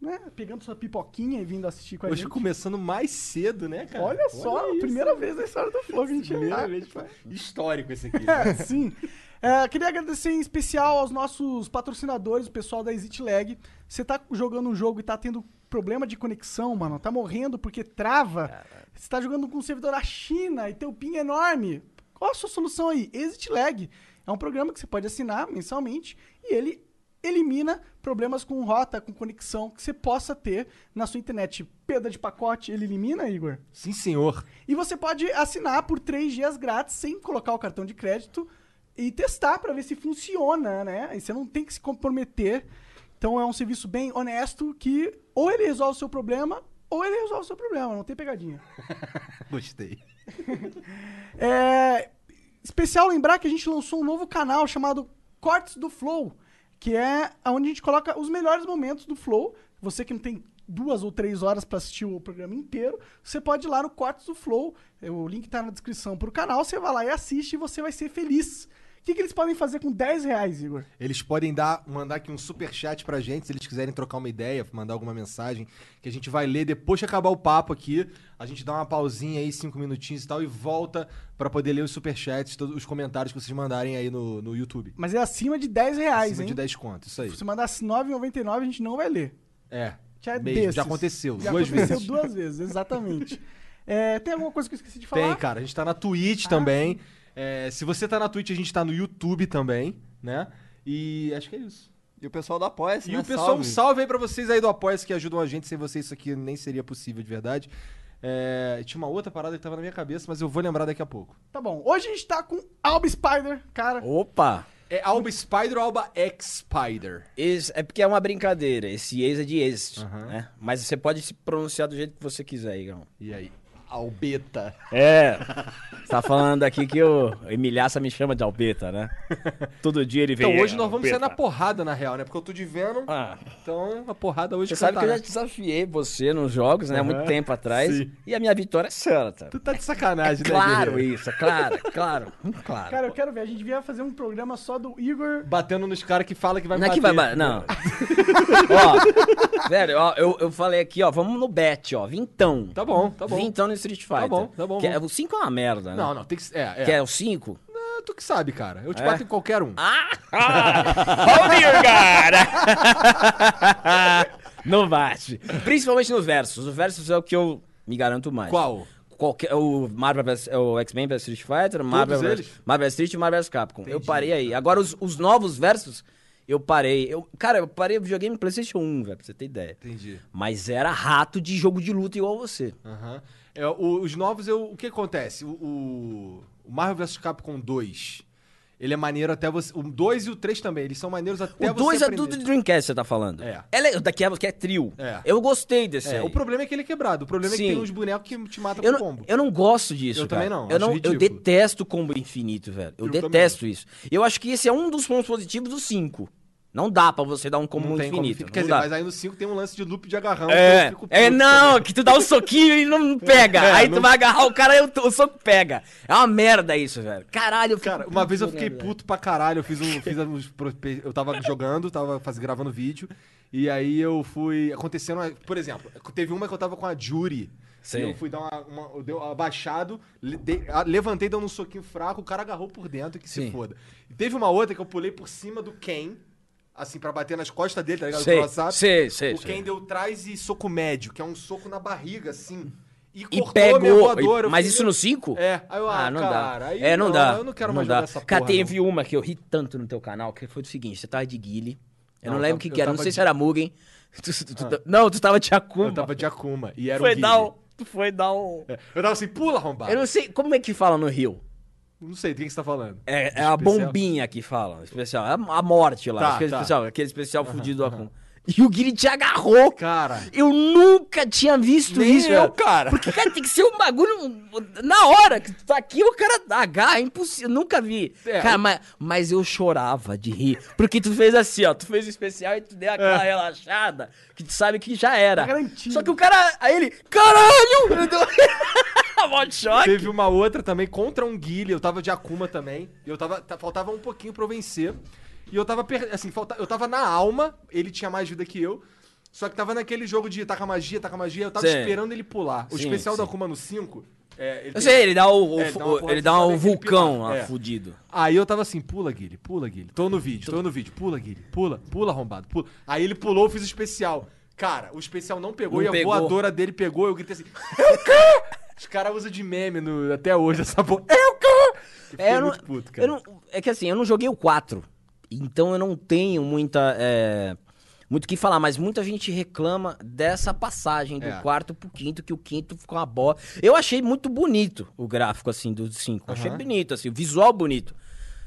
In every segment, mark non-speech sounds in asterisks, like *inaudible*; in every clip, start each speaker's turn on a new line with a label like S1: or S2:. S1: né, pegando sua pipoquinha e vindo assistir com a
S2: Hoje
S1: gente.
S2: começando mais cedo, né, cara?
S1: Olha só,
S2: isso.
S1: primeira vez na história do Flow que a gente
S2: Primeira
S1: tá-
S2: vez, tipo, histórico esse aqui.
S1: É, *laughs*
S2: né?
S1: sim. É, queria agradecer em especial aos nossos patrocinadores, o pessoal da Exit Lag. Você tá jogando um jogo e tá tendo problema de conexão, mano. Tá morrendo porque trava. Você tá jogando com um servidor da China e teu ping é enorme. Qual a sua solução aí? Exit Lag. É um programa que você pode assinar mensalmente e ele elimina problemas com rota, com conexão que você possa ter na sua internet. Perda de pacote, ele elimina, Igor?
S2: Sim, senhor.
S1: E você pode assinar por três dias grátis sem colocar o cartão de crédito e testar para ver se funciona, né? E você não tem que se comprometer. Então é um serviço bem honesto que ou ele resolve o seu problema ou ele resolve o seu problema, não tem pegadinha.
S2: Gostei.
S1: É especial lembrar que a gente lançou um novo canal chamado Cortes do Flow, que é onde a gente coloca os melhores momentos do Flow. Você que não tem duas ou três horas para assistir o programa inteiro, você pode ir lá no Cortes do Flow. é, O link tá na descrição pro canal. Você vai lá e assiste e você vai ser feliz. O que, que eles podem fazer com 10 reais, Igor?
S2: Eles podem dar, mandar aqui um super chat pra gente, se eles quiserem trocar uma ideia, mandar alguma mensagem, que a gente vai ler depois que acabar o papo aqui. A gente dá uma pausinha aí, cinco minutinhos e tal, e volta pra poder ler os superchats, todos os comentários que vocês mandarem aí no, no YouTube.
S1: Mas é acima de 10 reais,
S2: Acima
S1: hein?
S2: de 10 conto, isso aí.
S1: Se mandar 9,99, a gente não vai ler.
S2: É.
S1: Já é
S2: mesmo,
S1: desses.
S2: já aconteceu,
S1: Já
S2: duas
S1: aconteceu
S2: vezes.
S1: duas vezes,
S2: *laughs*
S1: exatamente. É, tem alguma coisa que eu esqueci de falar?
S2: Tem, cara. A gente tá na Twitch também.
S3: Ah.
S2: É, se você tá na Twitch, a gente tá no YouTube também, né? E acho que é isso.
S3: E o pessoal da Apoia-se,
S2: E
S3: né?
S2: o pessoal, um
S3: Salve.
S2: salve aí pra vocês aí do Apoia-se que ajudam a gente. Sem vocês isso aqui nem seria possível, de verdade. É, tinha uma outra parada que tava na minha cabeça, mas eu vou lembrar daqui a pouco.
S1: Tá bom. Hoje a gente tá com Alba Spider, cara.
S4: Opa!
S2: É Alba Spider ou Alba X-Spider?
S4: Ex, é porque é uma brincadeira. Esse ex é de ex,
S2: Aham.
S4: né? Mas você pode se pronunciar do jeito que você quiser, Igão.
S2: E aí? Albeta.
S4: É! Você tá falando aqui que o Emilhaça me chama de Albeta, né? Todo dia ele vem.
S2: Então hoje nós vamos
S4: Albeta.
S2: sair na porrada, na real, né? Porque eu tô de Venom,
S4: Ah,
S2: então a porrada hoje
S4: você sabe que eu já
S2: cantará.
S4: desafiei você nos jogos, né? Há muito tempo atrás.
S2: Sim.
S4: E a minha vitória é certa.
S2: Tu tá de sacanagem, né,
S4: Claro
S2: guerreiro?
S4: isso, é claro, é claro, é claro.
S1: Cara, eu quero ver. A gente devia fazer um programa só do Igor.
S2: Batendo nos caras que fala que vai
S4: Não
S2: me
S4: é que
S2: bater. né?
S4: vai. ba- Não. *laughs* ó, velho, ó, eu, eu falei aqui, ó, vamos no bet, ó, vintão.
S2: Tá bom, tá bom.
S4: Vintão no Street Fighter.
S2: Tá bom, tá bom,
S4: Que é-
S2: vamos.
S4: o 5 é uma merda, né?
S2: Não, não, tem que. É, é.
S4: Que é o 5?
S2: Ah, tu que sabe, cara. Eu te
S4: É?
S2: bato em qualquer um.
S4: Oh, dear God! *laughs* Não bate. Principalmente no Versus. O Versus é o que eu me garanto mais.
S2: Qual?
S4: Qualquer, o Marvel vs- é o X-Men vs Street Fighter, Marvel
S2: eles?
S4: vs Marvel vs Street e Marvel vs Capcom. Eu parei aí. Agora os, os novos Versus, eu parei. Eu, cara, eu parei o videogame no PlayStation 1, velho, pra você ter ideia.
S2: Entendi.
S4: Mas era rato de jogo de luta igual você.
S2: Aham. É, o- os novos, eu, o que acontece? O, o- o Marvel vs Capcom 2. Ele é maneiro até você. O 2 e o 3 também. Eles são maneiros até
S4: o 2
S2: você.
S4: é
S2: aprender.
S4: tudo de Dreamcast, você tá falando.
S2: É.
S4: Ela é daqui é, que é trio.
S2: É.
S4: Eu gostei desse
S2: É,
S4: aí.
S2: o problema é que ele é quebrado. O problema é
S4: Sim.
S2: que tem uns bonecos que te matam
S4: Eu
S2: com
S4: não,
S2: combo.
S4: eu não gosto disso,
S2: Eu
S4: cara.
S2: também não,
S4: Eu,
S2: acho
S4: eu
S2: ridículo.
S4: detesto combo infinito, velho. Eu,
S2: Eu também.
S4: detesto isso. Eu acho que esse é um dos pontos positivos do 5. Não dá pra você dar um combo
S2: Não tem como
S4: infinito.
S2: ficar- Quer
S4: não
S2: dizer,
S4: dá.
S2: mas aí no 5 tem um lance de loop de agarrão. que eu
S4: É,
S2: fico puto
S4: é não, que tu dá um soquinho e não pega.
S2: *laughs* É,
S4: aí tu
S2: não-
S4: vai agarrar o cara e o, o soco pega. É uma merda isso, velho. Caralho, eu fico
S2: Cara, uma vez eu
S4: puto,
S2: fiquei
S4: né,
S2: puto pra caralho. Eu fiz um. Fiz uns pro- eu tava jogando, tava faz, gravando vídeo. E aí eu fui. Acontecendo. Por exemplo, teve uma que eu tava com a Jury.
S4: Sim.
S2: E eu fui dar uma. uma eu dei um abaixado, le- dei- a- levantei dando um soquinho fraco, o cara agarrou por dentro, que se
S4: Sim.
S2: foda. E teve uma outra que eu pulei por cima do Ken, assim, pra bater nas costas dele, tá ligado?
S4: Sei,
S2: Do crossap.
S4: sei, sei,
S2: O
S4: sei.
S2: Ken deu trás e soco médio, que é um soco na barriga, assim. E,
S4: E
S2: cortou a minha
S4: pegou.
S2: voadora.
S4: e-
S2: eu
S4: mas
S2: fiquei
S4: isso no 5?
S2: É, aí eu, ah,
S4: não
S2: cara,
S4: dá.
S2: aí
S4: é, não,
S2: não,
S4: dá.
S2: eu não quero
S4: não
S2: mais
S4: dá.
S2: jogar essa
S4: Cara,
S2: porra,
S4: teve uma que eu ri tanto no teu canal, que foi o seguinte, você tava de guile. Eu
S2: Não,
S4: não,
S2: eu
S4: lembro o
S2: tava-
S4: que,
S2: eu
S4: que era, não
S2: tava
S4: sei
S2: de- Ah.
S4: se era Mugen. *laughs* Tu- tu- tu- Não, tu tava de Akuma.
S2: Eu tava de Akuma. E era
S4: foi
S2: um guile.
S4: dar um, Tu foi dar um...
S2: É, Eu tava assim, pula, arrombado.
S4: Eu não sei, como é que fala no Rio?
S2: Não sei do que que você tá falando.
S4: É, é a
S2: Especial?
S4: bombinha que fala, especial. É A, a morte lá,
S2: Tá,
S4: aquele
S2: tá.
S4: especial, aquele especial fudido do Akuma. E o Guiri te agarrou.
S2: Cara.
S4: Eu nunca tinha visto
S3: Nem
S4: isso.
S3: eu,
S4: velho.
S3: cara.
S4: Porque, cara, tem que ser um bagulho. Na hora que tu tá aqui, o cara agarra, é impossível. Nunca vi.
S3: É,
S4: cara,
S3: o-
S4: mas, mas eu chorava de rir. Porque tu fez assim, ó. Tu fez o especial e tu deu aquela relaxada que tu sabe que já era.
S1: garantido.
S4: Só que o cara. Aí ele. Caralho! *laughs* Ele deu- Mó de choque.
S2: Teve uma outra também contra um Guile, eu tava de Akuma também. E eu tava. tá- faltava um pouquinho pra eu vencer. E eu tava per- assim, falta, eu tava na alma, ele tinha mais vida que eu. Só que tava naquele jogo de taca magia, taca magia, eu tava
S4: Sim.
S2: esperando ele pular. O
S4: Sim,
S2: especial
S4: sim.
S2: do Akuma no 5. É, ele
S4: Eu
S2: tem-
S4: sei, ele dá o. o-
S2: É, dá uma
S4: o-
S2: porrada
S4: ele dá
S2: só
S4: um
S2: naquele
S4: vulcão
S2: pilar.
S4: lá,
S2: É.
S4: fudido.
S2: Aí eu tava assim, pula, Guile, pula, Guile. Tô no vídeo, tô no vídeo. Pula, Guile, pula, pula, arrombado, pula. Aí ele pulou, eu fiz o especial. Cara, o especial não pegou
S4: Não
S2: e
S4: pegou.
S2: a voadora dele pegou, eu gritei assim, é o quê? Os caras usam de meme no- até hoje essa porra. É o quê? fiquei
S4: É, eu não,
S2: muito puto,
S4: eu não- é que assim, eu não joguei o 4. Então eu não tenho muita. é, muito o que falar, mas muita gente reclama dessa passagem do
S2: É.
S4: quarto pro quinto, que o quinto ficou uma bola. Eu achei muito bonito o gráfico, assim, do 5. Achei
S2: Aham.
S4: bonito, assim, o visual bonito.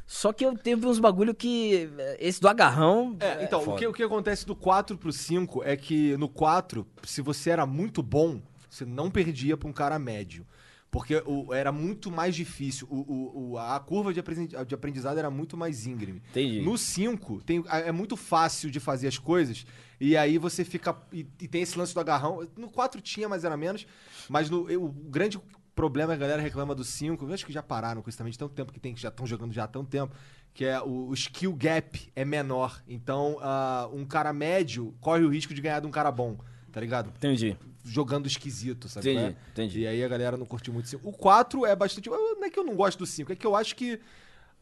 S4: Só que eu teve uns bagulho que. é, Esse do agarrão.
S2: É, então, o
S4: foda.
S2: que, o que acontece do 4 pro 5 é que no 4, se você era muito bom, você não perdia pra um cara médio. Porque o- era muito mais difícil. O, o- o- a curva de, apresen- de aprendizado era muito mais íngreme.
S4: Entendi.
S2: No 5, tem- é muito fácil de fazer as coisas. E aí você fica. E, e tem esse lance do agarrão. No 4 tinha, mas era menos. Mas no, eu- o grande problema, é a galera reclama do 5. Eu acho que já pararam com isso também de tanto tempo que tem, que já estão jogando já há tanto tempo. Que é o, o skill gap é menor. Então, ah, um cara médio corre o risco de ganhar de um cara bom, tá ligado?
S4: Entendi.
S2: Jogando esquisito, sabe?
S4: Entendi,
S2: qual é?
S4: entendi.
S2: E aí a galera não curtiu muito o 5. O 4 é bastante. eu- Não é que eu não gosto do 5, é que eu acho que.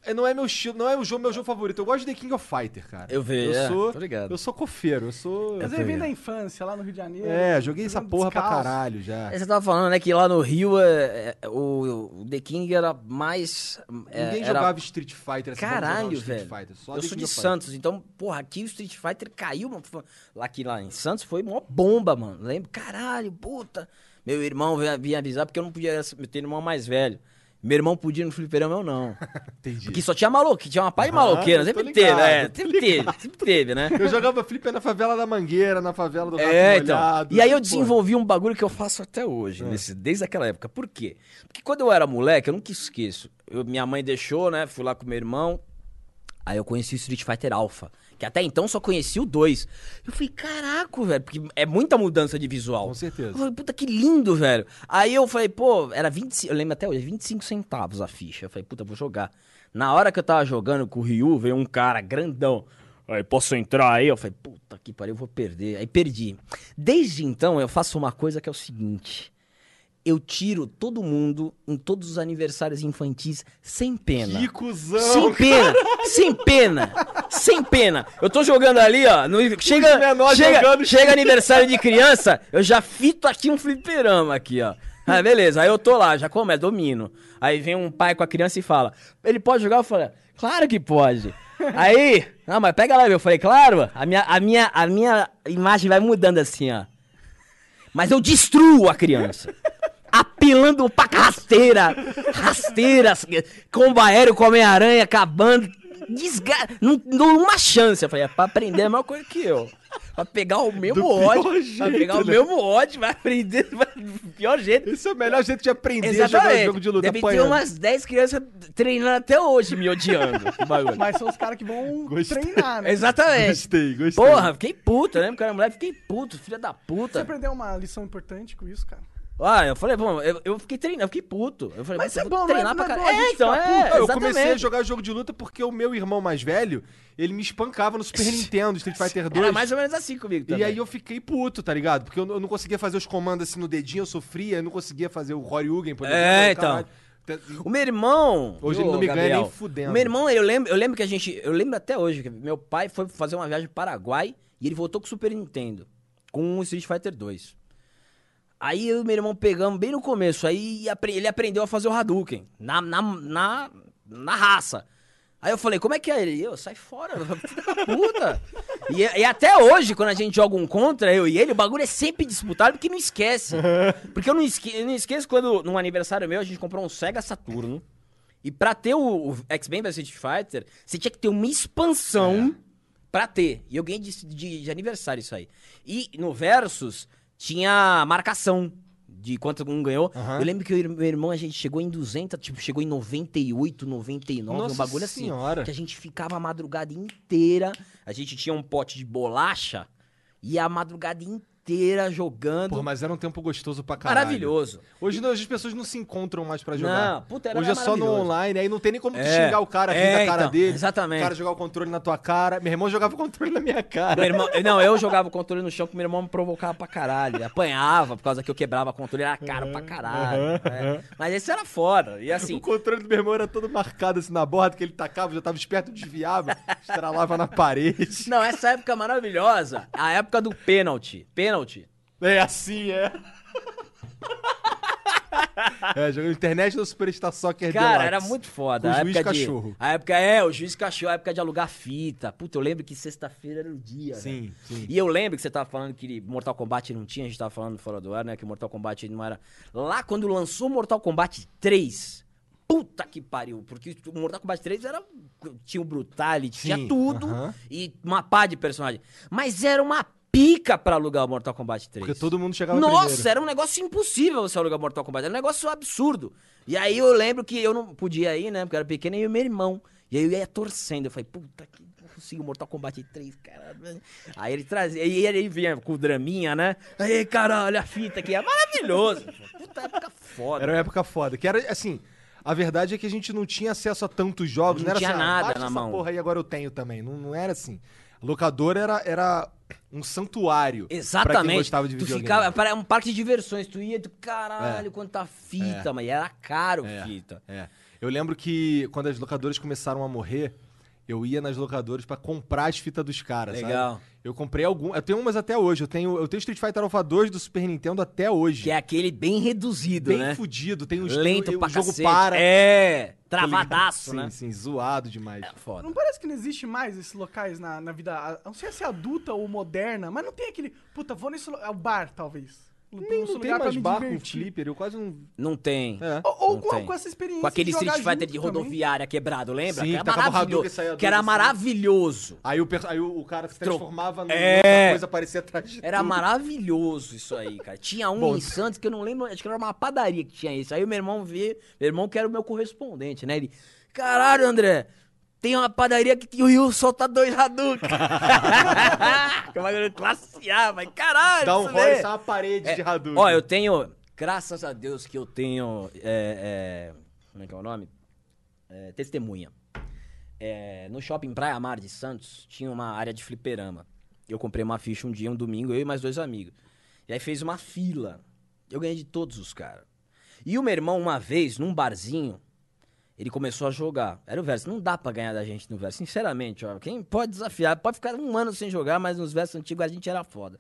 S2: é, Não é meu estilo, não é o jogo, meu jogo favorito. Eu gosto de The King of Fighter, cara.
S4: Eu vi,
S2: Eu
S4: é,
S2: sou,
S4: tô ligado.
S2: eu sou cofeiro, eu sou.
S1: Mas ele vem da infância, lá no Rio de Janeiro.
S2: É, joguei essa
S4: um
S1: jogando
S2: porra pra
S1: descalço.
S2: caralho já.
S4: Aí você tava falando, né, que lá no Rio é, é, o, o The King era mais. é,
S2: Ninguém
S4: era-
S2: jogava Street Fighter assim. vamos jogar um
S4: Caralho,
S2: Street
S4: velho.
S2: Fighter, só
S4: eu
S2: The
S4: sou
S2: King
S4: de
S2: of Fighter.
S4: Santos, então, porra, aqui o Street Fighter caiu, mano. Foi- Lá aqui lá em Santos foi uma bomba, mano. Lembro, caralho, puta. Meu irmão veio- vinha avisar porque eu não podia eu tenho irmão mais velho. Meu irmão podia ir no fliperama,
S2: *laughs*
S4: eu não.
S2: Entendi.
S4: Porque só tinha maluco, tinha uma pá de
S2: Ah,
S4: maloqueira,
S2: eu tô
S4: sempre
S2: ligado,
S4: teve, é,
S2: eu tô
S4: sempre teve, sempre teve, né?
S2: Eu jogava flipper na favela da Mangueira, na favela do Rato
S4: É, então.
S2: Molhado. né?
S4: E aí
S2: Pô,
S4: eu
S2: Ah.
S4: desenvolvi um bagulho que eu faço até hoje, nesse- desde aquela época. Por quê? Porque quando eu era moleque, eu nunca esqueço. Eu- minha mãe deixou, né? Fui lá com meu irmão. Aí eu conheci o Street Fighter Alpha, que até então só conheci o 2. Eu falei, caraca, velho, porque é muita mudança de visual.
S2: Com certeza.
S4: Eu falei, puta que lindo, velho. Aí eu falei, pô, era 25, eu lembro até hoje, 25 centavos a ficha. Eu falei, puta, vou jogar. Na hora que eu tava jogando com o Ryu, veio um cara grandão. Aí, posso entrar aí? Eu falei, puta que pariu, eu vou perder. Aí perdi. Desde então, eu faço uma coisa que é o seguinte. Eu tiro todo mundo em todos os aniversários infantis sem pena.
S2: Que cuzão.
S4: Sem pena, sem pena, sem pena. Eu tô jogando ali, ó. no- chega,
S2: menores
S4: chega,
S2: jogando.
S4: chega aniversário de criança, eu já fito aqui um fliperama aqui, ó. Ah, beleza. Aí eu tô lá, já começa, domino. Aí vem um pai com a criança e fala: Ele pode jogar? Eu falo, claro que pode. Aí, ah, mas pega lá, meu. Eu falei, claro, a minha, a minha, a minha imagem vai mudando assim, ó. Mas eu destruo a criança. Apelando pra rasteira. Rasteira. Combo aéreo com Homem-Aranha acabando. Desgra... Não não dou uma chance. Eu falei, é pra aprender a mesma coisa que eu. Pra pegar o mesmo
S2: pior
S4: ódio. pra
S2: jeito,
S4: pegar o
S2: né?
S4: mesmo ódio, vai aprender vai- do pior jeito.
S2: Esse é o melhor jeito de aprender a jogar
S4: Exatamente.
S2: jogo de luta.
S4: Deve ter
S2: apanhando.
S4: umas 10 crianças treinando até hoje, me odiando. Que bagulho.
S1: Mas são os caras que
S2: *laughs*
S1: vão
S2: Gostei.
S1: treinar, né?
S4: Exatamente.
S2: Gostei, gostei.
S4: É. Porra, fiquei puto, né? Porque eu era moleque, fiquei puto, filha da
S1: Você
S4: puta.
S1: aprendeu uma lição importante com isso, cara?
S4: Ah, eu falei, bom, eu, eu fiquei treinando, eu fiquei puto. Eu falei,
S1: Mas isso
S4: "Puta,
S1: é
S4: eu
S1: bom,
S4: vou
S1: não é-
S4: treinar
S1: não é
S4: pra
S1: bom a
S4: caralho.
S1: gente
S4: É, então,
S1: ficar
S4: é,
S2: Não, eu comecei a
S4: exatamente.
S2: jogar jogo de luta porque o meu irmão mais velho, ele me espancava no
S4: *laughs*
S2: Super Nintendo, Street Fighter 2.
S4: Era mais ou menos assim comigo também.
S2: E aí eu fiquei puto, tá ligado? Porque eu, não- eu não conseguia fazer os comandos assim no dedinho, eu sofria, eu não conseguia fazer o Horyugen, por eu
S4: É,
S2: ficava-
S4: O meu irmão.
S2: Hoje ele
S4: Ô,
S2: não me ganha nem
S4: Gabriel,
S2: fudendo.
S4: O meu irmão, eu lembro, eu lembro que a gente. Eu lembro até hoje que meu pai foi fazer uma viagem pro Paraguai e ele voltou com o Super Nintendo. Com o Street Fighter 2. Aí eu e meu irmão pegamos bem no começo. Aí apre- ele aprendeu a fazer o Hadouken. Na, na, na, na raça. Aí eu falei, como é que é ele? Eu, sai fora, *laughs* filho da puta. e, e até hoje, quando a gente joga um contra, eu e ele, o bagulho é sempre disputado porque
S2: *laughs*
S4: não esquece. Porque eu não, esque eu não esqueço quando, num aniversário meu, a gente comprou um Sega Saturno.
S2: É.
S4: E pra ter o, o X-Men vs Street Fighter, você tinha que ter uma expansão pra ter. E eu ganhei de, de- de aniversário isso aí. E no Versus tinha marcação de quanto um ganhou.
S2: Aham.
S4: Eu lembro que o meu irmão, a gente chegou em 200, tipo, chegou em 98, 99,
S2: Nossa é
S4: um bagulho
S2: senhora.
S4: assim. Que a gente ficava a madrugada inteira. A gente tinha um pote de bolacha e a madrugada inteira jogando.
S2: Porra, mas era um tempo gostoso pra caralho.
S4: Maravilhoso.
S2: Hoje, não- hoje as pessoas não se encontram mais pra jogar.
S4: Não, puta, era
S2: Hoje é só no
S4: maravilhoso.
S2: online, aí não tem nem como tu
S4: É.
S2: xingar o cara, rir
S4: É,
S2: da cara
S4: então,
S2: dele.
S4: exatamente.
S2: O cara jogar o controle na tua cara. Meu irmão jogava o controle na minha cara.
S4: Meu irmão- não, eu jogava o controle no chão que meu irmão me provocava pra caralho. Apanhava por causa que eu quebrava o controle, era caro pra caralho. né? Mas esse era foda. E
S2: O
S4: assim,
S2: controle do meu irmão era todo marcado assim na borda, que ele tacava, já tava esperto,
S4: *laughs*
S2: desviava, estralava na parede.
S4: não, essa época maravilhosa, a época do pênalti. Pênalti.
S2: É assim, é. *laughs* é, jogando internet do Superstar Soccer
S4: Cara,
S2: Deluxe.
S4: era muito foda.
S2: Com
S4: a
S2: É o juiz
S4: época de-
S2: cachorro.
S4: A época, é, o juiz cachorro, a época de alugar fita. Puta, eu lembro que sexta-feira era o dia. né?
S2: Sim, sim.
S4: E eu lembro que você tava falando que Mortal Kombat não tinha, a gente tava falando fora do ar, né? Que Mortal Kombat não era. Lá quando lançou Mortal Kombat 3, puta que pariu! Porque o Mortal Kombat 3 era. Tinha o Brutality,
S2: Sim,
S4: tinha tudo
S2: aham.
S4: e uma pá de personagem. Mas era uma pica pra alugar o Mortal Kombat 3.
S2: Porque todo mundo chegava
S4: Nossa,
S2: primeiro.
S4: era um negócio impossível você alugar Mortal Kombat. Era um negócio absurdo. E aí eu lembro que eu não podia ir, né? Porque eu era pequeno e o meu irmão. E aí eu ia torcendo. Eu falei, puta, que não consigo Mortal Kombat 3, caralho. Aí ele trazia. E ele vinha com o draminha, né? Aí, cara, olha a fita que é maravilhoso. Puta época foda.
S2: Era uma época foda. Que era assim. A verdade é que a gente não tinha acesso a tantos jogos.
S4: Não
S2: era
S4: tinha
S2: assim, ah,
S4: nada
S2: baixa
S4: na
S2: essa
S4: mão.
S2: porra aí, agora eu tenho também. Não, não era assim. A locadora era, era um santuário. Pra quem
S4: Exatamente.
S2: gostava de
S4: tu
S2: videogame. né?
S4: ficava, era um parque de diversões. Tu ia do caralho, quanta fita, mas era caro
S2: É.
S4: fita.
S2: É. Eu lembro que quando as locadoras começaram a morrer, eu ia nas locadoras pra comprar as fitas dos caras, sabe?
S4: Legal.
S2: Eu comprei algumas. Eu tenho umas até hoje. Eu tenho, eu tenho Street Fighter Alpha 2 do Super Nintendo até hoje.
S4: Que é aquele bem reduzido,
S2: Bem
S4: né?
S2: fudido. Tem uns
S4: Lento
S2: o
S4: pra
S2: jogo
S4: cacete.
S2: para.
S4: É,
S2: tá ligado?
S4: travadaço,
S2: sim,
S4: né? É,
S2: Sim, zoado demais.
S4: Foda.
S1: Não parece que não existe mais esses locais na, na vida. a- Não sei se é adulta ou moderna, mas não tem aquele. Puta, vou nesse lugar. É o bar, talvez.
S2: Nem
S1: Nesse
S2: não tem
S1: lugar pra
S2: mais
S1: me
S2: bar com
S1: divertir.
S2: flipper, eu quase não.
S4: Não tem.
S2: É.
S1: Ou, ou
S4: Não
S1: com,
S4: tem.
S1: com essa experiência.
S4: Com
S1: de
S4: aquele
S1: jogar
S4: Street Fighter de
S1: junto também.
S4: rodoviária quebrado, lembra?
S2: Sim,
S4: que
S2: que
S4: era
S2: tacava o Hadouken e
S4: maravilhoso.
S2: saía
S4: Que era
S2: dois, assim.
S4: maravilhoso.
S2: Aí o, perso- aí o o cara se
S4: Tro-
S2: transformava num-
S4: É.
S2: numa coisa, aparecia atrás de
S4: Era
S2: tudo.
S4: maravilhoso isso aí, cara. Tinha um
S2: Bom,
S4: em Santos que eu não lembro, acho que era uma padaria que tinha isso. Aí o meu irmão vê, meu irmão que era o meu correspondente, né? Ele, caralho, André, tem uma padaria que tem o Rio solta dois Hadouken. *laughs* que é uma coisa classe A, mas caralho,
S2: Dá um
S4: isso
S2: roll e
S4: daí-
S2: sai uma parede de Hadouken.
S4: É, Ó, eu tenho. Graças a Deus que eu tenho. é, é, como é que é o nome? É, testemunha. É, no shopping Praia Mar de Santos tinha uma área de fliperama. Eu comprei uma ficha um dia, um domingo, eu e mais dois amigos. E aí fez uma fila. Eu ganhei de todos os caras. E o meu irmão, uma vez, num barzinho, ele começou a jogar. Era o verso. Não dá pra ganhar da gente no verso. Sinceramente, ó. Quem pode desafiar? Pode ficar um ano sem jogar, mas nos versos antigos a gente era foda.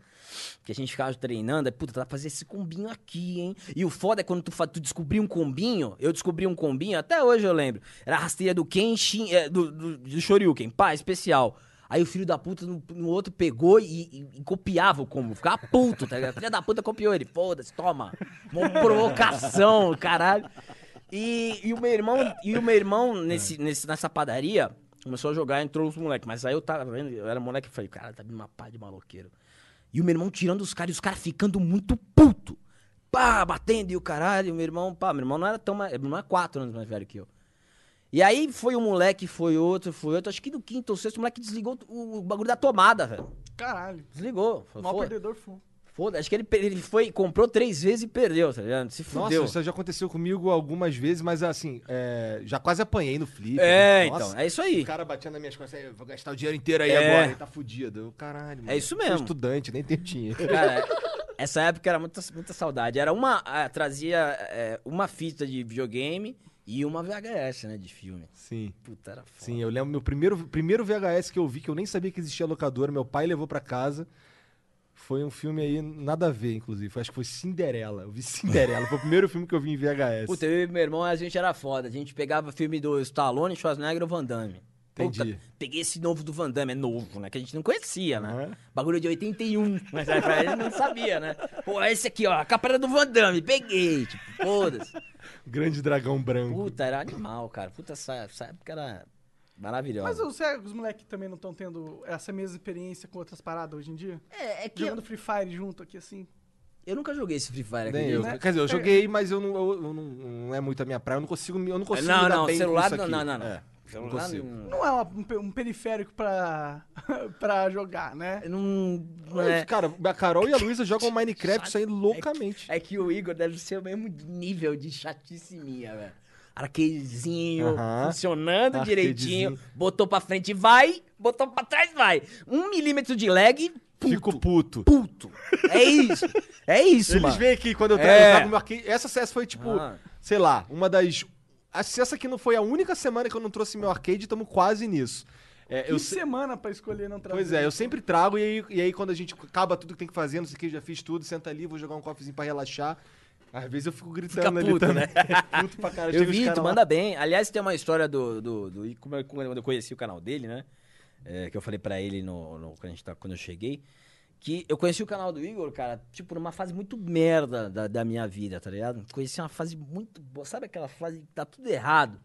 S4: Porque a gente ficava treinando. aí, Puta, dá pra fazer esse combinho aqui, hein? E o foda é quando tu, fa- tu descobriu um combinho. Eu descobri um combinho, até hoje eu lembro. Era a rasteira do Kenshin. é, do, do, do Shoryuken. Pá, especial. Aí o filho da puta no, no outro pegou e, e- e copiava o combo. Ficava puto, tá ligado? Filha da puta copiou ele. Foda-se, toma. Uma provocação, caralho. E, e o meu irmão, e o meu irmão nesse, nesse- nessa padaria começou a jogar, entrou os moleques. Mas aí eu tava vendo, eu era moleque e falei, cara, tá vindo uma pá de maloqueiro. E o meu irmão tirando os caras e os caras ficando muito puto. Pá, batendo e o caralho. E o meu irmão, pá, meu irmão não era tão mais. Meu irmão é quatro anos mais velho que eu. E aí foi um moleque, foi outro, foi outro. Acho que no quinto ou sexto, o moleque desligou o, o bagulho da tomada, velho.
S1: Caralho.
S4: Desligou.
S1: Mal
S4: Foda,
S1: perdedor full.
S4: foda. Acho que ele, per- ele foi, comprou três vezes e perdeu, tá ligado? Se
S2: Nossa,
S4: fudeu.
S2: isso já aconteceu comigo algumas vezes, mas assim, é, já quase apanhei no flip.
S4: é,
S2: Nossa,
S4: então. É isso
S2: O
S4: aí.
S2: cara batendo nas minhas costas, aí, vou gastar o dinheiro inteiro aí
S4: É.
S2: agora, ele tá fudido. Eu, caralho, mano.
S4: isso
S2: sou
S4: mesmo.
S2: estudante, nem tenho dinheiro.
S4: Cara, é, essa época era muita, muita saudade. Era uma. ah, trazia é, uma fita de videogame e uma VHS, né? De filme.
S2: Sim.
S4: Puta, era foda.
S2: Sim, eu lembro meu primeiro, primeiro VHS que eu vi, que eu nem sabia que existia locadora, meu pai levou pra casa. Foi um filme aí, nada a ver, inclusive. Foi- Acho que foi Cinderela. Eu vi Cinderela. Foi o primeiro filme que eu vi em VHS.
S4: Puta, eu e meu irmão, a gente era foda. A gente pegava filme do Stallone, Schwarzenegger ou Van Damme. Puta,
S2: Entendi.
S4: peguei esse novo do Van Damme, é novo, né? Que a gente não conhecia, né?
S2: Aham.
S4: Bagulho de 81, mas aí pra ele não sabia, né? Pô, esse aqui, ó, a capa era do Van Damme, peguei, tipo, foda-se.
S2: Grande Dragão Branco.
S4: Puta, era animal, cara. Puta, essa, essa época era Maravilhosa.
S1: Mas o- será que os moleques também não estão tendo essa mesma experiência com outras paradas hoje em dia?
S4: É, é que eu,
S1: Jogando Free Fire junto aqui, assim.
S4: eu nunca joguei esse Free Fire
S2: Nem eu.
S4: acredita?
S2: Quer dizer, eu joguei, mas é, eu não, eu- eu não- não é muito a minha praia. Eu não consigo, me- eu não consigo
S4: Não,
S2: me dar
S4: não,
S2: bem com
S4: celular
S2: isso
S4: não,
S2: aqui.
S4: não, não, não.
S2: É, não
S4: Então, Lá
S2: consigo.
S4: não-
S1: Não é uma- um, pe- um periférico pra, *laughs* pra jogar, né?
S4: não, não
S2: Mas,
S4: é.
S2: Cara, a Carol e a Luísa jogam Minecraft isso aí loucamente.
S4: É que o Igor deve ser o mesmo nível de chatice minha, velho. Arcadezinho,
S2: Aham.
S4: funcionando
S2: Arcadezinho.
S4: direitinho, botou pra frente, vai, botou pra trás, vai. Um milímetro de lag, puto.
S2: Fico puto.
S4: puto. É isso, é isso,
S2: Eles
S4: mano.
S2: vêm aqui quando eu tra-
S4: É.
S2: eu trago meu arcade. Essa CS foi tipo,
S4: Ah.
S2: sei lá, uma das. Acho que essa aqui não foi a única semana que eu não trouxe meu arcade, estamos quase nisso. É,
S1: Que
S2: eu se-
S1: semana pra escolher não trazer.
S2: Pois é, eu sempre trago e aí, e aí quando a gente acaba tudo que tem que fazer, não sei o que, já fiz tudo, senta ali, vou jogar um cofrezinho pra relaxar. Às vezes eu fico gritando
S4: Fica
S2: ali
S4: puto,
S2: também. *laughs* É
S4: né?
S2: puto pra cara,
S4: Eu
S2: chega os
S4: vi,
S2: cara
S4: tu
S2: lá.
S4: manda bem. Aliás, tem uma história do. do, do e como eu- quando eu conheci o canal dele, né? É, que eu falei pra ele no, no- quando, a gente tá- quando eu cheguei. Que eu conheci o canal do Igor, cara, tipo, numa fase muito merda da, da minha vida, tá ligado? Conheci uma fase muito boa. Sabe aquela fase que tá tudo errado?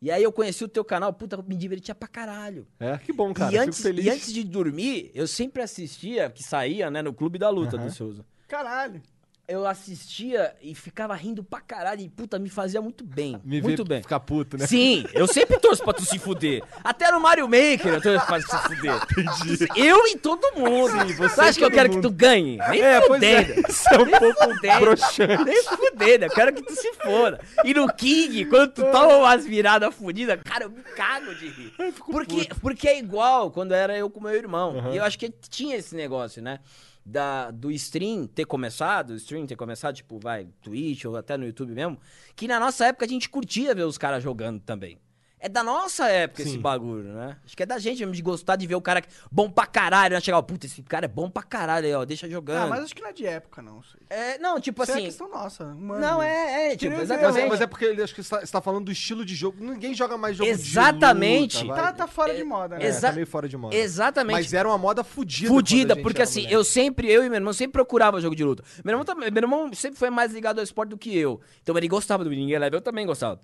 S4: E aí eu conheci o teu canal, puta, me divertia pra caralho.
S2: É, que bom, cara.
S4: e,
S2: fico
S4: antes,
S2: feliz.
S4: e antes de dormir, eu sempre assistia, que saía, né, no Clube da Luta
S2: Aham.
S4: do Souza
S1: Caralho.
S4: eu assistia e ficava rindo pra caralho. E puta, me fazia muito bem.
S2: Me
S4: muito
S2: ver
S4: bem.
S2: ficar puto, né?
S4: Sim, eu sempre torço pra tu se fuder. Até no Mario Maker eu torço pra tu se fuder. Eu e todo mundo. você acha que eu
S2: todo
S4: quero que
S2: mundo.
S4: tu ganhe? Nem
S2: É, pois é.
S4: fudendo.
S2: Isso é um pouco
S4: fudendo.
S2: broxante.
S4: *laughs* Nem fudendo, eu quero que tu se foda. E no King, quando tu toma umas viradas fodidas, cara, eu me cago de rir. Porque, porque é igual quando era eu com meu irmão. E eu acho que tinha esse negócio, né? Da, do stream ter começado, o stream ter começado, tipo, vai, Twitch ou até no YouTube mesmo, que na nossa época a gente curtia ver os caras jogando também. É da nossa época esse
S2: Sim.
S4: bagulho, né? Acho que é da gente mesmo de gostar de ver o cara que- bom pra caralho, né? Chegar, ó, puta, esse cara é bom pra caralho aí, ó, deixa jogando.
S1: Ah, mas acho que não é de época, não. Isso aí.
S4: É, não, tipo
S1: Isso é
S4: assim.
S1: questão nossa. humana
S4: Não,
S1: mesmo.
S4: é, é, tipo,
S1: Queria ver,
S2: Mas, é-
S4: exatamente.
S2: mas é porque ele- acho que você tá, você tá falando do estilo de jogo. Ninguém joga mais jogo
S4: Exatamente.
S2: de luta, vai.
S1: Tá, tá fora de moda, né?
S2: É,
S4: Exa-
S2: tá meio fora de moda.
S4: Exatamente.
S2: Mas era uma moda fudida.
S4: Fudida,
S2: quando a gente
S4: porque
S2: era
S4: assim,
S2: moleque.
S4: eu sempre, eu e meu irmão sempre procurava jogo de luta. Meu irmão, também, meu irmão sempre foi mais ligado ao esporte do que eu. Então ele gostava do Ninguém Leve, eu também gostava.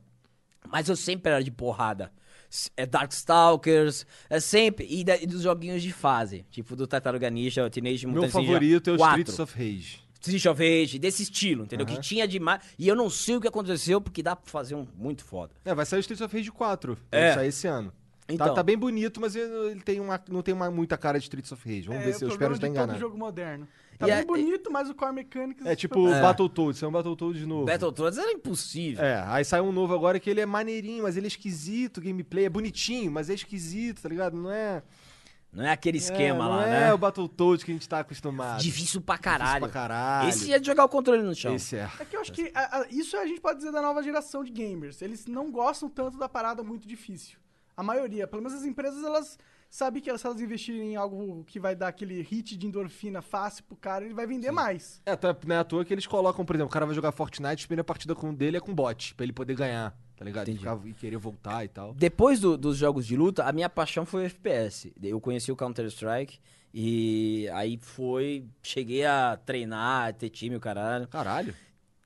S4: Mas eu sempre era de porrada. S- É Darkstalkers, é sempre. E, da- e dos joguinho de fase. Tipo do Tartaruga Ninja, Teenage
S2: Meu
S4: Mutant Ninja
S2: favorito é o
S4: 4.
S2: Streets of Rage.
S4: Street of Rage, desse estilo, entendeu?
S2: Aham.
S4: Que tinha demais. E eu não sei o que aconteceu, porque dá pra fazer um muito foda.
S2: É, vai sair o Streets of Rage 4.
S4: É.
S2: Vai sair esse ano. Tá-
S4: Então.
S2: Tá, bem bonito, mas ele ele tem uma, não tem uma, muita cara de Streets of Rage. Vamos
S1: É,
S2: ver
S1: é
S2: se eu
S1: o
S2: espero
S1: problema
S2: estar
S1: de
S2: enganado.
S1: todo jogo moderno. Tá
S4: E
S1: bem
S4: é-
S1: bonito, mas o Core Mechanics...
S2: É tipo
S4: É.
S2: Battletoads, é um Battletoads de novo.
S4: Battletoads era impossível.
S2: É, aí sai um novo agora que ele é maneirinho, mas ele é esquisito, o gameplay é bonitinho, mas é esquisito, tá ligado? Não é...
S4: Não é aquele esquema
S2: é,
S4: lá,
S2: não
S4: né?
S2: É o Battletoads que a gente tá acostumado.
S4: Difícil pra caralho.
S2: Difícil pra caralho.
S4: Esse é de jogar o controle no chão.
S2: Esse é.
S1: É que eu acho que a- a- isso a gente pode dizer da nova geração de gamers. Eles não gostam tanto da parada muito difícil. A maioria. Pelo menos as empresas, elas sabem que elas- se elas investirem em algo que vai dar aquele hit de endorfina fácil pro cara, ele vai vender mais.
S2: É, tá- não é à toa que eles colocam, por exemplo, o cara vai jogar Fortnite, a primeira partida com dele é com bot, pra ele poder ganhar, tá ligado? E
S4: Entendi.
S2: ficar- e querer voltar e tal.
S4: Depois do- dos jogos de luta, a minha paixão foi o FPS. Eu conheci o Counter-Strike e aí foi. Cheguei a treinar, a ter time, o caralho.
S2: Caralho.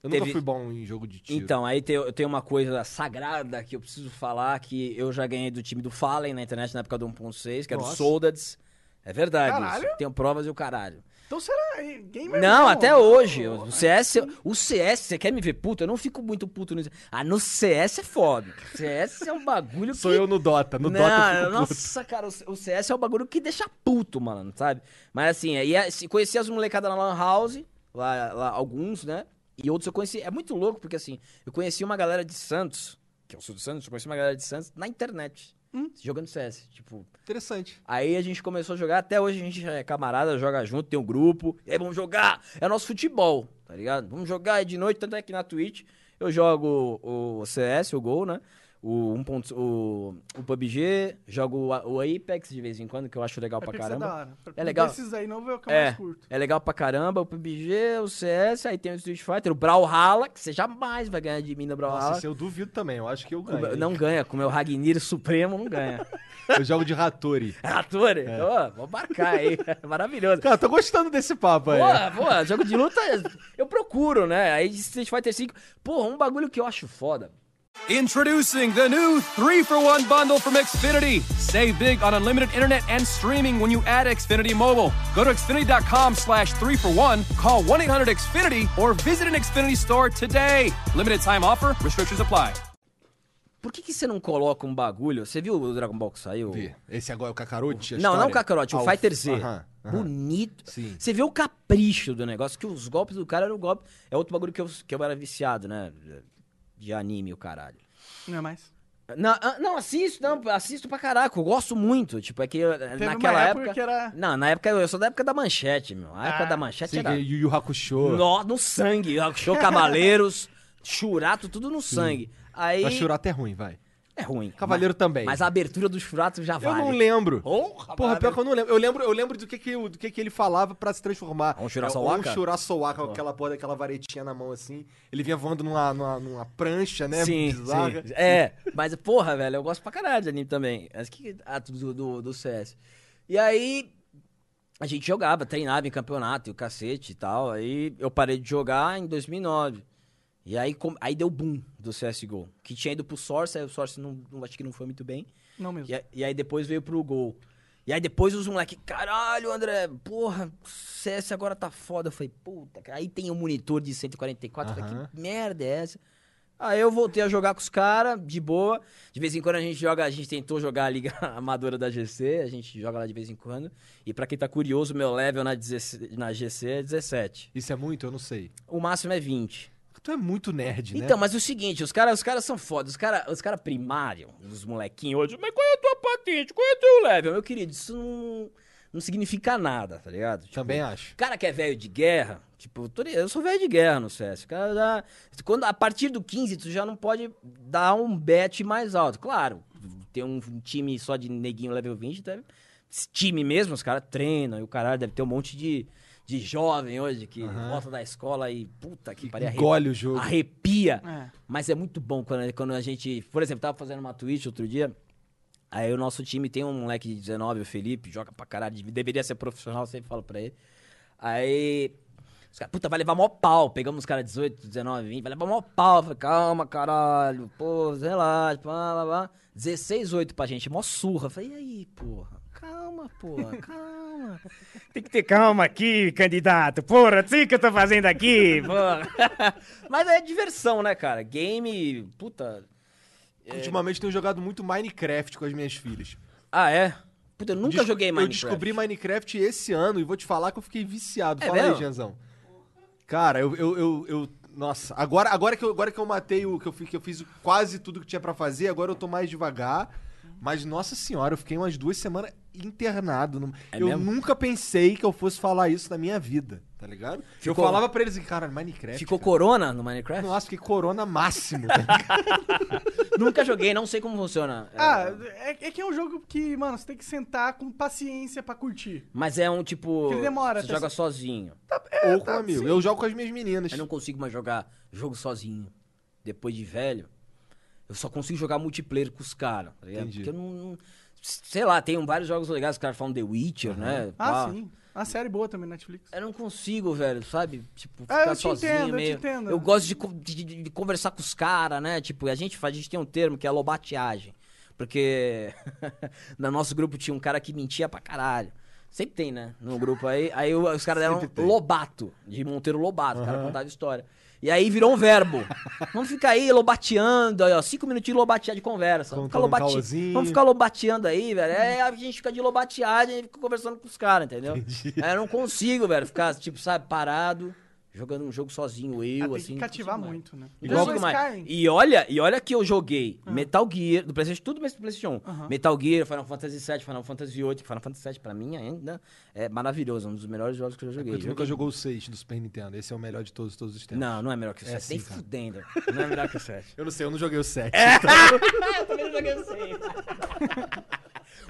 S2: Eu
S4: Teve-
S2: nunca fui bom em jogo de tiro.
S4: Então, aí tem, eu tenho uma coisa sagrada que eu preciso falar: que eu já ganhei do time do Fallen na internet na época do 1.6, que era o
S2: Nossa.
S4: Soldads. É verdade.
S1: Caralho.
S4: isso. Tenho provas e o caralho.
S1: Então será eh, gamer?
S4: Não,
S1: mesmo?
S4: até hoje.
S1: Não.
S4: O é CS, o CS, você quer me ver puto? Eu não fico muito puto nisso. Ah, no CS é foda. CS é um bagulho
S2: Sou
S4: que.
S2: eu no Dota, no
S4: não,
S2: Dota eu fico puto.
S4: nossa, cara, o C- o CS é um bagulho que deixa puto, mano, sabe? Mas assim, aí a- se conheci as molecadas na Lan House, lá, lá, alguns, né? E outros eu conheci. É muito louco, porque assim, eu conheci uma galera de Santos, que eu sou de Santos, eu conheci uma galera de Santos na internet, jogando CS. Tipo,
S2: Interessante.
S4: Aí a gente começou a jogar, até hoje a gente é camarada, joga junto, tem um grupo. E aí vamos jogar! É nosso futebol, tá ligado? Vamos jogar, é de noite, tanto é que na Twitch eu jogo o CS, o Gol, né? O, 1. ponto- o, o PUBG, jogo o A- o Apex de vez em quando, que eu acho legal
S1: Vai
S4: pra
S1: ter que ser da
S4: caramba.
S1: hora.
S4: É legal.
S1: Esses aí não é o que eu
S4: É,
S1: mais curto.
S4: é legal pra caramba, o PUBG, o CS, aí tem o Street Fighter, o Brawlhalla, que você jamais vai ganhar de mim
S2: Nossa,
S4: no Brawlhalla.
S2: esse eu duvido também, eu acho que eu
S4: Com o
S2: ganho.
S4: meu-
S2: hein?
S4: é Não ganha, com o meu Ragnir Supremo não
S2: *laughs*
S4: ganha. É
S2: Eu jogo de Hattori.
S4: Ator, então, ó, vou marcar aí, *laughs* maravilhoso.
S2: *laughs* É. Cara, é. tô gostando desse papo aí.
S4: Boa, boa, jogo de luta eu procuro, né? Aí Street Fighter 5. Porra, um bagulho que eu acho foda
S3: Introducing the new 3 for 1 bundle from Xfinity. Save big on unlimited internet and streaming when you add Xfinity Mobile. Go to xfinity.com slash 3 for 1, call 1 800 Xfinity, or visit an Xfinity store today. Limited time offer, restrictions apply.
S4: Por que, que você não coloca um bagulho? Você viu o Dragon Ball que saiu?
S2: Vi. Esse agora é o Kakarote? a
S4: Não, não
S2: história?
S4: o Kakarot,
S2: Ah,
S4: o Fighter Z.
S2: Aham, aham.
S4: Bonito.
S2: Sim.
S4: Você vê o capricho do negócio, que os golpes do cara eram golpe. É outro bagulho que eu, que eu era viciado, né? De anime, o caralho.
S1: Não é mais?
S4: Não, ah, não, assisto, não, assisto pra caraca, eu gosto muito. Tipo, é que eu-
S1: Teve
S4: naquela
S1: uma época
S4: época.
S1: que era- Ah,
S4: Não, na época eu sou da época da manchete, meu. A época da manchete
S2: Sim, que
S4: era.
S2: é Yu Yu Hakusho.
S4: No, no sangue, show
S1: *laughs*
S4: Cavaleiros, Churato, tudo no sangue. Aí.
S2: Mas Shurato é ruim, vai.
S4: É ruim.
S2: Cavaleiro
S4: mas,
S2: também.
S4: Mas a abertura do Churato já
S2: Eu
S4: vale.
S2: não lembro.
S4: Porra,
S2: Porra,
S4: mano.
S2: pior que eu não lembro. Eu lembro, eu lembro do, que que, o- do que que ele falava pra se transformar.
S4: Um Shurasawaka?
S2: É, Um Shurasawaka, com aquela porra daquela varetinha na mão assim. Ele vinha voando numa, numa, numa prancha, né?
S4: Sim,
S2: bizarra.
S4: sim. É, mas porra, velho, eu gosto pra caralho de anime também. Acho que ah, do, do, do CS. E aí a gente jogava, treinava em campeonato e o cacete e tal. Aí eu parei de jogar em 2009. E aí, com- aí deu boom do CSGO. Que tinha ido pro Source, aí o Source não, não- acho que não foi muito bem.
S1: Não mesmo.
S4: E, a- e aí depois veio pro gol. E aí depois os moleque, caralho, André, porra, CS agora tá foda. Eu falei, puta, cara. aí tem um monitor de 144, eu falei,
S2: Aham.
S4: que merda é essa? Aí eu voltei a jogar com os caras, de boa. De vez em quando a gente joga, a gente tentou jogar a Liga *laughs* Amadora da GC, a gente joga lá de vez em quando. E pra quem tá curioso, meu level na, 16 na GC é 17.
S2: Isso é muito? Eu não sei.
S4: O máximo é 20.
S2: Tu é muito nerd, né?
S4: Então, mas é o seguinte, os caras os caras são fodas. Os caras os cara primário, os molequinhos hoje, mas qual é a tua patente? Qual é o teu level? Meu querido, isso não, não significa nada, tá ligado? Tipo,
S2: Também acho.
S4: O cara que é velho de guerra, tipo, eu tô li- eu sou velho de guerra no CS. O cara já, quando, a partir do 15, tu já não pode dar um bet mais alto. Claro, ter um time só de neguinho level 20, deve, esse time mesmo, os caras treinam e o caralho deve ter um monte de, de jovem hoje que volta da escola e puta que pariu.
S2: Engole o
S4: Ah,
S2: jogo.
S4: Arrepia.
S1: É.
S4: Mas é muito bom quando, quando a gente. Por exemplo, tava fazendo uma Twitch outro dia. Aí o nosso time tem um moleque de 19, o Felipe, joga pra caralho. de- Deveria ser profissional, sempre falo pra ele. Aí. Os caras, puta, vai levar mó pau. Pegamos os caras 18, 19, 20, vai levar mó pau. Eu Falei, calma, caralho. Pô, relaxa, pá, lá, lá. 16, 8 pra gente, mó surra. Eu Falei, e aí, porra? Calma, porra, calma.
S5: Tem que ter calma aqui, candidato. Porra, assim que eu tô fazendo aqui.
S4: Porra. *laughs* Mas é diversão, né, cara? Game, puta. é.
S2: Ultimamente tenho jogado muito Minecraft com as minhas filhas.
S4: Ah, é? Puta, eu nunca
S2: Desco-
S4: joguei Minecraft.
S2: Eu descobri Minecraft esse ano e vou te falar que eu fiquei viciado.
S4: É
S2: Fala aí,
S4: mesmo?
S2: Genzão. Cara, eu, eu, eu, eu- Nossa, agora, agora, que eu, agora que eu matei o. Que eu, fi- que eu fiz quase tudo que tinha pra fazer, agora eu tô mais devagar. Mas, nossa senhora, eu fiquei umas duas semanas internado. no-
S4: É
S2: eu
S4: mesmo?
S2: nunca pensei que eu fosse falar isso na minha vida, tá ligado?
S4: Ficou-
S2: Eu falava pra eles, cara, Minecraft.
S4: Ficou
S2: É, cara.
S4: corona no Minecraft?
S2: Nossa, fiquei corona máximo. tá ligado?
S4: *laughs* Nunca joguei, não sei como funciona.
S1: Ah, é,
S4: É,
S1: é que é um jogo que, mano, você tem que sentar com paciência pra curtir.
S4: mas é um tipo.
S1: Ele demora
S4: Você
S1: até
S4: joga sozinho.
S2: Ou com um amigo. Eu jogo com as minhas meninas.
S4: Eu não consigo mais jogar jogo sozinho. Depois de velho, eu só consigo jogar multiplayer com os caras. Tá ligado?
S2: Entendi.
S4: Porque eu não, não- Sei lá, tem vários jogos legais, os caras falam The Witcher, né?
S1: Ah,
S4: Pá.
S1: sim. Uma série boa também, Netflix.
S4: Eu não consigo, velho, sabe? Tipo,
S1: Ah,
S4: ficar
S1: eu te
S4: sozinho
S1: entendo, eu te
S4: meio.
S1: entendo.
S4: gosto de, co- de- de- de conversar com os caras, né? Tipo, a gente faz, a gente tem um termo que é lobateagem. Porque *laughs* no nosso grupo tinha um cara que mentia pra caralho. Sempre tem, né? No grupo aí. Aí o- os caras deram
S2: Sempre tem.
S4: Lobato, de Monteiro Lobato. O cara contava história. E aí virou um verbo. Vamos ficar aí lobateando, aí, ó. Cinco minutinhos de lobatear de conversa. Vamos ficar,
S2: Contando um
S4: lobate...
S2: caôzinho.
S4: Vamos ficar lobateando aí, velho. É, a gente fica de lobateagem e fica conversando com os caras, entendeu? É, eu não consigo, velho, ficar, tipo, sabe, parado, jogando um jogo sozinho,
S1: Ah,
S4: eu,
S1: tem
S4: assim.
S1: que
S4: não
S1: cativar
S4: consigo mais.
S1: muito, né?
S4: Não
S1: Mesmo
S4: consigo mais.
S1: Skyrim.
S4: E olha, e olha que eu joguei Metal Gear, do PlayStation, tudo mesmo do PlayStation 1.
S1: Ah. Aham.
S4: Metal Gear, Final Fantasy VII, Final Fantasy VIII, que Final Fantasy VII pra mim ainda é maravilhoso, um dos melhores jogos que eu já joguei.
S2: Porque tu nunca
S4: Joguei-
S2: jogou o 6 do Super Nintendo. Esse é o melhor de todos, todos os tempos.
S4: Não, não é melhor que o 7, nem
S2: sim, cara.
S4: fudendo. Não é melhor que o 7.
S2: Eu não sei, eu não joguei o 7.
S4: É. Eu também joguei o 6. *laughs*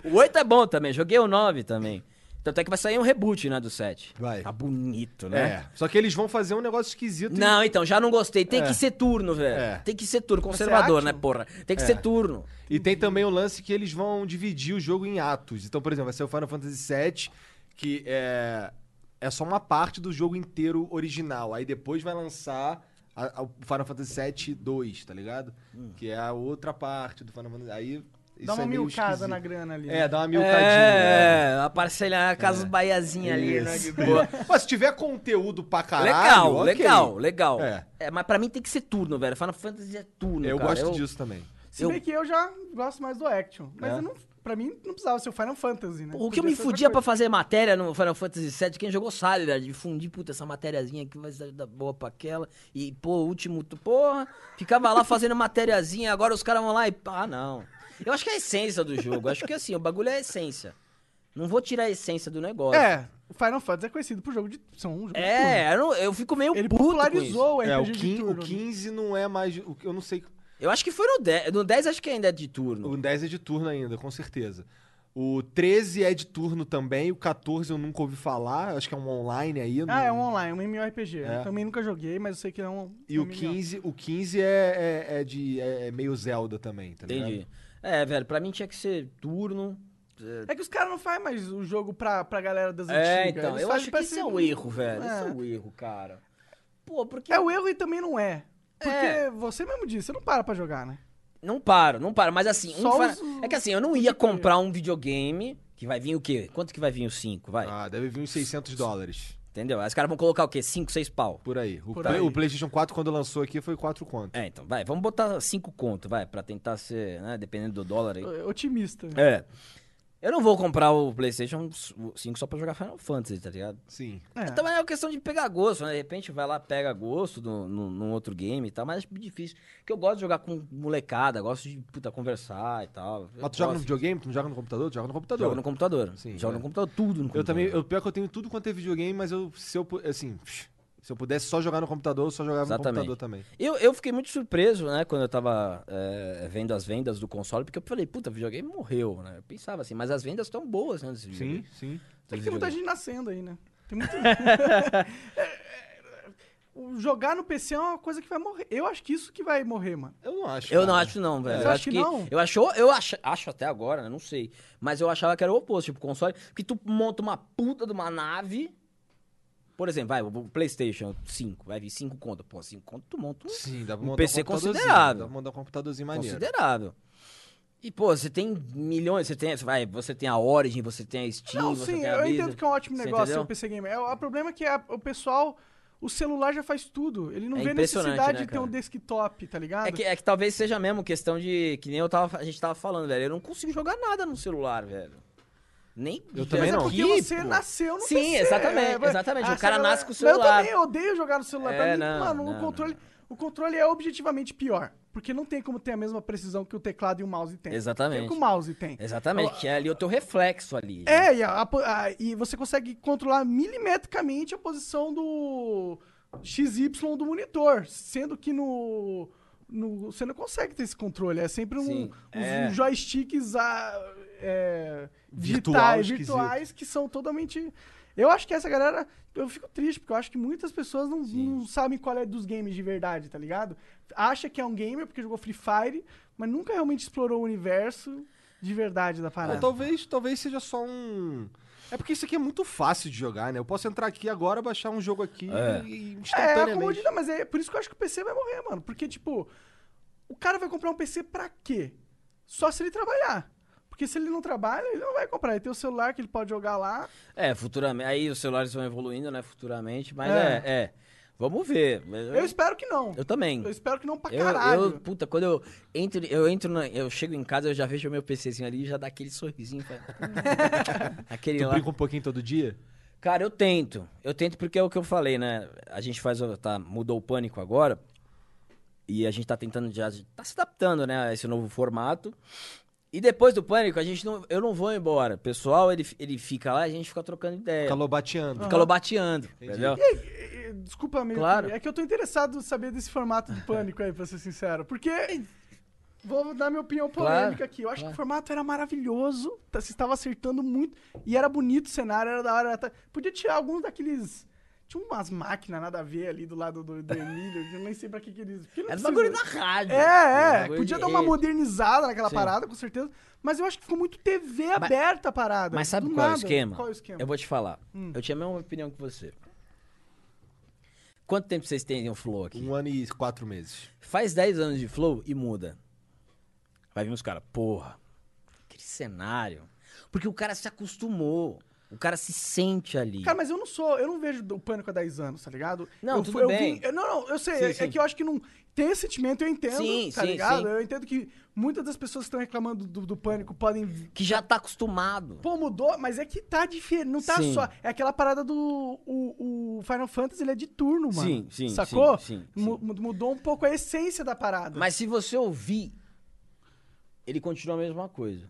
S4: o 8 é bom também, joguei o 9 também. Tanto é que vai sair um reboot, né, do 7.
S2: Vai.
S4: Tá bonito, né?
S2: É. Só que eles vão fazer um negócio esquisito. e-
S4: Não, então, já não gostei. Tem
S2: É.
S4: que ser turno, velho.
S2: É.
S4: Tem que ser turno. Conservador,
S1: é
S4: né,
S1: ágil.
S4: porra? Tem que
S2: É.
S4: ser turno.
S2: E, tem também o lance que eles vão dividir o jogo em atos. Então, por exemplo, vai ser o Final Fantasy VII, que é, é só uma parte do jogo inteiro original. Aí depois vai lançar a- a- o Final Fantasy VII 2, tá ligado?
S4: Hum.
S2: Que é a outra parte do Final Fantasy. Aí
S1: Dá uma
S2: é meio
S1: milcada
S2: esquisito.
S1: na grana ali.
S2: É, dá uma milcadinha.
S4: *laughs*
S2: né?
S4: É, a parcelha, a casa baiazinha ali, né?
S2: Isso.
S4: De boa.
S2: Mas se tiver conteúdo pra caralho.
S4: legal,
S2: ok.
S4: legal, legal.
S2: É.
S4: É. mas pra mim tem que ser turno, velho. Final Fantasy é turno,
S2: Eu
S4: cara.
S2: gosto disso também.
S1: Se
S4: eu-
S1: bem que eu já gosto mais do Action. Mas
S2: É.
S1: eu não, pra mim não precisava ser o Final Fantasy, né?
S4: O que
S1: Podia
S4: eu me
S1: ser outra
S4: fudia pra
S1: coisa.
S4: fazer matéria no Final Fantasy VII, quem jogou sabe, velho, de fundir, puta, essa matériazinha aqui vai dar boa pra aquela, e, pô, o último, tu- porra, ficava lá fazendo matériazinha, agora os caras vão lá e, ah, não. Eu acho que é a essência do jogo, acho que assim, o bagulho é a essência. Não vou tirar a essência do negócio.
S1: É, o Final Fantasy é conhecido por jogo de. São um jogo de turno.
S4: É, eu, não- eu fico meio
S1: Ele
S4: puto com isso.
S1: popularizou o RPG
S2: É, o,
S1: de
S2: quin- o
S1: turno. né?
S2: 15 não é mais. o que- Eu não sei.
S4: Eu acho que foi no 10, no 10 acho que ainda é de turno.
S2: O 10 é de turno ainda, com certeza. O 13 é de turno também. O 14 eu nunca ouvi falar. Acho que é um online aí. eu não-
S1: Ah, é um online, um MMORPG.
S2: É.
S1: Eu também nunca joguei, mas eu sei que é um.
S2: E
S1: um
S2: o
S1: MMO.
S2: 15, o 15 é, é, é de, é é meio Zelda também, tá ligado?
S4: Entendi. É, velho, pra mim tinha que ser turno. é,
S1: É que os caras não fazem mais o jogo pra, pra galera das
S4: É,
S1: antigas.
S4: então,
S1: Eles
S4: eu
S1: fazem
S4: acho que
S1: pra
S4: esse
S1: ser
S4: é
S1: um-
S4: o erro, velho.
S1: É.
S4: Esse é o erro, cara. Pô, porque.
S1: É o erro e também não é. Porque
S4: É.
S1: você mesmo disse, você não para pra jogar, né?
S4: Não paro, não paro. Mas assim, um
S1: Só
S4: fa-
S1: os- os-
S4: é que assim, eu não ia comprar um videogame que vai vir o quê? Quanto que vai vir o 5? Vai.
S2: Ah, deve vir uns 600 dólares.
S4: Entendeu? Aí os caras vão colocar o quê? 5, 6 pau.
S2: Por aí. O,
S1: Por
S2: Play-
S1: aí.
S2: o PlayStation 4, quando lançou aqui, foi 4 conto.
S4: É, então, vai. Vamos botar 5 conto, vai. Pra tentar ser, né? Dependendo do dólar aí.
S1: É Otimista.
S4: É. Eu não vou comprar o PlayStation 5 só pra jogar Final Fantasy, tá ligado?
S2: Sim.
S1: É.
S4: É. Também é uma questão de pegar gosto, né? De repente vai lá, pega gosto no, no- num outro game e tal, mas acho difícil. Porque eu gosto de jogar com molecada, gosto de puta, conversar e tal. Eu
S2: Mas tu joga no
S4: gosto.
S2: videogame? Tu não joga no computador? Tu joga no computador.
S4: Jogo no computador.
S2: Sim,
S4: jogo
S2: é.
S4: no computador, tudo no computador.
S2: Eu também, eu, pior que eu tenho tudo quanto é videogame, mas eu, se eu, pu- assim, se eu pudesse só jogar no computador, eu só jogava
S4: Exatamente.
S2: no computador também.
S4: Eu, eu fiquei muito surpreso, né, quando eu tava é, vendo as vendas do console, porque eu falei, puta, videogame morreu, né? Eu pensava assim, mas as vendas estão boas, né? desse
S2: Sim,
S4: videogame.
S2: sim.
S1: É que tem muita
S4: Videogame.
S1: gente nascendo aí, né? Tem *laughs*
S4: *laughs*
S1: muito. é, O Jogar no PC é uma coisa que vai morrer. Eu acho que isso que vai morrer, mano.
S2: Eu não acho.
S4: Eu não
S2: cara.
S4: acho não, velho.
S1: Você
S4: Eu
S1: acha
S4: acho
S1: que
S4: que,
S1: não?
S4: eu achou, eu acho, acho até agora, né? não sei, mas eu achava que era o oposto, tipo console, porque tu monta uma puta de uma nave. Por exemplo, vai, o PlayStation 5, vai vir 5 conto. Pô, 5 conto tu monta um
S2: Sim, dá pra
S4: Um
S2: montar
S4: PC
S2: computadorzinho,
S4: considerável.
S2: Dá pra montar um computadorzinho maneiro.
S4: considerável. E pô, você tem milhões, você tem, vai, você tem a Origin, você tem a Steam,
S1: Não,
S4: você
S1: sim,
S4: tem a
S1: eu entendo
S4: Blizzard.
S1: que é um ótimo
S4: Você
S1: negócio ser
S4: entendeu?
S1: o PC Gamer. É, o o problema é que a- o pessoal, o celular já faz tudo. Ele não
S4: É
S1: vê
S4: impressionante,
S1: necessidade
S4: né,
S1: de ter um
S4: cara?
S1: desktop, tá ligado?
S4: É que, é que talvez seja mesmo questão de. Que nem eu tava, a gente tava falando, velho. Eu não consigo jogar nada no celular, velho. Nem.
S2: Eu
S1: Mas
S2: também
S1: é
S2: não.
S1: porque
S4: Aqui,
S1: você
S4: pô.
S1: nasceu no
S4: Sim,
S1: PC.
S4: exatamente,
S1: é, vai-
S4: exatamente. O
S1: Ah,
S4: cara
S1: sei lá,
S4: nasce com o
S1: mas Eu
S4: celular.
S1: também odeio jogar no celular. pra
S4: É,
S1: mim,
S4: não,
S1: mano, o
S4: não,
S1: controle, o controle é objetivamente pior. Porque não tem como ter a mesma precisão que o teclado e o mouse tem.
S4: Exatamente.
S1: Tem que o mouse tem.
S4: Exatamente, que é ali o teu reflexo ali. né?
S1: É, e, a- a po- a- e você consegue controlar milimetricamente a posição do XY do monitor, sendo que no. no- você não consegue ter esse controle, é sempre um,
S4: Sim,
S1: uns
S4: é.
S1: joysticks ah, é,
S2: Virtual,
S1: digitais,
S2: esquisito.
S1: virtuais, que são totalmente. Eu acho que essa galera. Eu fico triste, porque eu acho que muitas pessoas não, não sabem qual é dos games de verdade, tá ligado? Acha que é um gamer porque jogou Free Fire, mas nunca realmente explorou o universo de verdade da
S2: Ou
S1: parada.
S2: talvez, talvez seja só um. É porque isso aqui é muito fácil de jogar, né? Eu posso entrar aqui agora, baixar um jogo aqui
S4: É.
S2: e
S1: É,
S2: instantaneamente.
S1: a comodidade, mas é por isso que eu acho que o PC vai morrer, mano. Porque, tipo, o cara vai comprar um PC pra quê? Só se ele trabalhar. Porque se ele não trabalha, ele não vai comprar. Ele tem o celular que ele pode jogar lá.
S4: É, futuramente. Aí os celulares vão evoluindo, né? Futuramente, mas
S1: É.
S4: é, é. Vamos ver. mas
S1: Eu,
S4: Eu,
S1: espero que não.
S4: eu
S1: Eu,
S4: também.
S1: espero que não pra
S4: Eu,
S1: caralho.
S4: eu- puta, quando eu entro, eu entro na- eu chego em casa, eu já vejo o meu PCzinho ali e já dá aquele sorrisinho. fala, *laughs* "Hum." aquele
S2: Tu
S4: lá.
S2: brinca um pouquinho todo dia?
S4: Cara, eu tento. Eu tento porque é o que eu falei, né? A gente faz. o- Tá, mudou o pânico agora. E a gente tá tentando já. Tá se adaptando, né? A esse novo formato. E depois do pânico, a gente não. Eu não vou embora. O pessoal, ele, ele fica lá e a gente fica trocando ideia.
S2: Fica lobateando.
S4: Fica lobateando. Entendeu?
S1: E aí, e- e- Desculpa, meio
S4: Claro.
S1: que- É que eu tô interessado em saber desse formato do pânico aí, pra ser sincero. Porque. Vou dar minha opinião
S4: Claro,
S1: polêmica aqui. Eu acho que o formato era maravilhoso. tá- Você estava acertando muito. E era bonito o cenário, era da hora. era ta- Podia tirar alguns daqueles. Tinha umas máquinas nada a ver ali do lado do, do Emílio. que Eu nem sei pra que, que eles. porque não
S4: Era o
S1: precisa-
S4: É bagulho da rádio.
S1: É, é.
S4: Bagulho
S1: Podia
S4: de-
S1: dar uma
S4: é.
S1: modernizada naquela
S4: Sim. Ah,
S1: parada, com certeza. Mas eu acho que ficou muito TV aberta a parada.
S4: Mas sabe
S1: do
S4: qual é o
S1: nada.
S4: esquema?
S1: Qual é o esquema?
S4: Eu vou te falar. Eu tinha a mesma opinião que você. Quanto tempo vocês têm o Flow aqui?
S2: Um ano e quatro meses.
S4: Faz 10 anos de Flow e muda. Vai vir os caras, porra, aquele cenário. Porque o cara se acostumou. O cara se sente ali.
S1: Cara, mas eu não sou, eu não vejo o pânico há 10 anos, tá ligado?
S4: Não,
S1: eu,
S4: tudo
S1: eu
S4: bem.
S1: vim- eu- não, não, eu sei,
S4: Sim,
S1: é, é
S4: sim.
S1: que eu acho que não tem esse sentimento, eu entendo,
S4: Sim,
S1: tá
S4: sim,
S1: ligado?
S4: sim.
S1: Eu entendo que muitas das pessoas que estão reclamando do, do pânico podem
S4: Que já tá acostumado.
S1: Pô, mudou, mas é que tá diferente. Não tá
S4: Sim.
S1: só. É aquela parada do. O, o Final Fantasy ele é de turno, mano.
S4: Sim, sim,
S1: Sacou?
S4: sim, sim,
S1: Mu- mu- Mudou um pouco a essência da parada.
S4: Mas se você ouvir, ele continua a mesma coisa.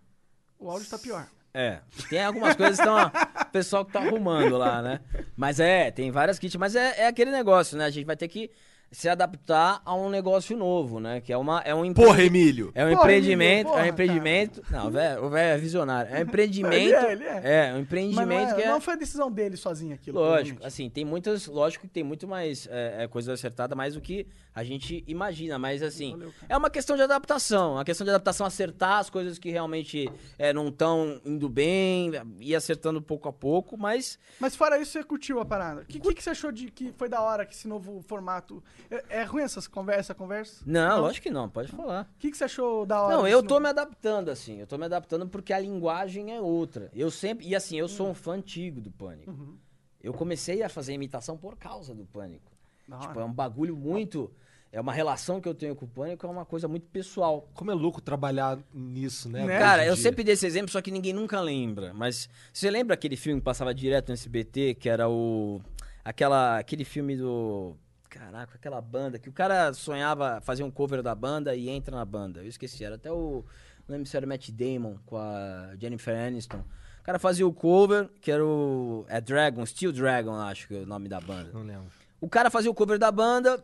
S1: O áudio tá pior.
S4: É. Tem algumas coisas que estão. O pessoal que tá arrumando lá, né? Mas é, tem várias kits. Mas é, é aquele negócio, né? A gente vai ter que se adaptar a um negócio novo, né? Que é, uma, é um empre-
S2: Porra, Emílio!
S4: É um
S1: Porra,
S4: empreendimento,
S1: Emílio, porra,
S4: é um empreendimento. Não, velho, o velho é visionário. É um
S1: Ele
S4: empreendimento.
S1: *laughs* é, ele é.
S4: um
S1: Mas não,
S4: empreendimento
S1: é-
S4: que é.
S1: não foi a decisão dele sozinho aquilo.
S4: Lógico,
S1: provavelmente.
S4: assim, tem muitas. Lógico que tem muito mais é, é, coisa acertada, mais do que a gente imagina. Mas, assim, é uma questão de adaptação. A questão de adaptação, acertar as coisas que realmente é, não estão indo bem, ir acertando pouco a pouco. Mas,
S1: Mas fora isso, você curtiu a parada. O que, que, que você achou de que foi da hora que esse novo formato. É, é ruim essas conversas, conversa?
S4: não, lógico que não, pode falar.
S1: O que, que você achou da hora?
S4: Não,
S1: desse
S4: eu tô
S1: novo-
S4: me adaptando, assim. Eu tô me adaptando porque a linguagem é outra. Eu sempre. E assim, eu sou um fã antigo do pânico. Eu comecei a fazer imitação por causa do pânico.
S1: Da
S4: tipo,
S1: hora.
S4: é um bagulho muito. É uma relação que eu tenho com o pânico, é uma coisa muito pessoal.
S2: Como é louco trabalhar nisso,
S1: Né?
S2: né? hoje
S4: Cara,
S2: em
S4: eu
S2: dia.
S4: sempre dei esse exemplo, só que ninguém nunca lembra. Mas você lembra aquele filme que passava direto no SBT, que era o. Aquela, aquele filme do. Caraca, aquela banda que o cara sonhava fazer um cover da banda e entra na banda. Eu esqueci, era até o. Não lembro se era o Matt Damon com a Jennifer Aniston. O cara fazia o cover, que era o. É Dragon, Steel Dragon, acho que é o nome da banda.
S2: Não lembro.
S4: O cara fazia o cover da banda,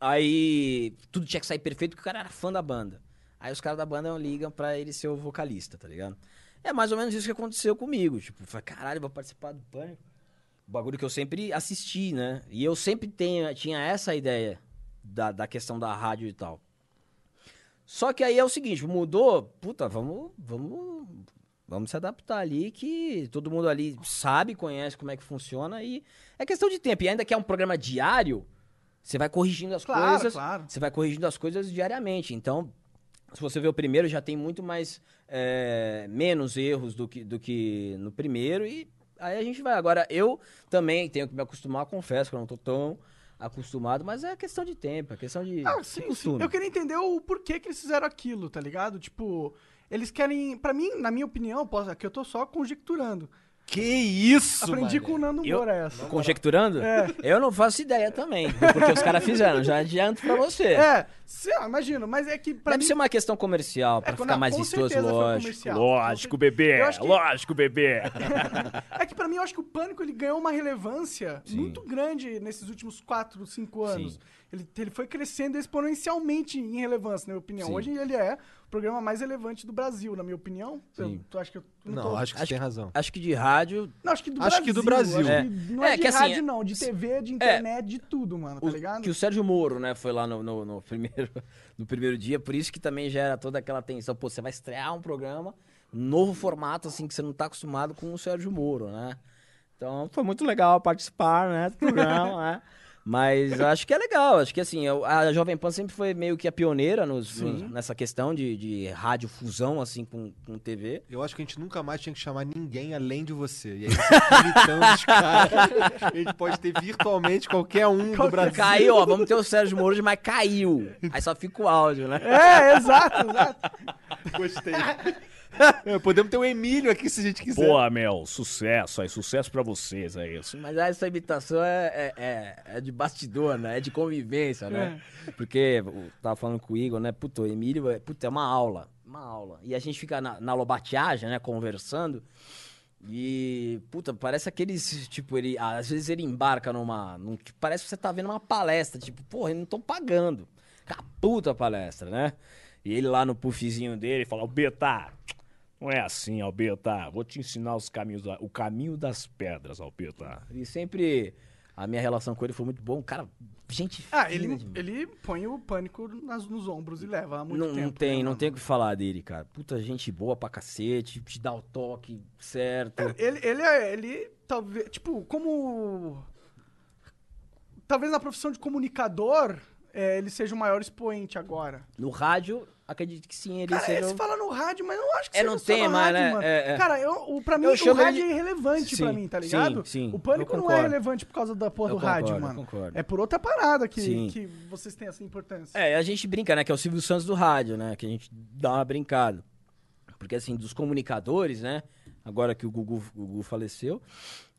S4: aí tudo tinha que sair perfeito porque o cara era fã da banda. Aí os caras da banda ligam pra ele ser o vocalista, tá ligado? É mais ou menos isso que aconteceu comigo. Tipo, eu falei, caralho, vou participar do Pânico. Bagulho que eu sempre assisti, né? E eu sempre tenho, tinha essa ideia da, da questão da rádio e tal. Só que aí é o seguinte, mudou, puta, vamos, vamos, vamos se adaptar ali que todo mundo ali sabe, conhece como é que funciona e é questão de tempo. E ainda que é um programa diário, você vai corrigindo as
S1: Claro,
S4: coisas,
S1: claro.
S4: você vai corrigindo as coisas diariamente. Então, se você vê o primeiro, já tem muito mais é, menos erros do que, do que no primeiro e aí a gente vai. Agora, eu também tenho que me acostumar, confesso que eu não tô tão acostumado, mas é questão de tempo, é questão de,
S1: Ah,
S4: de
S1: sim, sim.
S4: costume.
S1: Eu queria entender o porquê que eles fizeram aquilo, tá ligado? Tipo, eles querem. Pra mim, na minha opinião, posso, aqui eu tô só conjecturando.
S2: Que isso,
S1: Aprendi
S2: mané?
S1: com o Nando
S4: Eu-
S1: Moura essa.
S4: Conjecturando?
S1: É.
S4: Eu não faço ideia também, porque os caras fizeram, já adianto pra você.
S1: É, sim, eu imagino, mas é que pra
S4: Deve
S1: mim.
S4: ser uma questão comercial, pra
S1: é,
S4: ficar
S1: não,
S4: mais
S1: com
S4: vistoso,
S1: certeza foi
S4: lógico.
S1: comercial.
S5: Lógico,
S1: Eu
S5: bebê.
S1: acho que-
S5: Lógico, bebê.
S1: *laughs* É que pra mim eu acho que o pânico ele ganhou uma relevância muito grande nesses últimos 4, 5 anos. Ele, ele foi crescendo exponencialmente em relevância, na minha opinião.
S4: Sim.
S1: Hoje ele é o programa mais relevante do Brasil, na minha opinião. Eu,
S4: Sim.
S1: tu acha que eu
S2: Não,
S1: tô-
S2: Então, acho que você
S4: Acho
S2: tem
S4: que-
S2: razão.
S4: Acho que de rádio,
S1: Não, acho que do
S2: Acho que do
S1: Brasil.
S2: Brasil.
S1: acho que não é,
S4: É,
S1: de
S4: que assim,
S1: rádio,
S4: é-
S1: não. De TV, de internet, de tudo, mano, tá
S4: o-
S1: ligado?
S4: que o Sérgio Moro, né, foi lá no, no- no primeiro, *laughs* no primeiro dia, por isso que também gera toda aquela tensão. Pô, você vai estrear um programa, um novo formato, assim, que você não tá acostumado com o Sérgio Moro, né? Então, foi muito legal participar, né, do
S2: *laughs*
S4: programa, né? Mas acho que é legal, acho que assim, eu- a Jovem Pan sempre foi meio que a pioneira nos- nos- nessa questão de, de rádio fusão, assim, com, com TV.
S2: Eu acho que a gente nunca mais tinha que chamar ninguém além de você. E aí, você fica imitando *laughs* os caras. A gente pode ter virtualmente qualquer um do Brasil.
S4: Caiu, ó, vamos ter o Sérgio Moro, hoje, mas caiu. Aí só fica o áudio, né?
S1: É, *laughs* exato, exato.
S2: Gostei. É, podemos ter o Emílio aqui se a gente quiser.
S5: Pô, meu, sucesso aí, sucesso pra vocês aí. Su-
S4: Mas essa imitação é, é- é- é de bastidor, né? É de convivência, né?
S1: É.
S4: Porque eu tava falando com o Igor, né? Puta, o Emílio é, puta, é uma aula. Uma aula. E a gente fica na, na lobateagem, né? Conversando. E, puta, parece aqueles, tipo, ele, às vezes ele embarca numa, num- tipo, parece que você tá vendo uma palestra, tipo, porra, eles não estão pagando, Fica a puta palestra, né? E ele lá no puffzinho dele,
S5: Ele fala, Albeta, não é assim, Albeta. Vou te ensinar os caminhos, da- o caminho das pedras, Albeta.
S4: ele sempre, a minha relação com ele foi muito bom, cara, gente
S1: Ah,
S4: fina
S1: ele,
S4: demais.
S1: ele põe o pânico nas- nos ombros e leva há muito
S4: não,
S1: tempo.
S4: não
S1: né,
S4: tem, não
S1: mano?
S4: tem o que falar dele, cara. Puta gente boa pra cacete, te dá o toque certo.
S1: Ele, ele, é- ele talvez, tipo, como talvez na profissão de comunicador, é, ele seja o maior expoente agora.
S4: No rádio, acredito que sim, ele
S1: Cara,
S4: seja. um
S1: se
S4: o-
S1: fala no rádio, mas eu não acho que
S4: É,
S1: seja
S4: não
S1: só
S4: tem
S1: no
S4: mais,
S1: rádio,
S4: né?
S1: mano.
S4: É, é.
S1: Cara, eu, o, pra mim,
S4: Eu
S1: o
S4: chamo ele
S1: rádio
S4: de-
S1: é irrelevante pra
S4: Sim,
S1: mim, tá
S4: sim,
S1: ligado?
S4: sim.
S1: O Pânico
S4: Eu
S1: não é
S4: concordo.
S1: relevante por causa da porra
S4: Eu
S1: do rádio,
S4: concordo, eu
S1: mano.
S4: concordo.
S1: É por outra parada que,
S4: Sim.
S1: que vocês têm essa importância.
S4: É, a gente brinca, né? Que é o Silvio Santos do rádio, né? Que a gente dá uma brincada. Porque, assim, dos comunicadores, né? Agora que o Gugu, o Gugu faleceu,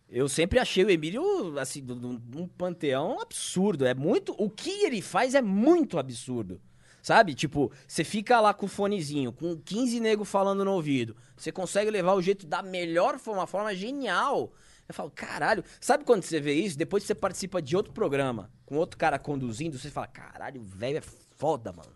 S4: eu sempre achei o Emílio, assim, do- do- um panteão absurdo. É muito. O que ele faz é muito absurdo. Sabe? Tipo, você fica lá com o fonezinho, com 15 negros falando no ouvido. Você consegue levar o jeito da melhor forma, uma forma genial. Eu falo, caralho. Sabe quando você vê isso? Depois que você participa de outro programa, com outro cara conduzindo, você fala, caralho, o velho é foda, mano.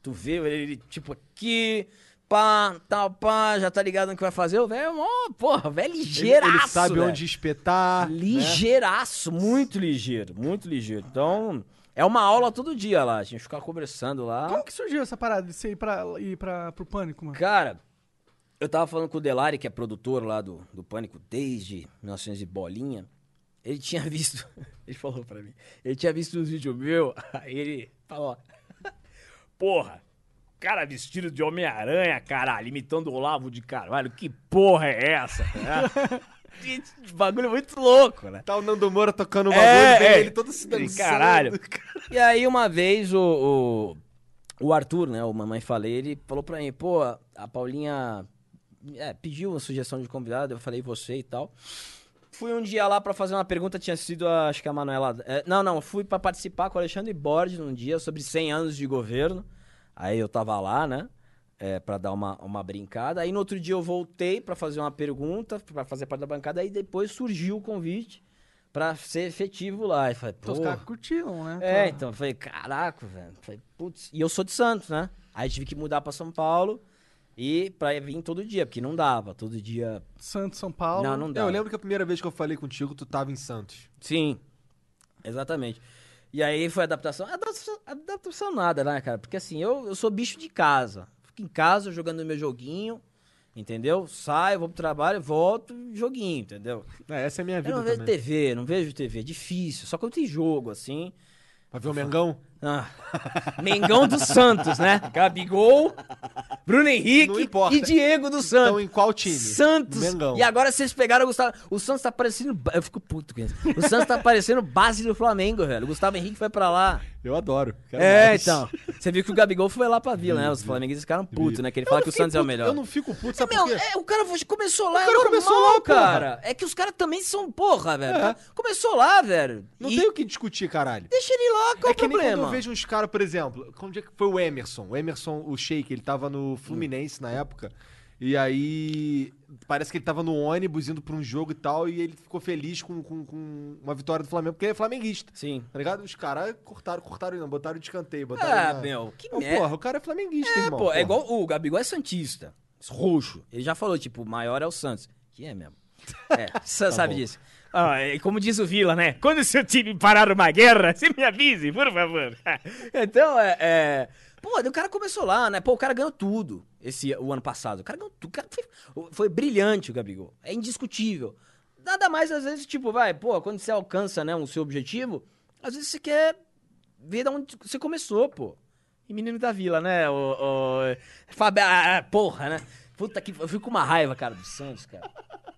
S4: Tu vê ele, ele, tipo, aqui, pá, tal, pá, já tá ligado no que vai fazer. O velho é mó, porra, o velho é
S2: Ele,
S4: ligeiraço.
S2: ele sabe
S4: velho.
S2: onde espetar.
S4: Ligeiraço, muito ligeiro, muito ligeiro. Então, é uma aula todo dia lá, a gente fica conversando lá.
S1: Como que surgiu essa parada de você ir, pra, ir pra, pro Pânico, mano?
S4: Cara, eu tava falando com o Delari, que é produtor lá do, do Pânico desde 1900 e bolinha. Ele tinha visto, *laughs* ele falou pra mim, ele tinha visto uns vídeos meu, *laughs* aí ele falou, *laughs*
S5: Porra, cara vestido de Homem-Aranha, caralho, imitando o Olavo de Carvalho, que porra é
S4: *laughs*
S5: essa?
S4: gente, Né? bagulho muito louco, né?
S2: Tá o Nando Moura tocando uma
S5: É,
S2: vem
S5: é.
S2: ele todo se dançando.
S5: Caralho.
S4: *laughs* E aí, uma vez, o, o, o Arthur, né, o Mamãe Falei, ele falou pra mim, pô, a Paulinha é, pediu uma sugestão de convidado, eu falei você e tal. Fui um dia lá pra fazer uma pergunta, tinha sido, a- acho que a Manuela... é, não, não, fui pra participar com o Alexandre Borges num dia sobre 100 anos de governo. Aí eu tava lá, né, é, pra dar uma, uma brincada. Aí no outro dia eu voltei pra fazer uma pergunta, pra fazer parte da bancada, aí depois surgiu o convite pra ser efetivo lá. E falei,
S1: Então, os
S4: "Porra."
S1: caras curtiram, né?
S4: É,
S1: Claro.
S4: então, eu falei, caraca, velho. Falei, putz, e eu sou de Santos, né? Aí tive que mudar pra São Paulo e pra vir todo dia, porque não dava. Todo dia.
S1: Santos, São Paulo.
S4: Não, não
S2: É,
S4: dava.
S2: eu lembro que a primeira vez que eu falei contigo, tu tava em Santos.
S4: Sim, exatamente. E aí foi adaptação. Adaptação, adaptação nada, né, cara? Porque assim, eu, eu sou bicho de casa. Fico em casa jogando meu joguinho, entendeu? Saio, vou pro trabalho, volto, joguinho, entendeu?
S2: É, essa é a minha
S4: Eu
S2: vida
S4: não vejo
S2: também.
S4: TV, não vejo TV, é difícil. Só quando tem jogo, assim.
S2: Pra ver o Mengão?
S4: Ah, Mengão dos Santos, né? Gabigol, Bruno
S2: Não
S4: Henrique
S2: importa.
S4: e Diego dos
S2: Então,
S4: Santos.
S2: em qual time?
S4: Santos.
S2: Mengão.
S4: E agora vocês pegaram o Gustavo. O Santos tá parecendo. ba- Eu fico puto com isso. O Santos tá parecendo base do Flamengo, velho. O Gustavo Henrique foi pra lá.
S2: Eu adoro. Quero
S4: É,
S2: mais.
S4: então. Você viu que o Gabigol foi lá pra vila, né? Os flamenguistas ficaram putos, né? Que ele fala
S2: não
S4: que o
S2: fiquei
S4: Santos é o
S2: puto,
S4: melhor.
S2: Eu não fico puto, sabe
S4: Meu,
S2: por quê?
S4: é, o cara começou lá,
S2: O
S4: é
S2: cara
S4: normal,
S2: começou lá, porra.
S4: cara. É que os caras também são porra, velho. Tá? Começou lá, velho.
S2: Não
S4: E
S2: tem o que discutir, caralho.
S4: Deixa ele lá, qual
S2: É
S4: o
S2: que nem quando
S4: problema?
S2: eu vejo uns caras, por exemplo, onde é que foi o Emerson? O Emerson, o Sheik, ele tava no Fluminense na época. E aí, parece que ele tava no ônibus indo pra um jogo e tal, e ele ficou feliz com, com- com uma vitória do Flamengo, porque ele é flamenguista.
S4: Sim.
S2: Tá ligado? Os caras cortaram, cortaram, não, botaram de escanteio, botaram.
S4: Ah,
S2: na-
S4: meu, que
S2: Ô,
S4: merda.
S2: Porra, o cara é flamenguista,
S4: É,
S2: irmão.
S4: pô,
S2: porra.
S4: é igual o Gabigol é Santista. Roxo. Ele já falou, tipo, o maior é o Santos. Que é mesmo.
S2: *laughs*
S4: É, você sabe
S2: Tá bom.
S4: disso. e como diz o Vila, né?
S5: Quando seu time parar uma guerra, você me avise, por favor.
S4: *laughs* Então, é, é- Pô, o cara começou lá, né? Pô, o cara ganhou tudo esse, o ano passado. O cara ganhou tudo. O cara foi, foi brilhante o Gabigol. É indiscutível. Nada mais, às vezes, tipo, vai, pô, quando você alcança, né, o seu objetivo, às vezes você quer ver da onde você começou, pô. E menino da vila, né? O, o... Fábio, ah, ah, porra, né? Puta que. Eu fico com uma raiva, cara, do Santos, cara.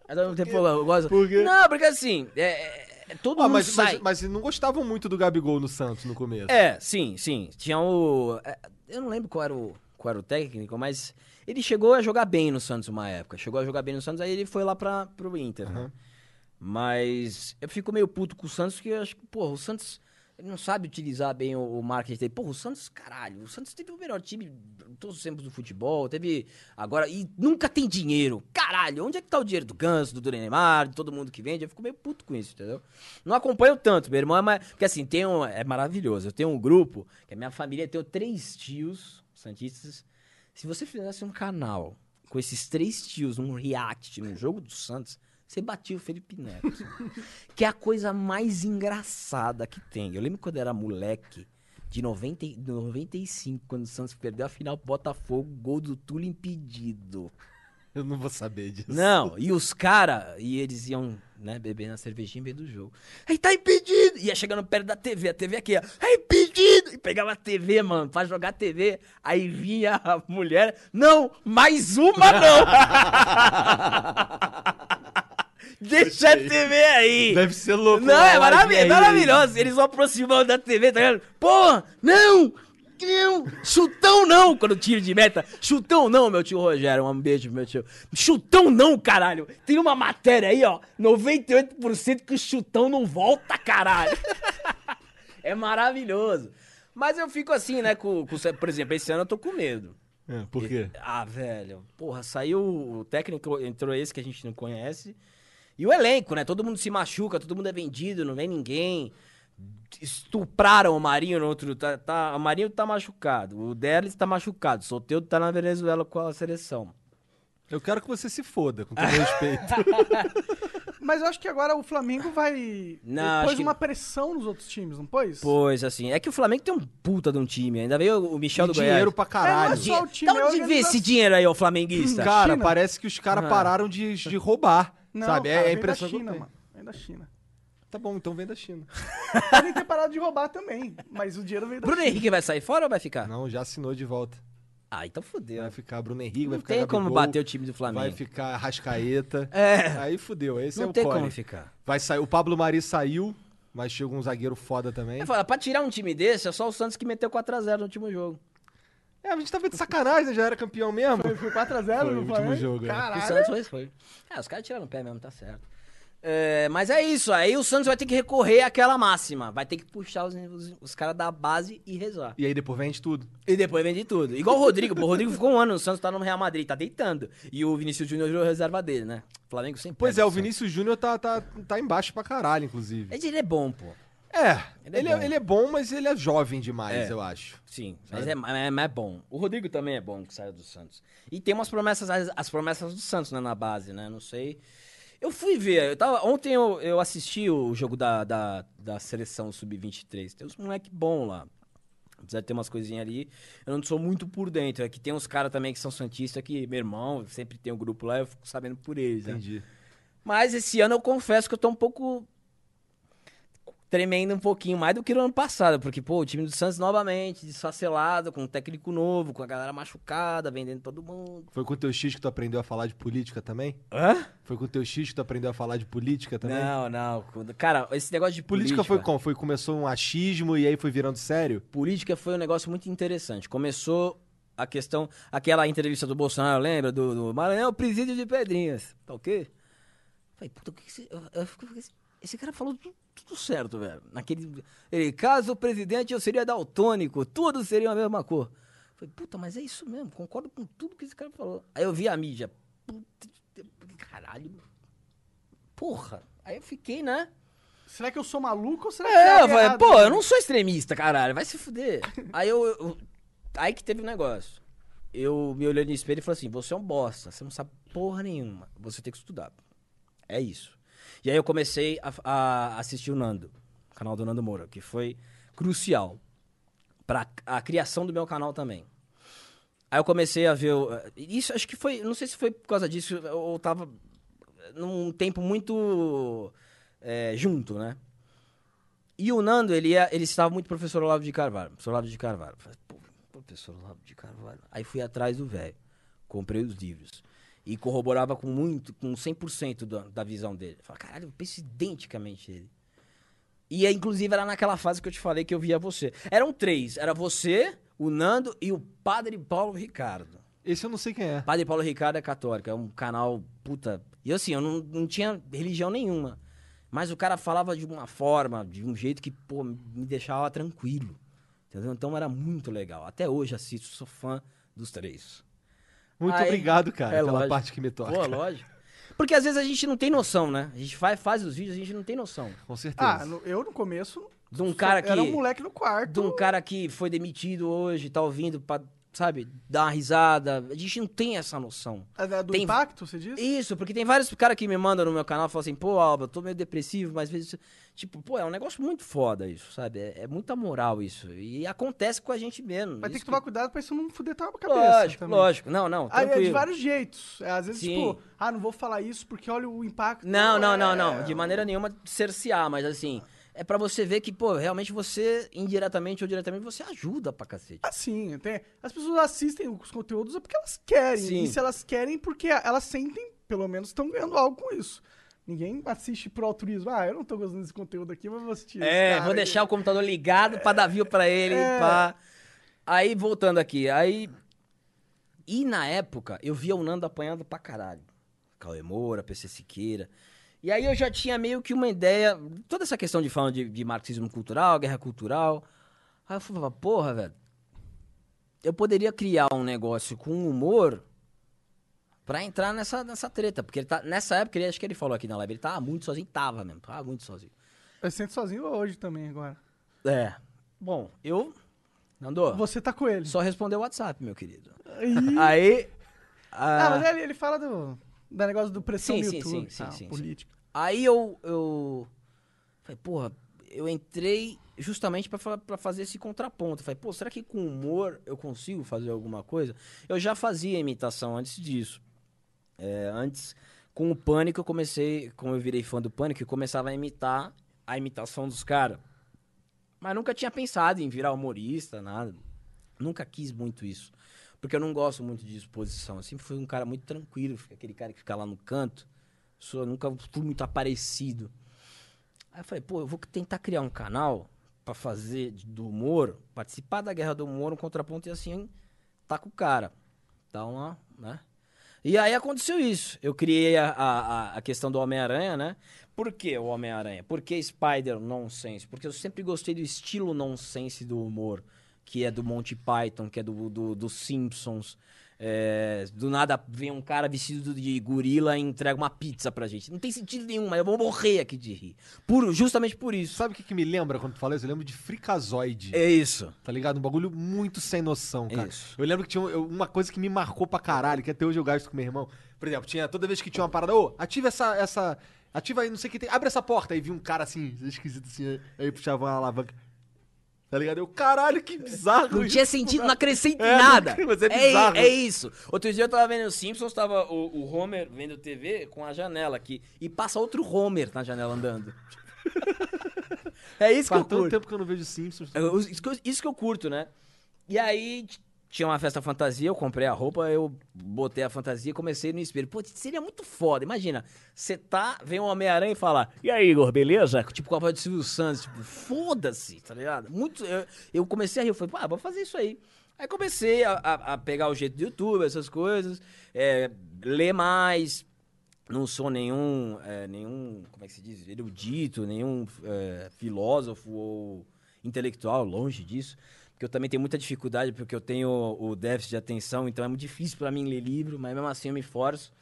S4: Mas ao mesmo tempo eu gosto.
S2: Por quê?
S4: Não, porque assim, é, é- é- todo
S2: Ah,
S4: mundo
S2: mas,
S4: sai.
S2: mas, mas não gostavam muito do Gabigol no Santos no começo.
S4: É, sim, sim. Tinha o. é, Eu não lembro qual era o, qual era o técnico, mas ele chegou a jogar bem no Santos uma época. Chegou a jogar bem no Santos, aí ele foi lá pra, pro Inter, né? Mas eu fico meio puto com o Santos, porque eu acho que, porra, o Santos. Ele não sabe utilizar bem o, o marketing dele. Porra, o Santos, caralho. O Santos teve o melhor time de todos os tempos do futebol. Teve. Agora. E nunca tem dinheiro. Caralho, onde é que tá o dinheiro do Ganso, do Neymar, de todo mundo que vende? Eu fico meio puto com isso, entendeu? Não acompanho tanto. Meu irmão é mais. Porque assim, tem um... é maravilhoso. Eu tenho um grupo, que a minha família tem três tios santistas. Se você fizesse um canal com esses três tios, um react num jogo do Santos, você batia o Felipe Neto. que é a coisa mais engraçada que tem. Eu lembro quando eu era moleque, de 90, e- 95, quando o Santos perdeu a final pro Botafogo, gol do Túlio impedido.
S2: Eu não vou saber disso.
S4: Não, e os caras, e eles iam né? Bebendo a cervejinha bem do jogo. Aí tá impedido! Ia chegando perto da TV, a TV aqui, ó. É impedido! E pegava a TV, mano, pra jogar TV. Aí vinha a mulher. Não, mais uma
S2: *laughs*
S4: não! Deixa a TV aí!
S2: Deve ser louco.
S4: Não,
S2: uma
S4: é
S2: live
S4: maravilhoso,
S2: aí.
S4: maravilhoso. Eles vão aproximando da TV, tá ligado? Pô, não! Não! Chutão não! Quando tiro de meta. Chutão não, meu tio Rogério. Um beijo, meu tio. Chutão não, caralho. Tem uma matéria aí, ó. 98% que o chutão não volta, caralho. *laughs* é maravilhoso. Mas eu fico assim, né? Com, com- por exemplo, esse ano eu tô com medo.
S2: É, por quê?
S4: Ah, velho. Porra, saiu o técnico, entrou esse que a gente não conhece. E o elenco, né? Todo mundo se machuca, todo mundo é vendido, não vem ninguém. Estupraram o Marinho no outro. Tá, tá- o Marinho tá machucado. O Derlis tá machucado. O Soteldo tá na Venezuela com a seleção.
S2: Eu quero que você se foda,
S4: *laughs*
S2: com todo respeito.
S1: Mas eu acho que agora o Flamengo vai.
S4: Não, acho
S1: pôs
S4: que-
S1: uma pressão nos outros times, não pôs?
S4: Pois, assim. É que o Flamengo tem um puta de um time. Ainda veio o Michel
S2: E
S4: do
S2: dinheiro
S4: Goiás.
S2: pra caralho.
S1: É, mas- só o time,
S4: Da
S1: é a
S4: onde vem esse
S1: organização.
S4: dinheiro aí, ô flamenguista?
S2: Cara,
S1: China?
S2: parece que os caras pararam de, de roubar.
S1: Não,
S2: sabe? É-
S1: cara,
S2: é a
S1: vem da
S2: impressão
S1: China,
S2: que eu tenho.
S1: mano. Vem da China.
S2: Tá bom, então vem da China.
S1: Podem ter parado de roubar também, mas o dinheiro veio da
S4: Bruno Henrique vai sair fora ou vai ficar?
S2: *laughs* Não, já assinou de volta.
S4: Ah, então fodeu.
S2: Vai ficar Bruno Henrique, vai
S4: Não
S2: ficar
S4: tem como
S2: Gabigol,
S4: bater o time do Flamengo.
S2: Vai ficar Rascaeta.
S4: É.
S2: Aí fudeu, esse é
S4: não
S2: o
S4: tem
S2: core.
S4: como ficar.
S2: Vai sair, o Pablo Mari saiu, mas chega um zagueiro foda também.
S4: Eu falo, pra tirar um time desse, é só o Santos que meteu 4x0 no último jogo.
S2: É, a gente tava de sacanagem, né? Já era campeão mesmo.
S1: China. Foi 4x0
S2: Foi o
S1: no
S2: último
S1: Flamengo?
S2: jogo, é.
S4: O
S1: Caralho.
S4: Santos foi, foi. Ah, os caras tiraram o pé mesmo, tá certo. É, mas é isso, aí o Santos vai ter que recorrer àquela máxima. Vai ter que puxar os, os, os caras da base e
S2: *laughs*
S4: rezar.
S2: E aí depois vende tudo.
S4: E depois vende tudo. Igual o Rodrigo, pô, o Rodrigo ficou um ano no Santos, tá no Real Madrid, tá deitando. E o Vinícius Júnior virou reserva dele, né? Flamengo sempre.
S2: Pois
S4: pega
S2: é, o
S4: Santos.
S2: Vinícius Júnior tá, tá, tá embaixo pra caralho, inclusive.
S4: Mas Ele é bom, pô.
S2: É,
S4: Ele é
S2: ele, é
S4: bom.
S2: ele é bom, mas ele é jovem demais,
S4: É.
S2: eu acho.
S4: Sim, mas é, mas é- mas é bom. O Rodrigo também é bom que saiu do Santos. E tem umas promessas, as, as promessas do Santos né, na base, né? Não sei. Eu fui ver, eu tava, ontem eu, eu assisti o jogo da, da, da seleção sub-23. Tem uns moleque bom lá. Apesar de ter umas coisinhas ali, eu não sou muito por dentro. É que tem uns caras também que são santistas que, meu irmão, sempre tem um grupo lá, eu fico sabendo por eles. né?
S2: Entendi.
S4: Mas esse ano eu confesso que eu tô um pouco tremendo um pouquinho mais do que no ano passado, porque pô, o time do Santos novamente desfacelado, com um técnico novo, com a galera machucada, vendendo todo mundo.
S2: Foi com o teu X que tu aprendeu a falar de política também?
S4: Hã?
S2: Foi com o teu X que tu aprendeu a falar de política também?
S4: Não, não. quando- Cara, esse negócio de
S2: Política
S4: política,
S2: foi como? Foi, começou um achismo e aí foi virando sério?
S4: política foi um negócio muito interessante. Começou a questão, aquela entrevista do Bolsonaro, lembra? Do, do Maranhão, é presídio de Pedrinhas. Tá ok? Falei, puta, o que que esse, eu, eu fico- esse, esse cara falou tu- tudo, certo, velho. Naquele, ele, caso o presidente eu seria daltônico, todos seriam a mesma cor. Falei, puta, mas é isso mesmo, concordo com tudo que esse cara falou. Aí eu vi a mídia, puta, caralho, porra. Aí eu fiquei, né?
S1: Será que eu sou maluco ou será que
S4: É, eu
S1: algo
S4: falei,
S1: errado? né?
S4: pô, eu não sou extremista, caralho, vai se fuder. Aí eu, eu- Aí que teve um negócio. Eu me olhei no espelho e falei assim: você é um bosta, você não sabe porra nenhuma, você tem que estudar. É isso. E aí eu comecei a, a assistir o Nando, o canal do Nando Moura, que foi crucial pra a criação do meu canal também. Aí eu comecei a ver. o- Isso acho que foi. Não sei se foi por causa disso, ou eu tava num tempo muito é, junto, né? E o Nando, ele, ia, ele estava muito professor Olavo de Carvalho. Professor Olavo de Carvalho. Falei, Pô, professor Olavo de Carvalho. Aí fui atrás do velho. Comprei os livros. E corroborava com muito, com 100% da, da visão dele. Falei, caralho, eu penso identicamente ele. E é, inclusive era naquela fase que eu te falei que eu via você. Eram três. Era você, o Nando e o padre Paulo Ricardo.
S2: Esse eu não sei quem é.
S4: Padre Paulo Ricardo é católico, é um canal puta. E assim, eu não, não tinha religião nenhuma. Mas o cara falava de uma forma, de um jeito que, pô, me deixava tranquilo. Entendeu? Então era muito legal. Até hoje assisto, sou fã dos três.
S2: Muito
S4: Aí-
S2: obrigado, cara,
S4: É
S2: pela
S4: lógico.
S2: parte que me toca.
S4: Pô, lógico. Porque às vezes a gente não tem noção, né? A gente faz, faz os vídeos, a gente não tem noção.
S2: Com certeza.
S1: Ah, no- eu no começo.
S4: De um cara que.
S1: Era um moleque no quarto.
S4: De um cara que foi demitido hoje, tá ouvindo pra sabe, dar uma risada. A gente não tem essa noção.
S1: É da- do
S4: Tem-
S1: impacto, você diz?
S4: Isso, porque tem vários caras que me mandam no meu canal e falam assim, pô, Alba, eu tô meio depressivo, mas às vezes. Tipo, pô, é um negócio muito foda isso, sabe? É, é muita moral isso. E acontece com a gente mesmo.
S1: Mas tem
S4: Isso
S1: que tomar cuidado pra isso não fuder tua cabeça.
S4: Lógico,
S1: também.
S4: lógico. Não, não.
S1: Aí é de
S4: tranquilo.
S1: vários jeitos. É, Às vezes,
S4: Sim.
S1: tipo, ah, não vou falar isso porque olha o impacto.
S4: Não, não, não,
S1: É,
S4: não. De maneira nenhuma cercear, mas assim, é pra você ver que, pô, realmente você, indiretamente ou diretamente, você ajuda pra cacete.
S1: Assim, tem... as pessoas assistem os conteúdos é porque elas querem.
S4: Sim.
S1: E se elas querem, porque elas sentem, pelo menos, estão ganhando algo com isso. Ninguém assiste pro altruísmo. Ah, eu não tô gostando desse conteúdo aqui, mas vou assistir. esse
S4: É,
S1: cara
S4: vou
S1: aqui.
S4: deixar o computador ligado pra dar view pra ele,
S1: É.
S4: pá. Aí, voltando aqui, aí... E na época, eu via o Nando apanhando pra caralho. Cauê Moura, PC Siqueira. E aí eu já tinha meio que uma ideia... Toda essa questão de falando de, de marxismo cultural, guerra cultural... Aí eu falava, porra, velho... Eu poderia criar um negócio com humor... Pra entrar nessa, nessa treta, porque ele tá, nessa época, ele, acho que ele falou aqui na live, ele tava muito sozinho, tava mesmo, tava muito sozinho.
S1: Eu sinto sozinho hoje também agora.
S4: É. Bom, eu. Nando,
S1: Você tá com ele.
S4: só respondeu o WhatsApp, meu querido.
S1: Ih.
S4: Aí.
S1: Ah,
S4: ah,
S1: mas ele, ele fala do, do negócio do pressão
S4: Sim,
S1: do
S4: sim,
S1: YouTube, tá,
S4: sim, sim,
S1: tal,
S4: sim, sim.
S1: político.
S4: Aí eu. eu falei, porra, eu entrei justamente pra, fa- pra fazer esse contraponto. Falei, pô, será que com humor eu consigo fazer alguma coisa? Eu já fazia imitação antes disso. É, antes, com o Pânico, eu comecei. Como eu virei fã do Pânico, eu começava a imitar a imitação dos caras. Mas nunca tinha pensado em virar humorista, nada. Nunca quis muito isso. Porque eu não gosto muito de exposição. Eu sempre fui um cara muito tranquilo, fica- aquele cara que fica lá no canto. Sou, nunca fui muito aparecido. Aí eu falei, pô, eu vou tentar criar um canal pra fazer de- do humor, participar da guerra do humor, um contraponto e assim, tá com o cara. Dá uma, né? E aí aconteceu isso. Eu criei a, a, a- a questão do Homem-Aranha, né? Por que o Homem-Aranha? Por que Spider Nonsense? Porque eu sempre gostei do estilo nonsense do humor, que é do Monty Python, que é do, do, do Simpsons. É, do nada vem um cara vestido de gorila e entrega uma pizza pra gente. Não tem sentido nenhum, mas eu vou morrer aqui de rir. Por, justamente por isso.
S2: Sabe o que, que me lembra quando tu fala isso? Eu lembro de fricazoide.
S4: É isso.
S2: Tá ligado? Um bagulho muito sem noção, cara.
S4: Isso.
S2: Eu lembro que tinha um- uma coisa que me marcou pra caralho, que até hoje eu gasto com meu irmão. Por exemplo, tinha toda vez que tinha uma parada, ô, ativa essa. essa ativa aí, não sei o que tem. Abre essa porta. Aí vi um cara assim, esquisito assim, aí puxava uma alavanca. Tá ligado? Eu, caralho, que bizarro
S4: Não
S2: isso.
S4: tinha sentido, não acrescenta
S2: É, não-
S4: nada.
S2: mas é
S4: i-
S2: bizarro.
S4: é isso. Outro dia eu tava vendo os Simpsons, tava o, o Homer vendo TV com a janela aqui. E passa outro Homer na janela andando. *laughs* é isso que
S2: Faz
S4: eu
S2: tanto
S4: curto.
S2: tempo que eu não vejo Simpsons.
S4: É, Eu- eu- Isso que, eu, isso que eu curto, né? E aí t- tinha uma festa fantasia, eu comprei a roupa, eu botei a fantasia e comecei no espelho. Pô, seria muito foda. Imagina, você tá, vem um Homem-Aranha e fala,
S5: E aí, Igor, beleza?
S4: tipo com a voz do Silvio Santos, tipo, foda-se, tá ligado? Muito, eu, eu comecei a rir, eu falei, pá, vou fazer isso aí. Aí comecei a, a- a pegar o jeito do YouTube, essas coisas, é, ler mais, não sou nenhum, é, nenhum, como é que se diz, erudito, nenhum é, filósofo ou intelectual, longe disso, porque eu também tenho muita dificuldade, porque eu tenho o déficit de atenção, então é muito difícil pra mim ler livro, mas mesmo assim eu me forço.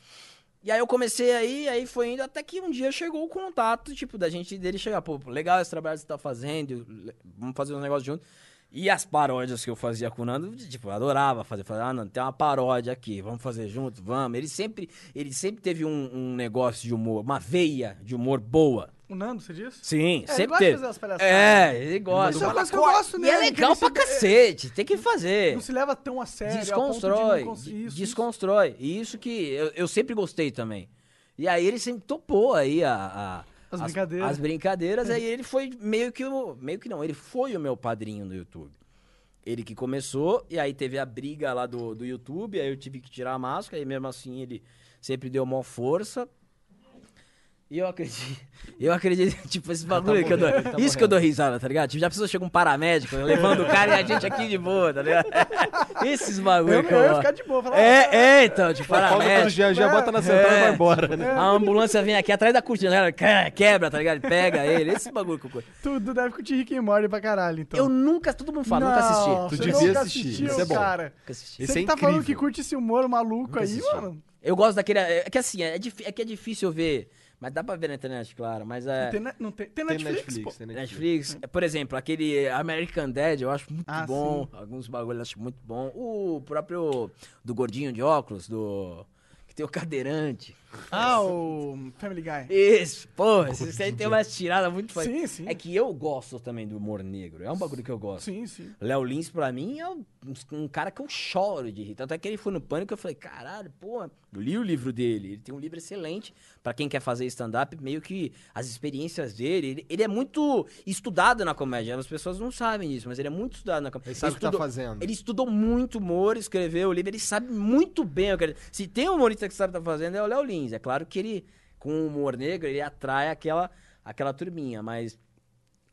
S4: E aí eu comecei aí, aí foi indo, até que um dia chegou o contato, tipo, da gente dele chegar, pô, legal esse trabalho que você tá fazendo, le- vamos fazer uns negócios juntos. E as paródias que eu fazia com o Nando, tipo, eu adorava fazer. Falava, ah, Nando, tem uma paródia aqui, vamos fazer junto, vamos. Ele sempre, ele sempre teve um, um negócio de humor, uma veia de humor boa.
S1: O Nando, você diz?
S4: Sim,
S1: É, ele
S4: sempre
S1: gosta de
S4: teve.
S1: fazer as palhaçadas.
S4: É, ele
S1: Isso
S4: gosta.
S1: é uma coisa que eu
S4: Mas-
S1: gosto
S4: E é
S1: nele, que
S4: legal
S1: ele
S4: pra
S1: se-
S4: cacete, tem que fazer
S1: Não se leva tão a sério.
S4: desconstrói,
S1: Ao ponto de não cons-
S4: de-
S1: isso,
S4: desconstrói. E isso que eu, eu sempre gostei também. E aí ele sempre topou aí a, a-
S1: As brincadeiras. É.
S4: as brincadeiras, aí ele foi meio que o, meio que não, ele foi o meu padrinho no YouTube. Ele que começou, e aí teve a briga lá do, do YouTube, aí eu tive que tirar a máscara, e mesmo assim ele sempre deu maior força. E eu acredito, *laughs* eu acredito, *laughs* tipo, esse bagulho que eu dou,
S2: morrendo, ele tá
S4: isso que eu dou risada, tá ligado? Tipo, já precisou chegar um paramédico levando o cara e a gente aqui de boa, tá ligado? *laughs* Esses
S1: Eu,
S4: bagulho que eu
S1: eu ia
S4: gosto.
S1: ficar de boa. Falar, "Ah,
S4: É, é, então, tipo,
S2: Pausa do
S4: paramédico.
S2: Jean, já bota na central e
S4: É.
S2: vai embora, né?
S4: A ambulância vem aqui atrás da cortina, cara, quebra, tá ligado? Pega ele, esse bagulho que eu curto.
S1: Tudo deve curtir Rick and Morty pra caralho, então.
S4: Eu nunca, todo mundo fala, nunca assisti.
S1: Não,
S4: Nunca
S2: Tu
S1: você
S2: devia
S1: nunca
S2: assistir,
S1: assistiu,
S2: isso é bom.
S1: cara.
S4: assisti.
S2: Esse
S1: você
S2: é
S1: que tá falando que
S2: incrível.
S1: curte esse humor maluco aí,
S4: assisti.
S1: mano.
S4: Eu gosto daquele. É que assim, é, difí- é que é difícil eu ver. Mas dá pra ver na internet, claro. Mas é.
S1: Tem, ne- não tem, tem
S2: Tem
S1: Netflix, pô.
S2: Netflix, tem Netflix.
S4: Netflix, por exemplo, aquele American Dad, eu acho muito
S1: Ah,
S4: bom. Alguns bagulhos eu acho muito bom. O próprio do gordinho de óculos, do. Que tem o cadeirante.
S1: Ah, o Family Guy.
S4: Isso, porra, isso aí tem umas tiradas muito fo-
S1: Sim, sim.
S4: É que eu gosto também do humor negro. É um bagulho que eu gosto.
S1: Sim, sim.
S4: Léo Lins, pra mim, é um, um cara que eu choro de rir. Tanto é que ele foi no pânico eu falei, caralho, pô, eu li o livro dele. Ele tem um livro excelente pra quem quer fazer stand-up, meio que as experiências dele. Ele, ele é muito estudado na comédia. As pessoas não sabem disso, mas ele é muito estudado na comédia.
S2: Ele sabe o que tá
S4: estudou-
S2: fazendo.
S4: Ele estudou muito humor, escreveu o livro, ele sabe muito bem. o que ele- Se tem um humorista que sabe o que tá fazendo, é o Léo Lins. É claro que ele, com o humor negro, ele atrai aquela, aquela turminha, mas.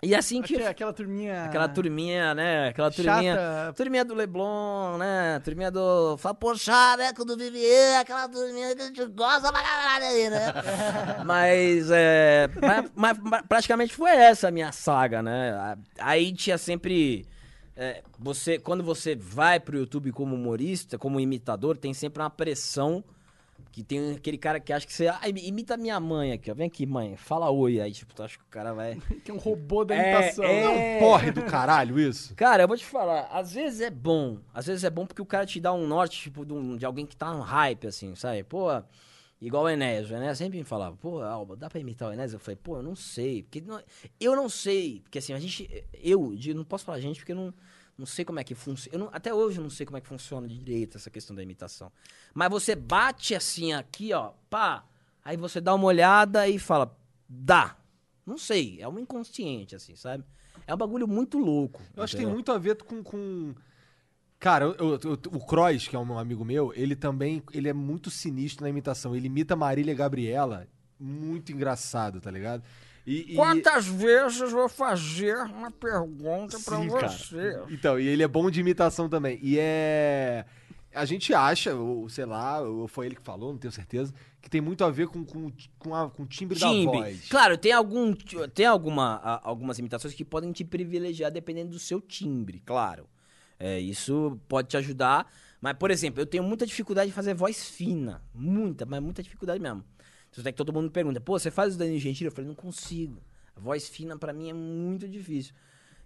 S4: E assim que.
S1: Aquela, aquela turminha.
S4: Aquela turminha, né? Aquela turminha.
S1: Chata.
S4: Turminha do Leblon, né? Turminha do Fapochareco do Vivier, aquela turminha que a gente gosta pra caralho aí,
S1: *laughs*
S4: né? mas, é. pra- mas pra- praticamente foi essa a minha saga, né? A- Aí tinha sempre. é, você, quando você vai pro YouTube como humorista, como imitador, tem sempre uma pressão que tem aquele cara que acha que você. Ah, imita minha mãe aqui, ó. Vem aqui, mãe. Fala oi. Aí, tipo, tu acha que o cara vai.
S1: *laughs* Tem um robô da
S4: É,
S1: imitação.
S4: é.
S1: Não,
S2: É um porre do caralho isso.
S4: Cara, eu vou te falar, às vezes é bom. Às vezes é bom porque o cara te dá um norte, tipo, de, um- de alguém que tá no hype, assim, sabe? Pô, igual o Enéas. O Enéas sempre me falava, pô, Alba, dá pra imitar o Enéas? Eu falei, pô, eu não sei. Porque não- eu não sei. Porque assim, a gente. Eu de- não posso falar gente porque eu não. Não sei como é que funciona. até hoje eu não sei como é que funciona direito essa questão da imitação. Mas você bate assim aqui, ó, pá. Aí você dá uma olhada e fala, dá. Não sei, é um inconsciente, assim, sabe? É um bagulho muito louco.
S2: Eu acho que tem
S4: entendeu?
S2: muito a ver com. com... Cara, eu- eu- eu- o Cross, que é um amigo meu, ele também ele é muito sinistro na imitação. Ele imita Marília Gabriela, muito engraçado, tá ligado? E, e-
S4: Quantas vezes vou fazer uma pergunta pra você?
S2: Então, e ele é bom de imitação também. E é. A gente acha, ou sei lá, ou foi ele que falou, não tenho certeza, que tem muito a ver com, com, com, a- com o timbre, da
S4: Timbre.
S2: voz.
S4: Claro, tem, algum, tem alguma, a- algumas imitações que podem te privilegiar dependendo do seu timbre, claro. É, isso pode te ajudar. Mas, por exemplo, eu tenho muita dificuldade de fazer voz fina. Muita, mas muita dificuldade mesmo. Tanto é que todo mundo pergunta, pô, você faz o Danilo Gentili? Eu falei, não consigo. A voz fina pra mim é muito difícil.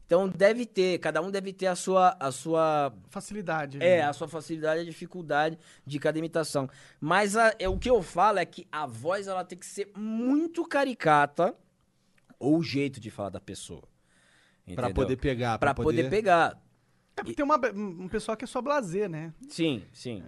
S4: Então deve ter, cada um deve ter a sua, a sua
S1: Facilidade. né?
S4: É, a sua facilidade e a dificuldade de cada imitação. Mas a- é, o que eu falo é que a voz ela tem que ser muito caricata ou o jeito de falar da pessoa.
S2: Pra
S4: entendeu?
S2: poder pegar.
S4: Pra poder... pegar.
S1: É porque tem uma, um pessoal que é só blazer, né?
S4: Sim, sim.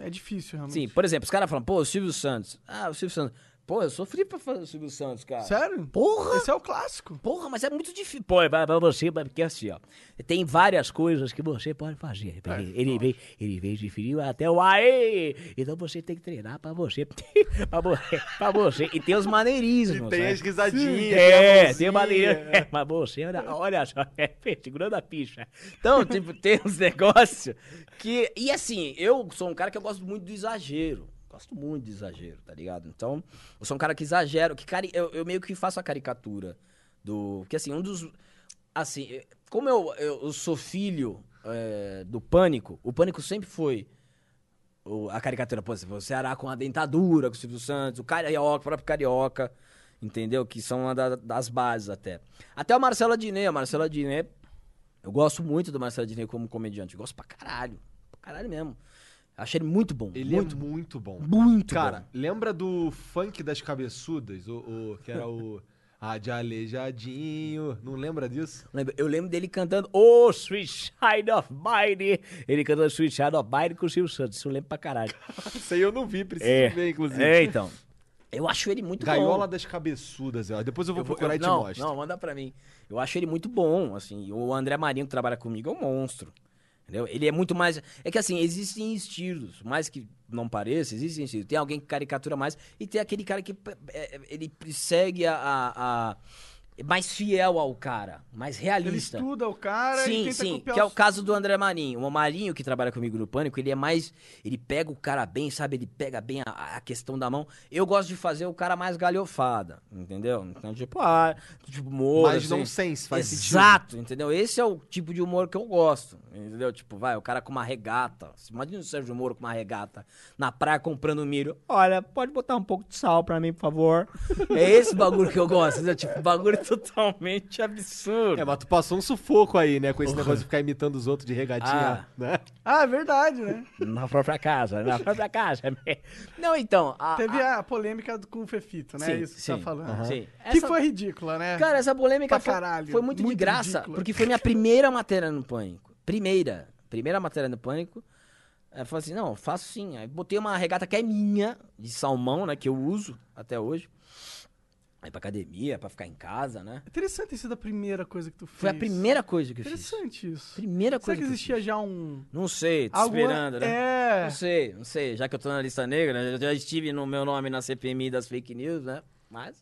S1: É, é difícil, realmente.
S4: Sim, por exemplo, os caras falam, pô, o Silvio Santos. Ah, o Silvio Santos. Pô, eu sofri pra fazer o Silvio Santos, cara.
S1: Sério?
S4: Porra!
S1: Esse é o clássico.
S4: Porra, mas é muito difícil.
S5: Pô, pra, pra você, pra- porque assim, ó. Tem várias coisas que você pode fazer.
S4: É,
S5: Ele, ele, veio, ele veio de frio até o aê! Então você tem que treinar pra você. *laughs* pra você. Pra você.
S4: E tem os maneirismos, né?
S2: risadinhas.
S5: É, tem maneira.
S4: *laughs*
S5: É, mas você, olha, olha só, é, segurando a picha.
S4: Então, tipo, tem uns *laughs* negócios que. E assim, eu sou um cara que eu gosto muito do exagero. Gosto muito do exagero, tá ligado? Então, eu sou um cara que exagero, que cari... eu, eu meio que faço a caricatura do. Porque assim, um dos. Assim, eh, como eu, eu, eu sou filho eh, do pânico, o pânico sempre foi. o- a caricatura, pô, o Ceará com a dentadura, com o Silvio Santos, o Carioca, o próprio Carioca, entendeu? Que são uma da- das bases até. Até a Marcela Diné, a Marcela Diné eu gosto muito do Marcelo Disney como comediante. Eu gosto pra caralho. Pra caralho mesmo. Achei ele muito bom.
S2: Ele
S4: muito
S2: é muito bom.
S4: Muito
S2: Cara,
S4: bom.
S2: lembra do funk das cabeçudas? O, o- que era o. *laughs* Ah, de Aleijadinho. Não lembra disso?
S4: Lembra- Eu lembro dele cantando.
S5: O Suicide of Mine. Ele cantou Suicide of Mine com o Silvio Santos. Isso eu lembro pra caralho.
S2: Isso aí eu não vi, preciso ver, inclusive.
S5: É, então.
S4: Eu acho ele muito bom.
S2: Gaiola das cabeçudas, ó. Depois eu vou
S4: Eu vou-
S2: procurar
S4: eu-
S2: e te
S4: não,
S2: mostro.
S4: Não, manda pra mim. Eu acho ele muito bom, assim. O André Marinho que trabalha comigo é um monstro. Entendeu? Ele é muito mais. É que assim, existem estilos, mais que não pareça, existem estilos. Tem alguém que caricatura mais e tem aquele cara que é, é, ele segue a. a- a- mais fiel ao cara, mais
S1: Ele
S4: realista.
S1: estuda o cara e
S4: Sim,
S1: tenta
S4: sim,
S1: copiar
S4: que é o
S1: os-
S4: caso do André Marinho. O Marinho que trabalha comigo no Pânico, ele é mais. Ele pega o cara bem, sabe? Ele pega bem a, a questão da mão. Eu gosto de fazer o cara mais galhofada, entendeu? Então, tipo, ah, tipo, humor.
S2: Mas não
S4: assim.
S2: sense, faz sentido.
S4: Exato, entendeu? Esse é o tipo de humor que eu gosto, entendeu? Tipo, vai, o cara com uma regata. Você Imagina o Sérgio Moro com uma regata na praia comprando milho. Olha, pode botar um pouco de sal pra mim, por favor. é esse bagulho que eu gosto, entendeu? Tipo, bagulho *laughs* totalmente absurdo.
S2: É, mas tu passou um sufoco aí, né? Com esse negócio de ficar imitando os outros de regatinha,
S4: Ah.
S2: né?
S1: Ah, é verdade, né?
S5: Na própria casa, na própria casa.
S4: *laughs* né? Não, então, a,
S1: Teve a polêmica do- com o Fefito, né?
S4: Sim,
S1: É isso que você tá
S4: sim,
S1: falando.
S4: aham. Sim.
S1: Que
S4: Essa-
S1: foi ridícula, né?
S4: Cara, essa polêmica
S1: Pra
S4: foi,
S1: caralho,
S4: foi muito,
S1: muito
S4: de graça,
S1: ridícula.
S4: porque foi minha primeira matéria no Pânico. Primeira. Primeira matéria no Pânico. Aí Eu falei assim, não, faço sim. Aí botei uma regata que é minha, de salmão, né, que eu uso até hoje. Aí pra academia, pra ficar em casa, né?
S1: É Interessante ter sido a primeira coisa que tu fez.
S4: Foi a primeira coisa que eu fiz.
S1: Interessante isso.
S4: Primeira
S1: Será
S4: coisa
S1: que
S4: que eu
S1: existia já um...
S4: Não sei, tô
S1: algo-
S4: esperando, né?
S1: É.
S4: Não sei, não sei. Já que eu tô na lista negra, né, eu já estive no meu nome na CPMI das fake news, né? Mas.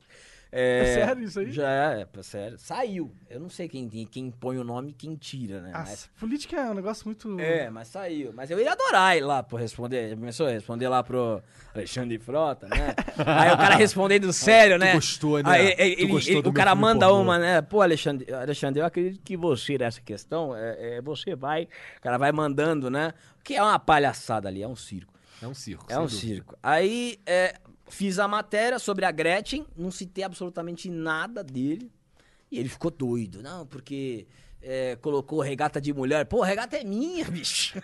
S4: É,
S1: sério isso aí?
S4: Já é, é sério. Saiu. Eu não sei quem, quem põe o nome e quem tira, né?
S1: Ah,
S4: Mas,
S1: política é um negócio muito...
S4: é, mas saiu. Mas eu ia adorar ir lá por responder. Já Começou a responder lá pro Alexandre
S1: *laughs*
S4: Frota, né? aí o cara respondendo sério, né?
S2: gostou, né?
S4: Aí,
S2: Tu
S4: ele- ele-
S2: gostou do
S4: o
S2: meu
S4: cara
S2: filme
S4: manda
S2: pornô.
S4: uma, né? Pô, Alexandre, Alexandre, eu acredito que você, nessa questão, é, é, você vai. O cara vai mandando, né? Que é uma palhaçada ali, é um circo.
S2: É um circo.
S4: É um circo. Aí é, fiz a matéria sobre a Gretchen, não citei absolutamente nada dele. E ele ficou doido, não, porque é, colocou regata de mulher. Pô, regata é minha, *laughs* bicho.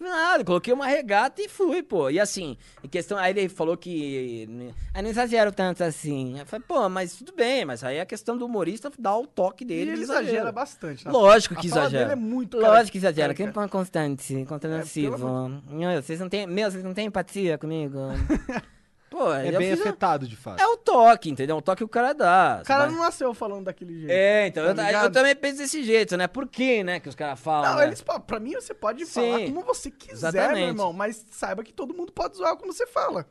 S4: Nada, coloquei uma regata e fui, pô. E assim, em questão, aí ele falou que. né, Ah, não exagero tanto assim. Eu falei, pô, mas tudo bem, mas aí a questão do humorista dá o toque
S1: E
S4: dele.
S1: ele
S4: de
S1: exagera
S4: exagero.
S1: bastante. né?
S4: Lógico
S1: A
S4: que
S1: fala
S4: exagera.
S1: dele é muito
S4: Lógico
S1: cara-
S4: que exagera.
S1: cara-
S4: Quem põe constante,
S1: É, pelo
S4: contransivo. Meu, vocês não têm. Meu, vocês não têm empatia
S1: *laughs*
S4: comigo. Pô,
S2: É
S4: eu
S2: bem
S4: fiz um-
S2: afetado, de fato.
S4: É o toque, entendeu? O toque que o cara dá.
S1: O cara
S4: Mas-
S1: não nasceu falando daquele jeito.
S4: É, então, eu-
S1: Tá
S4: eu,
S1: ligado?
S4: também penso desse jeito, né? Por que, né, que os caras falam.
S1: Não,
S4: né?
S1: eles, fa- pra mim você pode falar
S4: Sim.
S1: como você quiser, meu
S4: Exatamente.
S1: irmão, mas saiba que todo mundo pode zoar como você fala.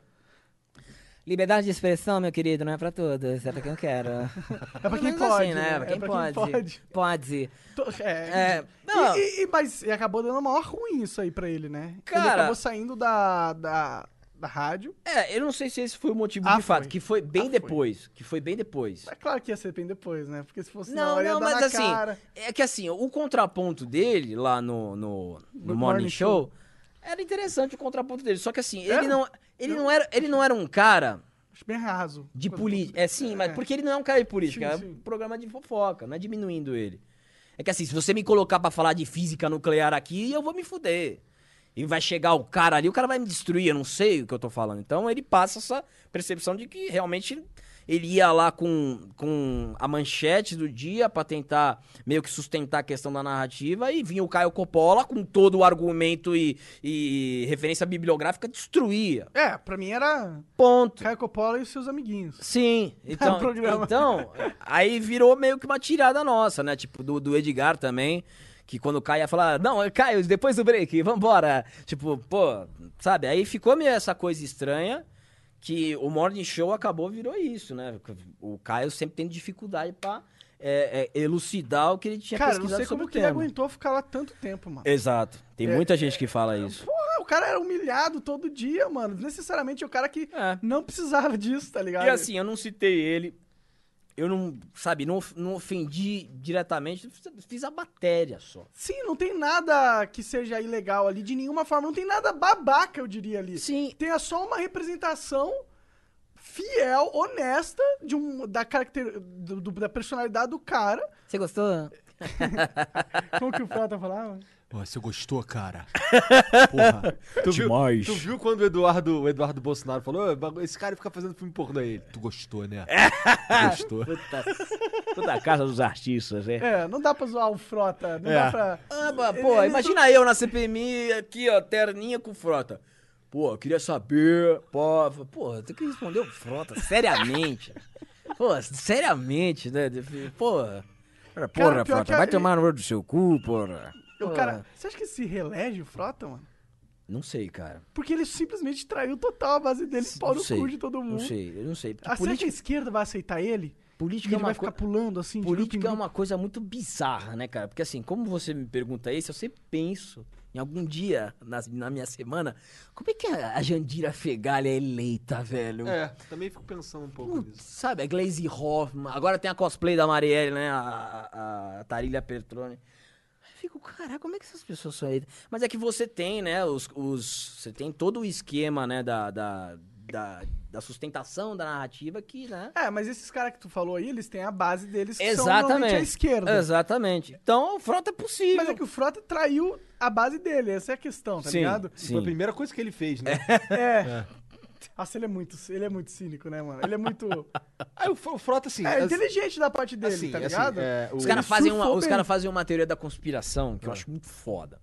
S4: Liberdade de expressão, meu querido, não é pra todos, é pra quem eu quero.
S1: *laughs* É pra quem
S4: Mas
S1: pode,
S4: assim,
S1: né?
S4: né? Pra quem
S1: é pra
S4: pode.
S1: quem pode.
S4: Pode.
S1: To- É.
S4: É, não.
S1: E, e- e- mas acabou dando a maior ruim isso aí pra ele, né? ele
S4: Cara-
S1: acabou saindo da, da, da rádio.
S4: É, eu não sei se esse foi o motivo
S1: Ah,
S4: de fato,
S1: foi.
S4: que foi bem
S1: Ah, foi.
S4: depois. Que foi bem depois.
S1: É claro que ia ser bem depois, né? Porque se fosse na
S4: Não,
S1: hora, ia
S4: não,
S1: dar
S4: mas
S1: na
S4: assim,
S1: cara.
S4: é que assim, o contraponto dele lá no, no, no Morning Show era interessante o contraponto dele. Só que assim,
S1: Era?
S4: ele não, ele não era, ele não era um cara
S1: Acho bem raso.
S4: de
S1: Quando-
S4: política. É sim, mas porque ele não é um cara de política,
S1: Sim,
S4: é um
S1: sim.
S4: programa de fofoca, não é diminuindo ele. É que assim, se você me colocar pra falar de física nuclear aqui, eu vou me fuder. E vai chegar o cara ali, o cara vai me destruir, eu não sei o que eu tô falando. Então ele passa essa percepção de que realmente ele ia lá com, com a manchete do dia pra tentar meio que sustentar a questão da narrativa e vinha o Caio Coppola com todo o argumento e, e referência bibliográfica, destruía.
S1: É, pra mim era
S4: Ponto.
S1: Caio Coppola e os seus amiguinhos.
S4: Sim, então,
S1: um programa.
S4: então aí virou meio que uma tirada nossa, né? Tipo, do, do Edgar também, que quando o Caio ia falar, não, Caio, depois do break, vambora. Tipo, pô, sabe? Aí ficou meio essa coisa estranha que o Morning Show acabou, virou isso, né? O Caio sempre tem dificuldade pra é, é, elucidar o que ele tinha
S1: cara, eu não
S4: pesquisado
S1: sei
S4: sobre
S1: como
S4: o
S1: que ele É,
S4: tema. É.
S1: aguentou ficar lá tanto tempo, mano.
S4: Exato, tem muita gente que fala isso.
S1: Porra, o cara era humilhado todo dia, mano. Necessariamente é o cara que
S4: É.
S1: não precisava *laughs* disso, tá ligado?
S4: E assim, eu não citei ele. Eu não, sabe, não, of- não ofendi diretamente, fiz a matéria só.
S1: Sim, não tem nada que seja ilegal ali de nenhuma forma. Não tem nada babaca, eu diria ali.
S4: Sim.
S1: Tem só uma representação fiel, honesta, de um, da, caracter, do- do- da personalidade do cara.
S4: Você gostou?
S1: Como que o Frota falava?
S2: Ó, você gostou,
S4: *laughs*
S2: cara? Porra. Tu viu,
S5: Demais.
S2: tu viu quando o Eduardo, o Eduardo Bolsonaro falou, "Ô, bagu- esse cara fica fazendo filme pornô aí. Ele, Tu gostou,
S4: *laughs*
S2: né? Tu gostou.
S5: Toda a casa dos artistas, né?
S1: É, não dá pra zoar o Frota. Não dá pra...
S4: Ah, ba- pô, imagina eu na CPMI aqui, ó, terninha com frota. Pô, eu queria saber, pô, fa- pô, tem que responder o frota, *laughs* seriamente. pô, seriamente, né? de- Pô, porra,
S1: pior que
S4: frota,
S1: a-
S4: vai tomar no olho do seu cu, porra.
S1: O
S4: Ah.
S1: cara... Você acha que se reelege o Frota, mano?
S4: Não sei, cara.
S1: Porque ele simplesmente traiu total a base dele, pau
S4: não
S1: no
S4: sei.
S1: cu de todo
S4: Não
S1: mundo.
S4: sei, eu não sei. Porque
S1: Ah, será que a
S4: política- é-
S1: esquerda vai aceitar ele?
S4: Política
S1: Não,
S4: é uma
S1: vai
S4: co-
S1: ficar pulando assim. de
S4: Política é
S1: grupo em
S4: uma coisa muito bizarra, né, cara? Porque assim, como você me pergunta isso, eu sempre penso em algum dia na, na minha semana, como é que a a Jandira Fegali é eleita, velho?
S2: É, também fico pensando um pouco nisso.
S4: Sabe, a Glaze Hoffman. Agora tem a cosplay da Marielle, né? A, a, a Tarília Pertrone. Aí eu fico, caraca, como é que essas pessoas são aí? Mas é que você tem, né? Os, os- você tem todo o esquema, né? Da, da, da, da sustentação da narrativa que, né?
S1: grupo. É, mas esses caras que tu falou aí, eles têm a base deles que são normalmente à esquerda.
S4: Exatamente. Então, o frota é possível.
S1: Mas é que o Frota traiu a base dele, essa é a questão, tá
S4: Sim. *laughs*
S1: ligado?
S4: Sim.
S2: Foi a primeira coisa que ele fez, né?
S1: É. Nossa, ele é muito, ele é muito cínico, né, mano? Ele é muito.
S4: *laughs*
S2: Aí o Fro- o Frota, assim...
S1: É
S2: as-
S1: inteligente da parte dele,
S2: assim,
S1: tá
S2: assim,
S1: ligado?
S2: é, o-
S4: Os caras fazem, uma-
S1: surfou
S4: os
S1: bem.
S4: cara fazem uma teoria da conspiração que eu acho muito foda.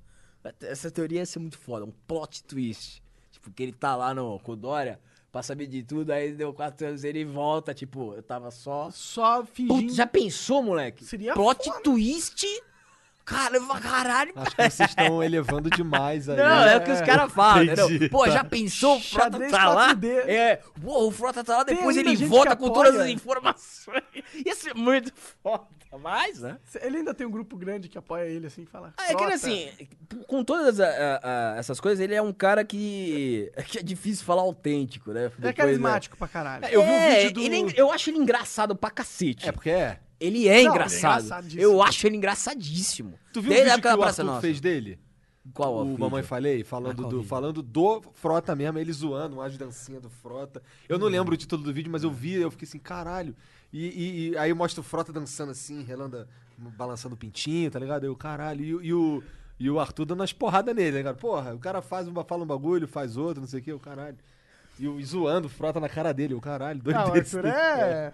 S4: Essa teoria ia ser muito foda, um plot twist. Tipo, que ele tá lá no com o Dória pra saber de tudo, aí deu quatro anos ele volta, tipo, eu tava só.
S1: Só fingindo.
S4: Putz, já pensou, moleque?
S1: Seria
S4: plot
S1: foda.
S4: twist? Cara, caralho,
S2: Acho que vocês estão elevando demais aí. né?
S4: não, é o que os caras falam,
S2: Entendi,
S4: entendeu? Pô,
S2: tá.
S4: já pensou, o Frota
S1: Xadrez
S4: tá lá?
S1: 4D.
S4: É, pô, o Frota tá lá,
S1: Tem
S4: depois
S1: ainda
S4: ele
S1: gente
S4: volta
S1: que
S4: com todas as
S1: apoia.
S4: informações. *laughs* Ia ser muito foda, mas, né?
S1: Ele ainda tem um grupo grande que apoia ele, assim, fala.
S4: Ah, é que ele,
S1: "Frota".
S4: assim, com todas a- a- a- essas coisas, ele é um cara que, que é difícil falar autêntico,
S1: Ele
S4: né?
S1: é
S4: Depois,
S1: carismático pra caralho.
S4: né? Eu vi
S2: É,
S4: um vídeo do...
S2: ele é en-
S4: eu acho ele engraçado pra cacete.
S2: É porque é.
S4: ele é
S1: Não, ele é
S4: engraçado.
S1: engraçadíssimo.
S4: eu acho ele engraçadíssimo.
S2: Tu viu o vídeo que o Arthur fez dele?
S4: Qual Ah,
S2: o
S4: vídeo?
S2: Mamãe Falei, falando do, falando do Frota mesmo, ele zoando, uma dancinha do Frota. Eu
S4: Hum.
S2: não lembro o título do vídeo, mas eu vi, eu fiquei assim, caralho. E, e- e aí mostra o Frota dançando assim, relanda, balançando o pintinho, tá ligado? Eu, caralho. E, o- e o, e o Arthur dando umas porradas nele, né, cara? Porra, o cara faz uma, fala um bagulho, faz outro, não sei o que, o caralho. E o e zoando o Frota na cara dele, o caralho, doido
S1: Ah, o
S4: *laughs*
S2: desse.
S1: Arthur é.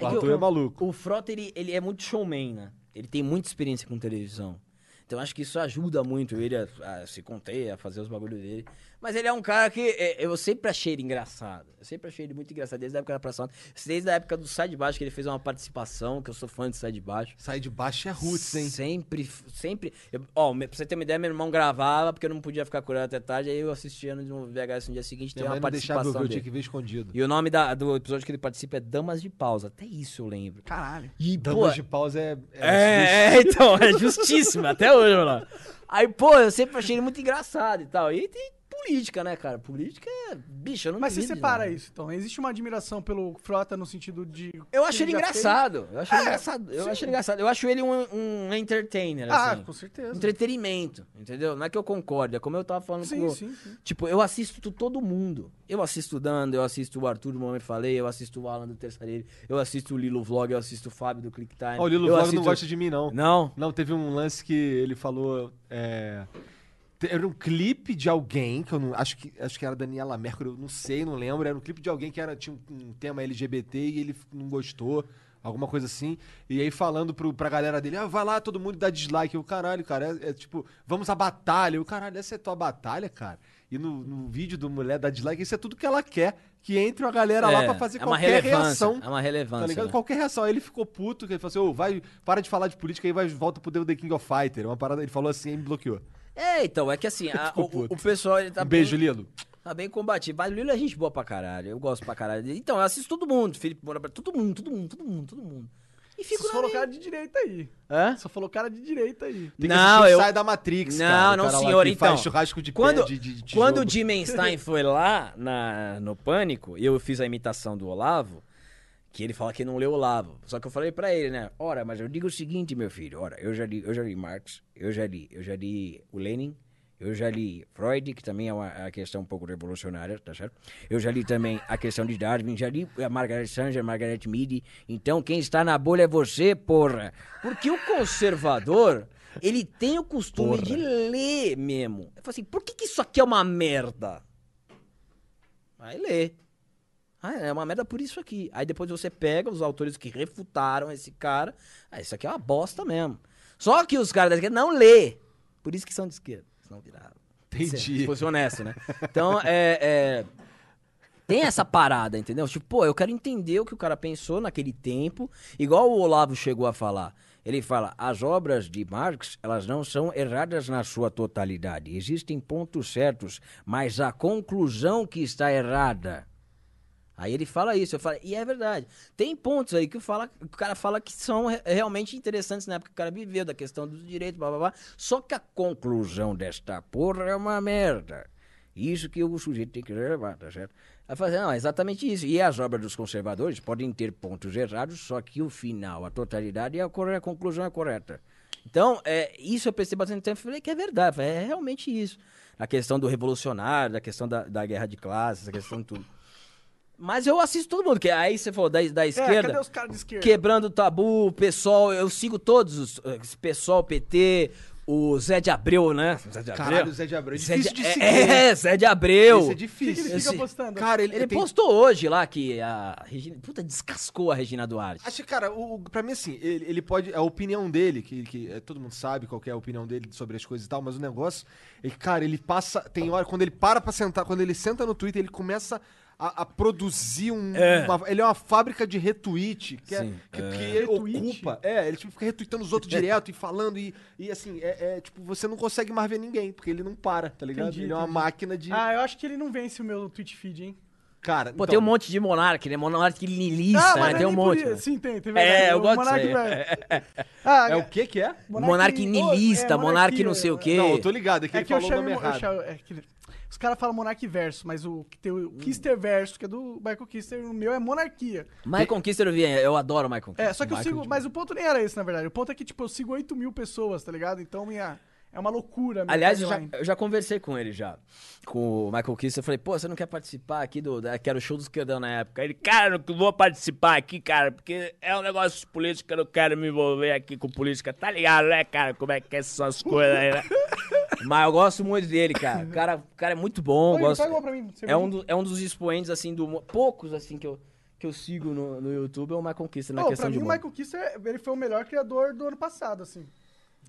S2: O Arthur é maluco.
S4: O Frota, ele, ele é muito showman, né? Ele tem muita experiência com televisão. Então acho que isso ajuda muito ele a, a se conter, a fazer os bagulhos dele. Mas ele é um cara que é, eu sempre achei ele engraçado. Eu sempre achei ele muito engraçado desde a época da Praça Nossa. Desde a época do Sai de Baixo, que ele fez uma participação, que eu sou fã de Sai de Baixo.
S2: Sai de baixo é roots, hein?
S4: Sempre, sempre. eu- ó, me- pra você ter uma ideia, meu irmão gravava, porque eu não podia ficar curado até tarde, aí eu assistia no VHS no dia seguinte, tem
S2: Minha
S4: uma
S2: mãe não deixava eu ver,
S4: participação.
S2: eu tinha que
S4: dele.
S2: ver escondido.
S4: E o nome da- do episódio que ele participa é Damas de Pausa. Até isso eu lembro.
S1: Caralho.
S4: E,
S2: Damas
S4: pô,
S2: de pausa é...
S4: é, é, *laughs* então, é justíssimo, até hoje, mano. Aí, pô, eu sempre achei ele muito engraçado e tal. E tem política, né, cara? Política é. Bicho, eu não né?
S1: Mas você
S4: duvido de
S1: separa
S4: nada.
S1: isso, então. Existe uma admiração pelo Frota no sentido de.
S4: Eu acho ele
S1: já É, fez?
S4: engraçado. Eu acho ele engraçado. Eu acho ele engraçado. Eu acho ele um, um entertainer,
S1: Ah,
S4: assim.
S1: com certeza.
S4: Entretenimento, entendeu? Não é que eu concordo, é como eu tava falando com
S1: Sim,
S4: o-
S1: sim, sim.
S4: Tipo, eu assisto todo mundo. Eu assisto o Dando, eu assisto o Arthur do Momento Falei, eu assisto o Alan do Terça Dele, eu assisto o Lilo Vlog, eu assisto o Fábio do Click Time.
S2: Ó, o Lilo
S4: eu
S2: Vlog
S4: assisto...
S2: não gosta de mim, não.
S4: Não?
S2: Não, teve um lance que ele falou. é, te- Era um clipe de alguém, que eu não. Acho que, acho que era Daniela Mercury, eu não sei, não lembro. Era um clipe de alguém que era, tinha um, um tema LGBT e ele f- não gostou, alguma coisa assim. E aí falando pro, pra galera dele, ah, vai lá, todo mundo dá dislike. Eu, caralho, cara, é, é tipo, vamos à batalha. Eu, caralho, essa é tua batalha, cara. E no, no vídeo do mulher dá dislike, isso é tudo que ela quer. Que entre uma galera lá pra fazer
S4: É, uma
S2: qualquer
S4: relevância,
S2: reação.
S4: É uma
S2: Tá
S4: relevância.
S2: ligado?
S4: né?
S2: Qualquer reação. Aí ele ficou puto, que ele falou assim, ô, vai, para de falar de política e vai, volta pro The King of Fighter. Uma parada, ele falou assim e me bloqueou.
S4: É, então, é
S2: *laughs*
S4: que assim, a-
S2: Ficou
S4: o,
S2: puto.
S4: o pessoal ele tá,
S2: um beijo,
S4: bem,
S2: Lilo.
S4: tá bem combatido. Mas o Lilo é gente boa pra caralho. Eu gosto pra caralho. Então, eu assisto todo mundo. Felipe Moura, pra- todo mundo, todo mundo, todo mundo, todo mundo. E fico
S1: Só
S4: na
S1: falou
S4: minha.
S1: cara de direita aí.
S4: Hã?
S1: Só falou cara de direita aí.
S2: Tem que
S4: Não,
S2: assistir o
S4: eu-
S2: Sai da Matrix,
S4: Não,
S2: cara. O
S4: não,
S2: cara lá
S4: senhor,
S2: que
S4: então.
S2: Faz churrasco de
S4: Quando,
S2: pé, de, de, de
S4: quando o
S2: jogo.
S4: Jim Einstein foi lá na, no Pânico, e eu fiz a imitação do Olavo, que ele fala que não leu Olavo. Só que eu falei pra ele, né? Ora, mas eu digo o seguinte, meu filho. Ora, eu já li, eu já li Marx, eu já li, eu já li o Lenin, eu já li Freud, que também é uma a questão um pouco revolucionária, tá certo? Eu já li também a questão de Darwin, já li a Margaret Sanger, Margaret Mead. Então, quem está na bolha é você, porra. Porque o conservador, ele tem o costume de ler mesmo. Eu falo assim, por que, que isso aqui é uma merda? Aí lê. Ah, é uma merda por isso aqui. Aí depois você pega os autores que refutaram esse cara. Ah, isso aqui é uma bosta mesmo. Só que os caras da esquerda não lê. Por isso que são de esquerda. Senão viraram. Se
S2: Entendi.
S4: fosse honesto, né? Então, é, é, Tem essa parada, entendeu? Tipo, pô, eu quero entender o que o cara pensou naquele tempo. Igual o Olavo chegou a falar. Ele fala, as obras de Marx, elas não são erradas na sua totalidade. Existem pontos certos, mas a conclusão que está errada. Aí ele fala isso, eu falo, e é verdade. Tem pontos aí que, fala, que o cara fala que são re- realmente interessantes na época que o cara viveu, da questão dos direitos, blá blá blá. Só que a conclusão desta porra é uma merda. Isso que o sujeito tem que levar, tá certo? Aí fazer, não, é exatamente isso. E as obras dos conservadores podem ter pontos errados, só que o final, a totalidade e a, corre- a conclusão é correta. Então, é, isso eu pensei bastante tempo e falei que é verdade, falei, é realmente isso. A questão do revolucionário, da questão da, da guerra de classes, a questão de tudo. Mas eu assisto todo mundo, que aí você falou da, da
S1: É,
S4: esquerda.
S1: cadê os caras de esquerda?
S4: Quebrando o tabu, o pessoal, eu sigo todos os. eh, Pessoal, PT, o Zé de Abreu, né? Zé de
S2: Caralho, o Zé de Abreu. É
S4: Zé
S2: difícil de,
S4: é,
S2: seguir.
S4: é, Zé de Abreu.
S2: Isso é
S1: O que que ele
S2: difícil.
S1: fica
S4: Esse-
S1: postando?
S2: Cara, ele,
S4: Ele
S2: tem-
S4: postou hoje lá que a Regina. Puta, descascou a Regina Duarte.
S2: Acho que, cara, o, o- pra mim, assim, ele, ele pode. A opinião dele, que, que é, todo mundo sabe qual que é a opinião dele sobre as coisas e tal, mas o negócio é que, cara, ele passa. Tem hora, quando ele para pra sentar, quando ele senta no Twitter, ele começa a, a produzir um. uma- ele é uma fábrica de retweet, que, é- que, que ele
S1: Retweet?
S2: ocupa. É, ele tipo, fica retweetando os
S4: *laughs*
S2: outros direto e falando, e, e assim, é, é, tipo, você não consegue mais ver ninguém, porque ele não para, tá ligado?
S1: Entendi,
S2: ele é uma
S1: entendi.
S2: máquina de.
S1: Ah, eu acho que ele não vence o meu tweet feed, hein?
S2: cara,
S4: Pô,
S2: então,
S4: tem um monte de monarca, né? Monarca niilista,
S1: Ah,
S4: né?
S1: mas
S4: Tem um
S1: nem
S4: monte.
S1: por
S4: né?
S1: isso. Sim, tem, tem
S4: *laughs* É, eu
S1: O
S4: gosto
S1: Monark
S4: disso aí.
S1: vai- Ah,
S2: É o que que é?
S4: Monarca niilista,
S1: é,
S4: monarca não sei o quê.
S2: Não, eu tô ligado, é que
S1: É
S2: ele
S1: que eu
S2: falou o
S1: chamo,
S2: nome
S1: eu
S2: errado.
S1: chamo- é que Os caras falam monarque verso, mas o que tem o
S4: Hum.
S1: Kister verso, que é do Michael Kister, o meu é monarquia.
S4: Michael Kister, eu vi, eu adoro Michael Kister.
S1: É, só que eu
S4: Michael
S1: sigo. Mas o ponto nem era esse, na verdade. O ponto é que, tipo, eu sigo 8 mil pessoas, tá ligado? Então minha. É uma loucura, minha
S4: Aliás, eu já,
S1: timeline.
S4: eu já conversei com ele já. Com o Michael Kister. Eu falei, pô, você não quer participar aqui do. Da, que era o show do esquerdão na época. Ele,
S5: Cara, não vou participar aqui, cara, porque é um negócio de política, eu não quero me envolver aqui com política. Tá ligado, né, cara? Como é que é essas
S1: *laughs*
S5: coisas aí, né?
S4: Mas eu gosto muito dele, cara. O cara, o cara é muito bom.
S1: Oi,
S4: gosto...
S1: pega uma pra mim, cerveja.
S4: é, um do- é um dos expoentes, assim, do. humor- Poucos, assim, que eu, que eu sigo no, no YouTube é o Michael Kister na
S1: Pô, pra
S4: questão
S1: mim,
S4: de
S1: o
S4: humor.
S1: Michael Kister, ele foi o melhor criador do ano passado, assim.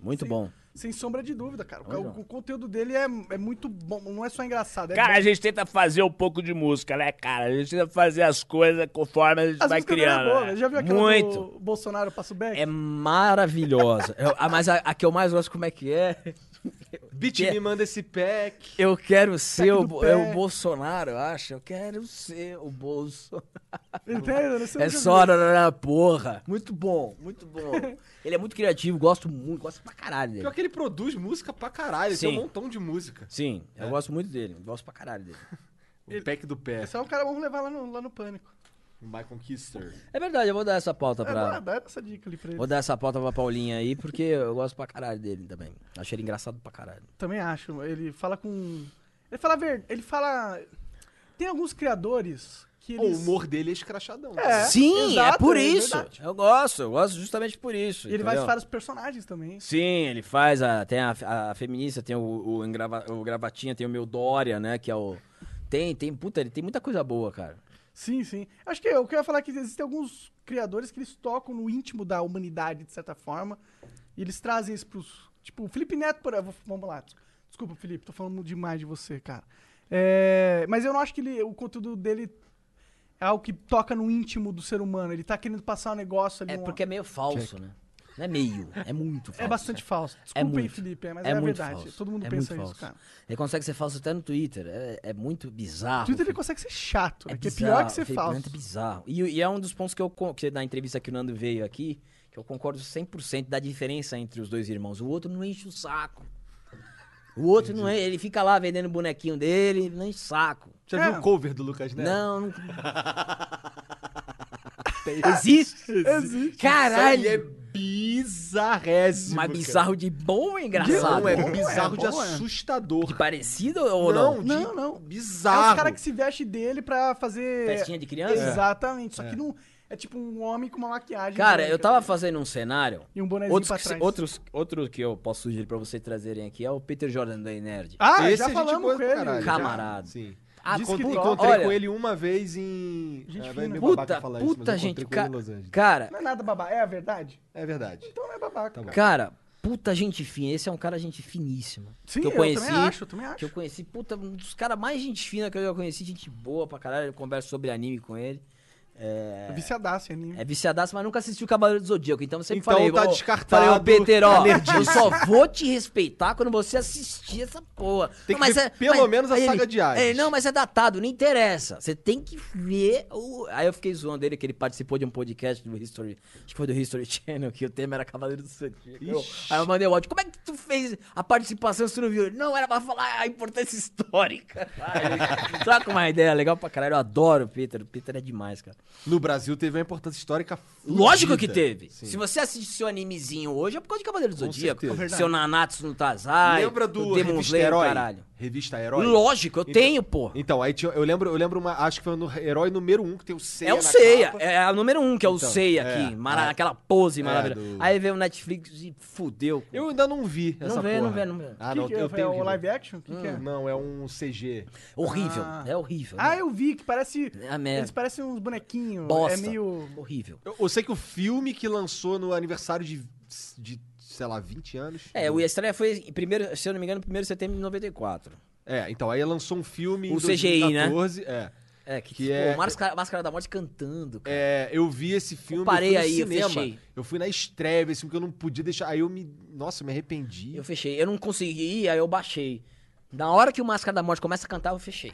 S4: Muito
S1: Sim.
S4: bom.
S1: Sem sombra de dúvida, cara. O, o conteúdo dele é, é muito bom, não é só engraçado. É
S5: Cara,
S1: bom.
S5: a gente tenta fazer um pouco de música, né, cara? A gente tenta fazer as coisas conforme a gente
S1: As
S5: vai
S1: músicas dele é
S5: criando.
S1: boa,
S5: né?
S1: né? Já viu aquela
S5: Muito.
S1: do Bolsonaro passa o back?
S4: É maravilhosa. Eu- ah, mas a, a que eu mais gosto, como é que é?
S2: Beat
S4: Que-
S2: me manda esse pack.
S4: Eu quero ser o,
S1: do
S4: Bo-
S1: pé.
S4: é o Bolsonaro, eu acho. Eu quero ser o Bolsonaro.
S1: Ele tem- eu não sei,
S4: É
S1: eu já vi.
S4: só na porra. Muito bom, muito bom. Ele é muito criativo, gosto muito, gosto pra caralho dele.
S2: Pior que ele produz música pra caralho, ele tem
S4: Sim.
S2: um montão de música.
S4: Sim,
S1: É.
S4: eu gosto muito dele, gosto pra caralho dele.
S2: O pack do pé,
S1: Esse é um cara, vamos levar lá no, lá no pânico.
S2: Michael Kister.
S4: É verdade, eu vou dar essa pauta
S1: É, dá,
S4: pra.
S1: dá essa dica ali pra ele.
S4: Vou dar essa pauta pra Paulinha aí, porque eu gosto pra caralho dele também. Achei ele engraçado pra caralho.
S1: Também acho. Ele fala com. Ele fala ver. Ele fala. Tem alguns criadores que
S2: O
S1: eles.
S2: humor dele é escrachadão.
S1: É.
S4: Sim, é
S1: exato,
S4: por
S1: é
S4: isso.
S1: verdade.
S4: Eu gosto, eu gosto justamente por isso.
S1: E ele vai
S4: entendeu?
S1: falar os personagens também.
S4: Sim, ele faz. A, tem a, a feminista, tem o, o, engrava- o gravatinha, tem o meu Dória, né? Que é o. Tem, tem, puta, ele tem muita coisa boa, cara.
S1: Sim, sim. Acho que o que eu ia falar é que existem alguns criadores que eles tocam no íntimo da humanidade, de certa forma. E eles trazem isso pros. Tipo, o Felipe Neto, por exemplo. Vamos lá. Desculpa, Felipe, tô falando demais de você, cara. É, mas eu não acho que ele, o conteúdo dele é algo que toca no íntimo do ser humano. Ele tá querendo passar um negócio ali.
S4: É
S1: um-
S4: porque é meio falso, né? Não é meio, é muito falso.
S1: É bastante falso. Desculpa aí,
S4: muito.
S1: Felipe, é, mas é,
S4: É
S1: a
S4: muito
S1: verdade.
S4: falso.
S1: Todo mundo
S4: É
S1: pensa
S4: muito
S1: isso,
S4: falso.
S1: cara.
S4: Ele consegue ser falso até no Twitter. É, é muito bizarro.
S1: O Twitter ele
S4: Felipe.
S1: consegue ser chato,
S4: é,
S1: né? que é
S4: bizarro,
S1: pior que ser
S4: Felipe Neto
S1: falso.
S4: É bizarro. E, e é um dos pontos que eu con- que na entrevista que o Nando veio aqui, que eu concordo 100% da diferença entre os dois irmãos. O outro não enche o saco. O outro não é, ele fica lá vendendo o bonequinho dele, ele não enche o saco.
S2: Já
S1: É.
S2: viu o cover do Lucas Neto?
S4: Não, não. Existe? Caralho!
S2: Isso aí é bizarrésimo.
S4: mas
S2: cara.
S4: bizarro de bom e engraçado.
S2: Não, é bizarro de
S1: bom, é.
S2: assustador.
S4: Parecido ou não?
S2: de
S1: Não, não.
S2: Bizarro.
S1: É os caras que se veste dele pra fazer.
S4: Festinha de criança?
S1: Exatamente. Só que não. É tipo um homem com uma maquiagem.
S4: Cara,
S1: branca,
S4: eu tava
S1: né?
S4: fazendo um cenário.
S1: E um bonezinho
S4: Outros
S1: pra
S4: que, se-
S1: trás.
S4: outros, outro que eu posso sugerir pra vocês trazerem aqui é o Peter Jordan da Nerd.
S1: Ah,
S2: Esse
S1: já
S2: é gente
S1: falamos
S2: boa
S1: com
S2: pra
S1: ele.
S2: caralho, já.
S4: Camarada.
S2: Sim.
S4: Ah,
S2: Diz que
S4: puta,
S2: encontrei
S4: olha,
S2: com ele uma vez em.
S1: Gente
S2: Ah, vai
S1: fina.
S2: meio babaca
S4: Puta,
S2: falar isso, mas eu
S4: puta
S2: encontrei
S4: gente.
S2: com
S4: ca-
S2: ele em Los Angeles.
S4: cara,
S1: Não é nada babá. É a verdade?
S2: É verdade.
S1: Então não é babaca.
S2: Tá bom.
S4: cara, puta gente fina. Esse é um cara gente finíssimo.
S1: Sim,
S4: que eu
S1: eu
S4: conheci.
S1: também acho, eu também acho.
S4: Que eu conheci, puta, um dos caras mais gente fina que eu já conheci, gente boa pra caralho. Eu converso sobre anime com ele. É,
S1: viciadaço em anime.
S4: É viciadaço, mas nunca assistiu Cavaleiro do Zodíaco. Então eu sempre
S2: Então
S4: falei,
S2: tá
S4: ó,
S2: descartado
S4: Falei, ô Peter, ó,
S2: a
S4: eu só vou te respeitar quando você assistir essa porra.
S2: Tem
S4: Não, é,
S2: que ver pelo menos a
S4: aí
S2: saga de Hades.
S4: é, Não, mas é datado, não interessa. Você tem que ver o... Aí eu fiquei zoando ele que ele participou de um podcast do History, acho que foi do History *laughs* Channel, que o tema era Cavaleiro do Zodíaco. Eu- Aí eu mandei o áudio, como é que tu fez a participação se tu não viu? Ele, Não, era pra falar a importância histórica. *laughs* Aí, Troca uma ideia, legal pra caralho, eu adoro o Peter, o Peter é demais, cara.
S2: No Brasil teve uma importância histórica
S4: Lógico que
S2: fudida.
S4: teve.
S2: Sim.
S4: Se você assiste seu animezinho hoje, é por causa de Cavaleiro do
S2: Com
S4: Zodíaco.
S2: certeza.
S1: Verdade.
S4: Seu Nanatsu no Tazai.
S2: Lembra do
S4: Demon
S2: Revista
S4: Slayer,
S2: Herói?
S4: caralho.
S2: Revista Herói?
S4: Lógico, eu
S2: Então-
S4: tenho, pô.
S2: Então, aí tinha- eu lembro, eu lembro uma, acho que foi no Herói número 1 um, que tem o Seiya
S4: É o
S2: na
S4: Seiya,
S2: capa.
S4: é a número um que é o
S2: Então,
S4: Seiya
S2: é,
S4: aqui, mara-
S2: é.
S4: aquela pose maravilhosa.
S2: do-
S4: Aí veio o Netflix e fudeu. com-
S2: Eu ainda não vi
S4: Não
S2: essa
S4: vê,
S2: porra.
S4: não vê, não vê.
S2: Ah,
S1: Que
S2: não,
S1: que é?
S2: eu
S1: Foi
S2: tenho
S1: o
S2: que ver.
S1: live action? Que
S4: Hum,
S1: que é?
S2: Não, é um CG.
S4: Horrível,
S1: Ah.
S4: é horrível.
S1: Ah,
S4: né?
S1: eu vi que parece.
S4: É a merda.
S1: Eles parecem uns bonequinhos.
S4: Bosta.
S1: É meio.
S4: Horrível.
S2: Eu, eu sei que o filme que lançou no aniversário de, de sei lá, 20 anos.
S4: É, o Estreia foi, em primeiro, se eu não me engano, 1 de setembro de 94.
S2: É, então, aí lançou um filme
S4: O
S2: em
S4: CGI,
S2: 2014. É.
S4: É, que,
S2: Que
S4: pô,
S2: é-
S4: Máscara, Máscara da Morte cantando, cara.
S2: É, eu vi esse filme.
S4: Comparei
S2: eu fui no
S4: aí, eu
S2: cinema.
S4: fechei.
S2: Eu fui na estreia, ver esse filme que eu não podia deixar. Aí eu me. Nossa, eu me arrependi.
S4: Eu fechei. Eu não consegui, aí eu baixei. Na hora que o Máscara da Morte começa a cantar, eu fechei.